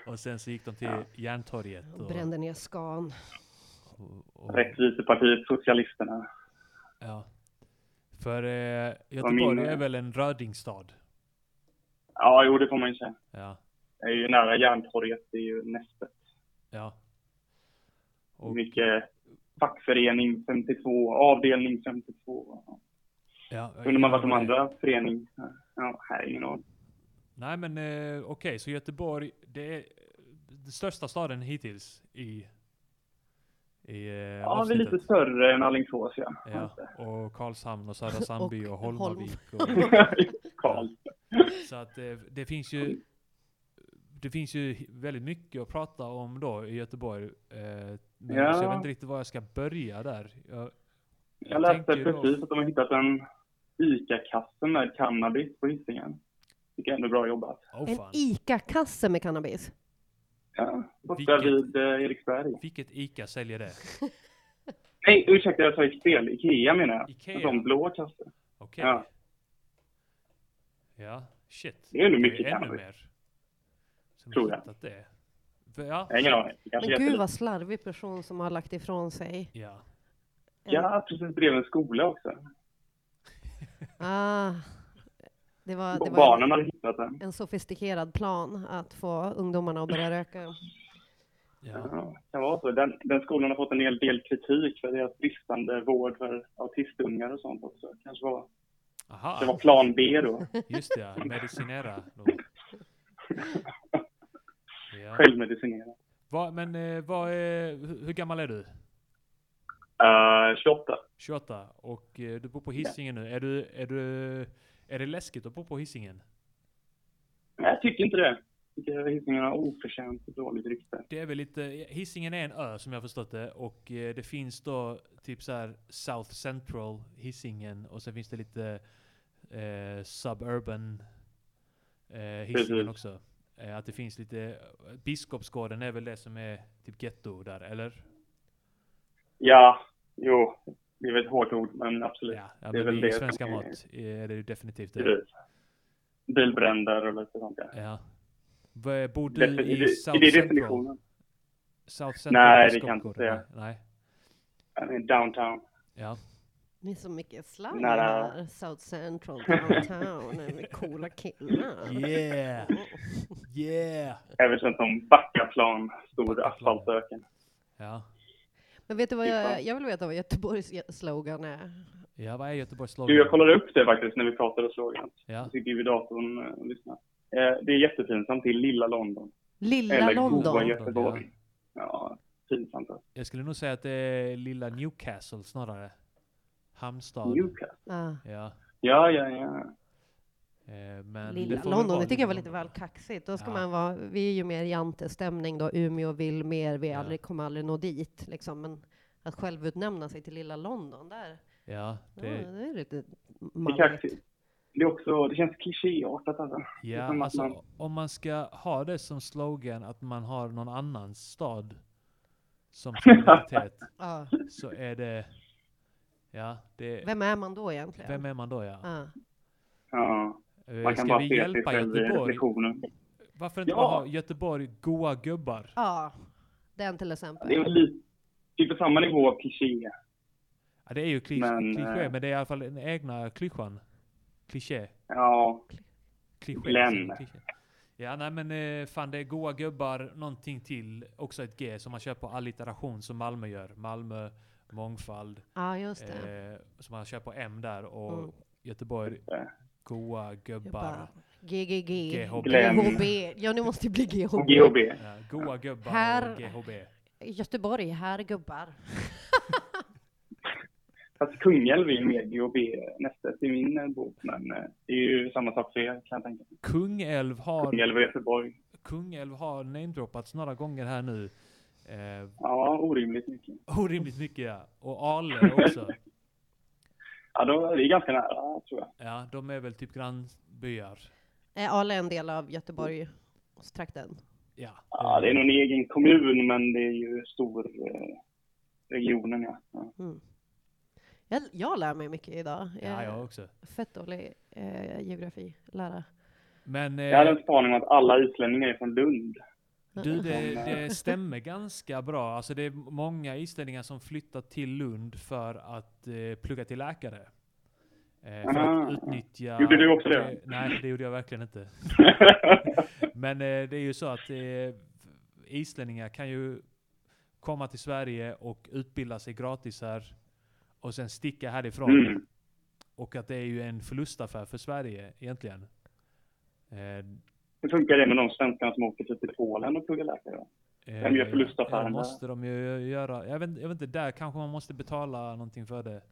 Speaker 1: Och sen så gick de till Järntorget. Och,
Speaker 2: Brände ner skan.
Speaker 1: och, och,
Speaker 8: Rättvisepartiet, Socialisterna.
Speaker 1: ja. För eh, Göteborg
Speaker 8: min-
Speaker 1: är väl en rödingstad?
Speaker 8: Ja, jo, det får man ju säga.
Speaker 1: Ja.
Speaker 8: Det är ju nära Järntorget, det är ju nästet.
Speaker 1: ja. Och,
Speaker 8: Mycket fackförening 52, avdelning 52.
Speaker 1: ja,
Speaker 8: Kunde man varit de
Speaker 1: ja,
Speaker 8: andra förening? Ja, här är ingen aning.
Speaker 1: Nej men eh, okej, så Göteborg, det är den största staden hittills i, i eh,
Speaker 8: Ja, vi är lite
Speaker 1: avsnittet.
Speaker 8: större än Alingsås, ja.
Speaker 1: Ja, och Karlshamn och Södra Sandby och,
Speaker 2: Och
Speaker 1: Holmavik. Och,
Speaker 8: Karl.
Speaker 1: så att eh, det finns ju det finns ju väldigt mycket att prata om då i Göteborg. Eh, men
Speaker 8: Ja.
Speaker 1: alltså, jag vet inte riktigt var jag ska börja där. Jag,
Speaker 8: Jag läste
Speaker 1: tänker då-
Speaker 8: precis att de har hittat en ICA-kasse med cannabis på Hisingen. Tycker jag ändå är bra jobbat.
Speaker 1: Åh,
Speaker 2: En
Speaker 1: fan.
Speaker 2: ICA-kasse med cannabis.
Speaker 8: Ja, borta
Speaker 1: Vilket-
Speaker 8: vid eh, Eriksberg.
Speaker 1: Vilket ICA säljer det?
Speaker 8: Nej, ursäkta, jag sa ju fel. Ikea menar jag.
Speaker 1: Ikea.
Speaker 8: En sån blå kasse.
Speaker 1: Okej.
Speaker 8: Ja.
Speaker 1: Ja, shit.
Speaker 8: Det är nog mycket
Speaker 1: ännu
Speaker 8: cannabis.
Speaker 1: mer. Som
Speaker 8: Tror
Speaker 1: har
Speaker 8: jag.
Speaker 1: hittat det. För- Ja,
Speaker 8: Jag har ingen aning. Det kanske
Speaker 2: Men gud
Speaker 8: heter-
Speaker 2: vad slarvig person som har lagt ifrån sig.
Speaker 1: ja.
Speaker 2: en-
Speaker 8: Ja, precis bredvid en skola också.
Speaker 2: Ah, det var, det
Speaker 8: Och
Speaker 2: var
Speaker 8: barnen
Speaker 2: en,
Speaker 8: hade hittat den.
Speaker 2: en sofistikerad plan att få ungdomarna att börja röka.
Speaker 1: ja.
Speaker 8: Ja, det kan vara så. Den, den skolan har fått en hel del kritik för deras bristande vård för autistungar och sånt också. Kanske var, det var
Speaker 1: Aha,
Speaker 8: plan B då.
Speaker 1: just det. ja. Medicinera. då. Ja.
Speaker 8: Självmedicinera.
Speaker 1: Vad- men eh, vad är, hur hur gammal är du?
Speaker 8: Uh, 28.
Speaker 1: 28 och eh, du bor på Hisingen nu. Är, du, är, du, är det läskigt att bo på Hisingen?
Speaker 8: Nej, jag tycker inte det.
Speaker 10: tycker jag Hisingen har oförtjänt dåligt rykte.
Speaker 1: Det är väl lite, Hisingen är en ö som jag har förstått det och eh, det finns då typ så här South Central Hisingen och sen finns det lite eh, Suburban eh, Hisingen
Speaker 10: Precis.
Speaker 1: också. Eh, att det finns lite, Biskopsgården är väl det som är typ getto där, eller?
Speaker 10: Ja, jo, det är väl ett hårt ord, men absolut.
Speaker 1: Ja, ja
Speaker 10: det är
Speaker 1: men
Speaker 10: väl
Speaker 1: i
Speaker 10: det
Speaker 1: svenska
Speaker 10: som är-
Speaker 1: mat eh, är det ju definitivt det.
Speaker 10: Precis. Bilbränder och lite sånt där.
Speaker 1: Ja. V- Bor
Speaker 10: Det,
Speaker 1: du
Speaker 10: det,
Speaker 1: i
Speaker 10: det,
Speaker 1: South
Speaker 10: det är
Speaker 1: Central?
Speaker 10: definitionen.
Speaker 1: South
Speaker 10: Nej, det kan jag inte
Speaker 1: Biskopsgården?
Speaker 10: säga.
Speaker 1: Nej.
Speaker 10: I mean, downtown.
Speaker 1: Ja.
Speaker 2: Det är så mycket slang
Speaker 10: Nära.
Speaker 2: här. South Central Downtown. med coola killar.
Speaker 1: Yeah! Yeah!
Speaker 10: Även känt som Backaplan, stor asfaltöken.
Speaker 1: Ja.
Speaker 2: Men vet du vad
Speaker 10: Fy fan.
Speaker 2: jag, jag vill veta vad Göteborgs slogan är?
Speaker 1: Ja, vad är Göteborgs slogan?
Speaker 10: Du, jag kollade upp det faktiskt när vi pratade och slog den.
Speaker 1: Ja.
Speaker 10: Jag sitter ju vid datorn eh, och lyssnar. Eh, Det är jättepinsamt till lilla London.
Speaker 2: Lilla
Speaker 10: Eller goa
Speaker 2: London.
Speaker 10: Göteborg. Ja, pinsamt. alltså.
Speaker 1: Jag skulle nog säga att det är lilla Newcastle snarare. Hamnstad.
Speaker 10: Newcastle.
Speaker 2: Ah.
Speaker 1: Ja.
Speaker 10: Ja, ja, ja.
Speaker 1: eh, Men det
Speaker 2: Lilla
Speaker 1: får väl vara
Speaker 2: London, det tycker jag var
Speaker 1: Lilla
Speaker 2: lite väl
Speaker 1: London.
Speaker 2: kaxigt. Då ska
Speaker 1: Ja.
Speaker 2: man vara, vi är ju mer jantestämning då, Umeå vill mer, vi aldrig, kommer aldrig nå dit. Liksom. Men att självutnämna sig till lilla London, där,
Speaker 1: Ja,
Speaker 2: ja,
Speaker 1: det,
Speaker 2: det är lite
Speaker 10: Det, är
Speaker 2: malligt.
Speaker 10: kaxigt. det, är också, det känns klichéartat alltså. Det är som
Speaker 1: ja
Speaker 10: att
Speaker 1: alltså,
Speaker 10: man-
Speaker 1: om man ska ha det som slogan att man har någon annans stad som solidaritet
Speaker 2: Ja.
Speaker 1: så är det... Ja, det...
Speaker 2: Vem är man då egentligen?
Speaker 1: Vem är man då ja?
Speaker 2: Ja.
Speaker 10: Ja,
Speaker 1: Eh,
Speaker 10: man kan
Speaker 1: ska
Speaker 10: bara
Speaker 1: vi
Speaker 10: se typ, sig
Speaker 1: hjälpa
Speaker 10: själv i
Speaker 1: Göteborg?
Speaker 10: reflektionen.
Speaker 1: Varför inte
Speaker 10: Ja.
Speaker 1: bara ha Göteborg goa gubbar?
Speaker 2: ja, den till
Speaker 10: Det är
Speaker 2: exempel.
Speaker 10: väl lite, typ på samma nivå av kliché.
Speaker 1: Ja, det är ju kli-
Speaker 10: Men,
Speaker 1: kliché,
Speaker 10: eh,
Speaker 1: men det är i alla fall den egna klyschan. Kliché.
Speaker 10: Ja,
Speaker 1: Kliché.
Speaker 10: Glenn.
Speaker 1: kliché. liksom, Ja, nej men eh, fan det är goa gubbar, någonting till, också ett G som man kör på alliteration som Malmö gör. Malmö, mångfald,
Speaker 2: Ja, just det.
Speaker 1: eh, som man kör på M där och
Speaker 2: Mm.
Speaker 1: Göteborg,
Speaker 10: det.
Speaker 1: goa
Speaker 2: Jag
Speaker 1: gubbar.
Speaker 2: bara, GGG.
Speaker 1: GHB.
Speaker 2: GHB. Ja, nu måste det bli
Speaker 10: och
Speaker 2: GHB.
Speaker 10: GHB.
Speaker 1: Ja, goa gubbar
Speaker 2: Här-
Speaker 1: och GHB.
Speaker 2: Göteborg, här gubbar.
Speaker 10: Fast Kungälv är ju mer GHB nästet i min eh, bok, men eh, det är ju samma sak för er kan jag tänka mig.
Speaker 1: Kungälv har,
Speaker 10: Kungälv och Göteborg.
Speaker 1: Kungälv har namedroppats några gånger här nu. Eh,
Speaker 10: Ja, orimligt mycket.
Speaker 1: orimligt mycket ja. Och Ale också.
Speaker 10: Ja, då är vi ganska nära tror jag.
Speaker 1: Ja, de är väl typ grannbyar.
Speaker 2: Eh, Är Ale en del av Göteborgstrakten?
Speaker 1: Ja,
Speaker 10: Ja, det är nog en egen kommun, men det är ju stor eh, regionen ja. ja.
Speaker 2: Jag, jag lär mig mycket idag. Jag
Speaker 1: Ja,
Speaker 2: är
Speaker 1: jag också.
Speaker 2: Fett dålig eh, geografilärare.
Speaker 1: Men eh,
Speaker 10: Jag hade en spaning om att alla islänningar är från Lund.
Speaker 1: du, det, det stämmer ganska bra. Alltså det är många islänningar som flyttat till Lund för att eh, plugga till läkare. Eh, för
Speaker 10: Ah.
Speaker 1: att utnyttja... Eh,
Speaker 10: Gjorde du också det?
Speaker 1: nej, det gjorde jag verkligen inte. Men eh, det är ju så att eh, islänningar kan ju komma till Sverige och utbilda sig gratis här och sen sticka härifrån.
Speaker 10: Mm.
Speaker 1: Och att det är ju en förlustaffär för Sverige egentligen. Eh,
Speaker 10: Hur funkar det med de svenskarna som åker typ till Polen och pluggar läkare? då? Vem gör förlustaffären
Speaker 1: Eh, Ja,
Speaker 10: där?
Speaker 1: måste de ju göra. Jag vet, jag vet inte, där kanske man måste betala någonting för det.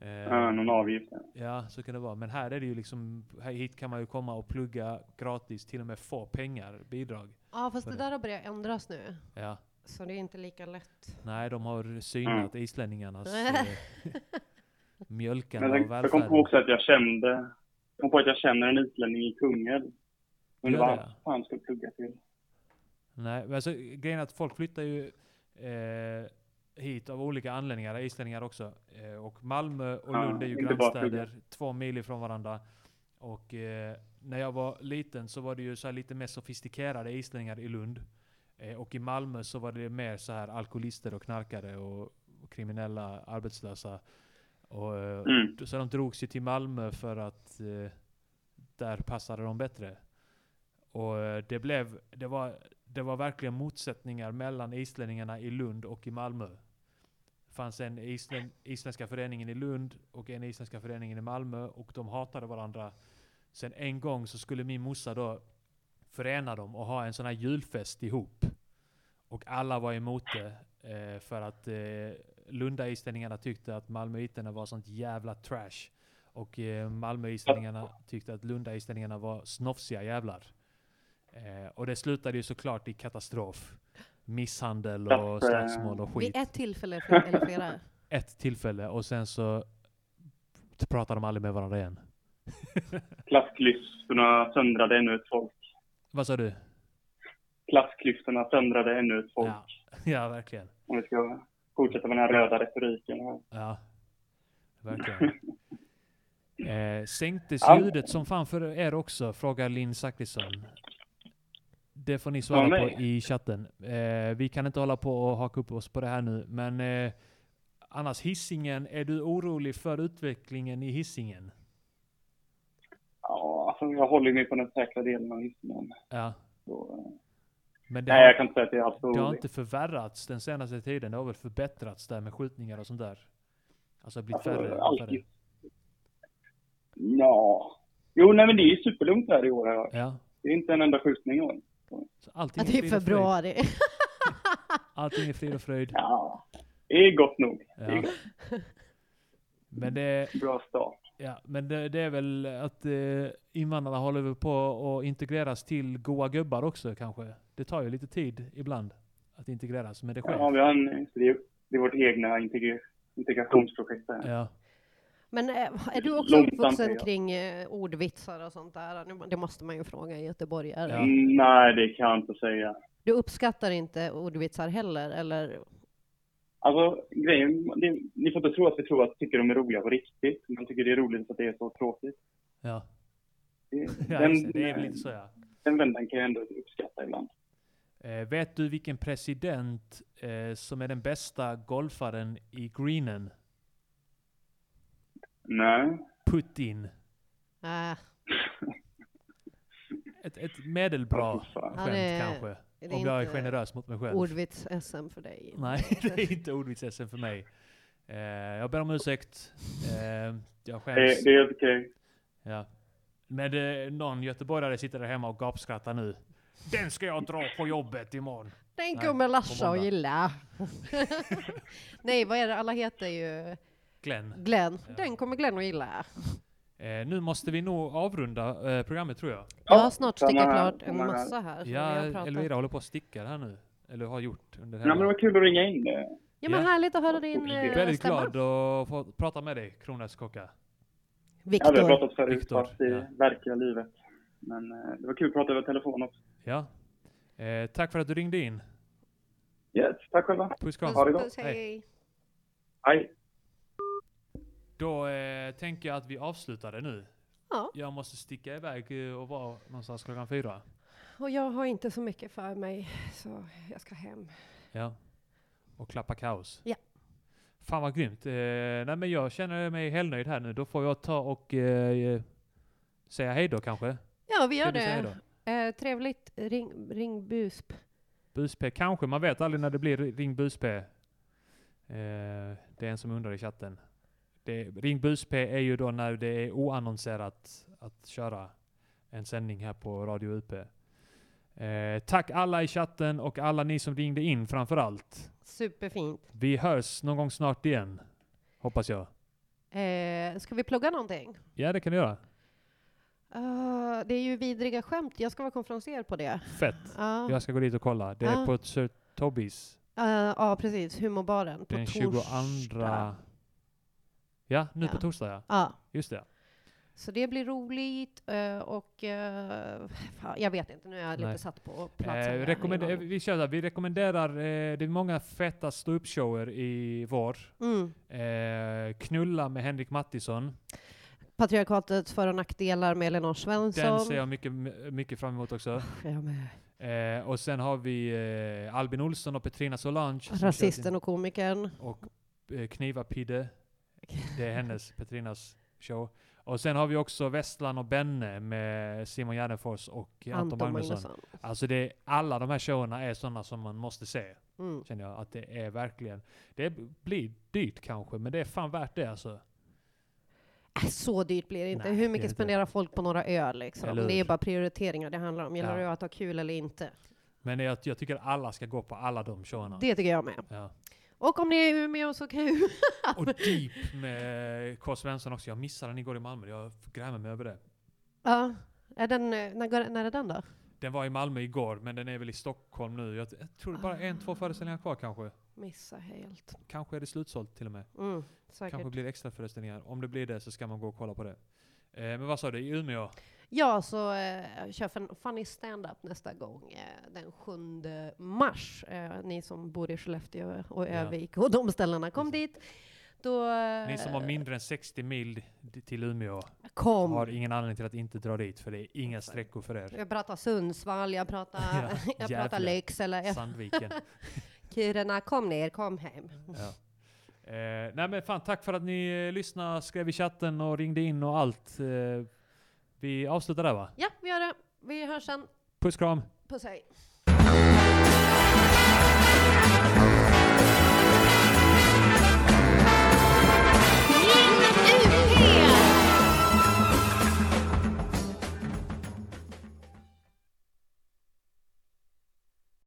Speaker 1: Eh,
Speaker 10: Ja, någon avgift. ja.
Speaker 1: Ja, så kan det vara. Men här är det ju liksom, här hit kan man ju komma och plugga gratis, till och med få pengar, bidrag.
Speaker 2: Ja, fast
Speaker 1: Vad
Speaker 2: det
Speaker 1: det-
Speaker 2: där har börjat ändras nu.
Speaker 1: Ja.
Speaker 2: Så det är inte lika lätt.
Speaker 1: Nej, de har synat
Speaker 10: Mm.
Speaker 1: islänningarnas eh, mjölkande
Speaker 10: Men
Speaker 1: av
Speaker 10: jag, jag kom på
Speaker 1: välfärden.
Speaker 10: också att jag kände, jag kom på att jag känner en utlänning i Kungälv. Men det
Speaker 1: Gör
Speaker 10: var
Speaker 1: det?
Speaker 10: vad han skulle plugga till.
Speaker 1: Nej, men alltså, grejen är att folk flyttar ju eh, hit av olika anledningar, islänningar också. Eh, och Malmö och
Speaker 10: Ja,
Speaker 1: Lund är ju
Speaker 10: inte bara
Speaker 1: grannstäder, två mil ifrån varandra. Och eh, när jag var liten så var det ju så här lite mer sofistikerade islänningar i Lund. Eh, och i Malmö så var det mer så här alkoholister och knarkare och kriminella, arbetslösa. Och, eh,
Speaker 10: Mm.
Speaker 1: så de drogs ju till Malmö för att eh, där passade de bättre. Och eh, det blev, det var, det var verkligen motsättningar mellan islänningarna i Lund och i Malmö. Det fanns en islän, isländska föreningen i Lund och en isländska föreningen i Malmö och de hatade varandra. Sen en gång så skulle min morsa då förena dem och ha en sån här julfest ihop. Och alla var emot det. Eh, för att eh, Lunda-islänningarna tyckte att malmöiterna var sånt jävla trash. Och eh, Malmö-islänningarna tyckte att Lunda-islänningarna var snofsiga jävlar. Eh, Eh, och det slutade ju såklart i katastrof. Misshandel
Speaker 10: Ja, eh,
Speaker 1: och slagsmål och
Speaker 2: Vid
Speaker 1: skit.
Speaker 2: ett tillfälle fl- eller flera.
Speaker 1: Ett tillfälle och sen så pratar de aldrig med varandra igen.
Speaker 10: Klassklyftorna söndrade ännu ett folk.
Speaker 1: Vad sa du?
Speaker 10: Klassklyftorna söndrade ännu ett folk.
Speaker 1: Ja, ja verkligen.
Speaker 10: Om vi ska fortsätta med den här röda retoriken. här.
Speaker 1: Ja, verkligen. Eh, sänktes
Speaker 10: Ja.
Speaker 1: ljudet som fan för er också, frågar Linn Zachrisson. Det får ni
Speaker 10: Ja,
Speaker 1: svara
Speaker 10: nej.
Speaker 1: på i chatten. Eh, vi kan inte hålla på och haka upp oss på det här nu, men eh, annars hissingen, är du orolig för utvecklingen i hissingen?
Speaker 10: Ja, alltså jag håller mig på den säkra delen av Hisingen.
Speaker 1: Ja,
Speaker 10: Så, eh,
Speaker 1: men det
Speaker 10: Nej, jag
Speaker 1: har,
Speaker 10: kan inte säga att jag är alls
Speaker 1: det har
Speaker 10: orolig.
Speaker 1: inte förvärrats den senaste tiden. Det har väl förbättrats där med skjutningar och sånt där. Alltså blivit
Speaker 10: Alltså,
Speaker 1: färre. och
Speaker 10: allt
Speaker 1: färre.
Speaker 10: gick- Ja. Jo, nej men det är ju superlugnt här i år. här.
Speaker 1: Ja,
Speaker 10: Det är inte en enda skjutning i år.
Speaker 1: så allting
Speaker 2: Att
Speaker 1: är
Speaker 2: det är
Speaker 1: frid och fröjd.
Speaker 2: februari.
Speaker 1: Allting är frid och fröjd.
Speaker 10: Ja. Det är gott nog. Det är
Speaker 1: Ja. Men det,
Speaker 10: Bra start.
Speaker 1: ja, men det, det är väl att eh, invandrarna håller väl på att integreras till goa gubbar också kanske. Det tar ju lite tid ibland att integreras, men det sker.
Speaker 10: Ja, vi har en, det, är, det är vårt egna integre- integrationsprojekt här.
Speaker 1: Ja.
Speaker 2: Men eh, är du också
Speaker 10: Långsamt är
Speaker 2: uppvuxen
Speaker 10: jag.
Speaker 2: kring eh, ordvitsar och sånt där? Nu- Det måste man ju fråga en göteborgare.
Speaker 1: Ja.
Speaker 10: Mm, Nej, det kan jag inte säga.
Speaker 2: Du uppskattar inte ordvitsar heller, eller?
Speaker 10: Alltså, grejen, det, ni får inte tro att vi tror att tycker de är roliga på riktigt. Man tycker det är roligt att det är så tråkigt.
Speaker 1: Ja,
Speaker 10: Det,
Speaker 1: ja
Speaker 10: den,
Speaker 1: just det. det är väl lite så ja.
Speaker 10: den vändan kan jag ändå uppskatta ibland.
Speaker 1: Eh, vet du vilken president eh, som är den bästa golfaren i greenen?
Speaker 10: Nej.
Speaker 1: Putin.
Speaker 2: Äh,
Speaker 1: Ett, ett medelbra
Speaker 10: Ja, fy fan.
Speaker 1: skämt
Speaker 2: Ja, det-
Speaker 1: kanske.
Speaker 2: det är eh,
Speaker 1: Om jag är
Speaker 2: inte
Speaker 1: generös mot mig själv.
Speaker 2: ordvits-SM för dig.
Speaker 1: Nej, det är inte ordvits-SM för mig. Eh, jag ber om ursäkt. Eh, jag
Speaker 10: Det,
Speaker 1: skäms.
Speaker 10: det är helt okej.
Speaker 1: Ja. Men det, någon göteborgare sitter där hemma och gapskrattar nu. Den ska jag dra på jobbet imorgon.
Speaker 2: Den
Speaker 1: Nej,
Speaker 2: kommer
Speaker 1: på
Speaker 2: Larsa
Speaker 1: måndag.
Speaker 2: att gilla. Nej, vad är det? Alla heter ju
Speaker 1: Glenn.
Speaker 2: Glenn.
Speaker 1: Ja.
Speaker 2: Den kommer Glenn att gilla.
Speaker 1: Eh, nu måste vi nog avrunda eh, programmet tror jag.
Speaker 2: Jag har snart
Speaker 10: samma
Speaker 2: stickat
Speaker 10: här,
Speaker 2: klart en
Speaker 10: samma här.
Speaker 2: massa här. som
Speaker 1: Ja,
Speaker 2: Alltså, vi har pratat.
Speaker 1: Elvira håller på att sticka här nu. Eller har gjort under
Speaker 10: Ja, men det
Speaker 1: helgen.
Speaker 10: var kul att ringa in.
Speaker 2: Ja, men
Speaker 1: Ja.
Speaker 2: härligt att höra din
Speaker 10: Jag är
Speaker 2: eh,
Speaker 1: Väldigt
Speaker 2: stämma.
Speaker 1: glad att få prata med dig, kronärtskocka.
Speaker 10: Ja, vi har
Speaker 2: Viktor.
Speaker 10: pratat förut
Speaker 1: Viktor,
Speaker 10: fast i
Speaker 1: ja.
Speaker 10: verkliga livet. Men eh, det var kul att prata över telefon också.
Speaker 1: Ja. Eh, tack för att du ringde in.
Speaker 10: Yes, tack själva.
Speaker 1: Puss kram.
Speaker 10: Ha det gott.
Speaker 2: Puss, hej.
Speaker 10: Hej.
Speaker 1: Då eh, tänker jag att vi avslutar det nu.
Speaker 2: Ja.
Speaker 1: Jag måste sticka iväg eh, och vara någonstans klockan fyra.
Speaker 2: Och jag har inte så mycket för mig, så jag ska hem.
Speaker 1: Ja. Och klappa kaos.
Speaker 2: Ja.
Speaker 1: Fan vad grymt. Eh, nej men jag känner mig helnöjd här nu. Då får jag ta och eh, säga hej då kanske.
Speaker 2: Ja, vi gör
Speaker 1: Ska du säga
Speaker 2: det. Eh, trevligt. Ring, ring Busp.
Speaker 1: Busp kanske. Man vet aldrig när det blir Ring Busp. Eh, det är en som undrar i chatten. Det, ring Busp är ju då när det är oannonserat att köra en sändning här på Radio UP. Eh, tack alla i chatten och alla ni som ringde in framförallt.
Speaker 2: Superfint.
Speaker 1: Vi hörs någon gång snart igen. Hoppas jag.
Speaker 2: Eh, ska vi plugga någonting?
Speaker 1: Ja, det kan du göra.
Speaker 2: Ah, det är ju vidriga skämt. Jag ska vara konferenser på det.
Speaker 1: Fett.
Speaker 2: Ja,
Speaker 1: Jag ska gå dit och kolla. Det är
Speaker 2: Ah.
Speaker 1: på ett Sir Tobbys
Speaker 2: Ah, ja, precis. Humorbaren på
Speaker 1: den
Speaker 2: torsdag.
Speaker 1: 22... Ja, nu på
Speaker 2: Ja.
Speaker 1: torsdag ja.
Speaker 2: Ja,
Speaker 1: Just det.
Speaker 2: så det blir roligt eh, och eh, fan, jag vet inte, nu är jag lite
Speaker 1: Nej.
Speaker 2: satt på plats. här
Speaker 1: Eh,
Speaker 2: igen
Speaker 1: rekommender-
Speaker 2: innan.
Speaker 1: vi, kör så här. vi rekommenderar, eh, det är många feta ståuppshower i vår.
Speaker 2: Mm.
Speaker 1: Eh, knulla med Henrik Mattisson.
Speaker 2: Patriarkatets för och nackdelar med Elinor
Speaker 1: Den
Speaker 2: Svensson.
Speaker 1: ser jag mycket, mycket fram emot också.
Speaker 2: jag med.
Speaker 1: Eh, och sen har vi eh, Albin Olsson och Petrina Solange. som kör
Speaker 2: Rasisten och komikern.
Speaker 1: sin- Och eh, Kniva Pidde. Det är hennes, Petrinas show. Och sen har vi också Westland och Benne med Simon Gärdenfors och eh, Anton, Magnusson. Alltså det, är- alla de här showerna är sådana som man måste se.
Speaker 2: Mm.
Speaker 1: känner jag. Att det är verkligen... Det blir dyrt kanske, men det är fan värt det alltså.
Speaker 2: Äh, Så dyrt blir det inte.
Speaker 1: Nej, det
Speaker 2: Hur
Speaker 1: är
Speaker 2: mycket
Speaker 1: inte.
Speaker 2: spenderar folk på några öl liksom?
Speaker 1: Eller hur?
Speaker 2: Det är bara prioriteringar det handlar om. Gäller
Speaker 1: Ja.
Speaker 2: det att ha kul eller inte?
Speaker 1: Men jag, jag tycker alla ska gå på alla de showerna.
Speaker 2: Det tycker jag med.
Speaker 1: Ja.
Speaker 2: Och om ni är i Umeå så kan ju...
Speaker 1: Och Deep med K. Svensson också. Jag missade när ni går i Malmö. Jag grämer mig över det.
Speaker 2: ja. Är den, eh, när, går- när är den då?
Speaker 1: Den var i Malmö igår, men den är väl i Stockholm nu. Jag, jag tror det bara är
Speaker 2: Ah.
Speaker 1: en, två föreställningar kvar kanske.
Speaker 2: Missa helt.
Speaker 1: Kanske är det slutsålt till och med.
Speaker 2: Mm, säkert.
Speaker 1: Kanske blir det extra föreställningar. Om det blir det så ska man gå och kolla på det. Eh, men vad sa du, i Umeå?
Speaker 2: Ja, så eh, kör fun- Funny Stand-Up nästa gång eh, den 7 mars. Eh, ni som bor i Skellefteå och Övik och de ställena, kom dit. Då, eh,
Speaker 1: Ni som har mindre än 60 mil d- till Umeå
Speaker 2: Kom.
Speaker 1: har ingen anledning till att inte dra dit, för det är inga sträckor för er.
Speaker 2: Jag pratar Sundsvall, jag pratar, jag
Speaker 1: Gävle,
Speaker 2: pratar Lycksele, jag-
Speaker 1: Sandviken.
Speaker 2: Kiruna. Kom ner, kom hem.
Speaker 1: Ja. Eh, nej men fan, tack för att ni eh, lyssnade, skrev i chatten och ringde in och allt. Eh, vi avslutar där va?
Speaker 2: Ja, vi gör det. Vi hörs sen.
Speaker 1: Puss kram!
Speaker 2: Puss hej.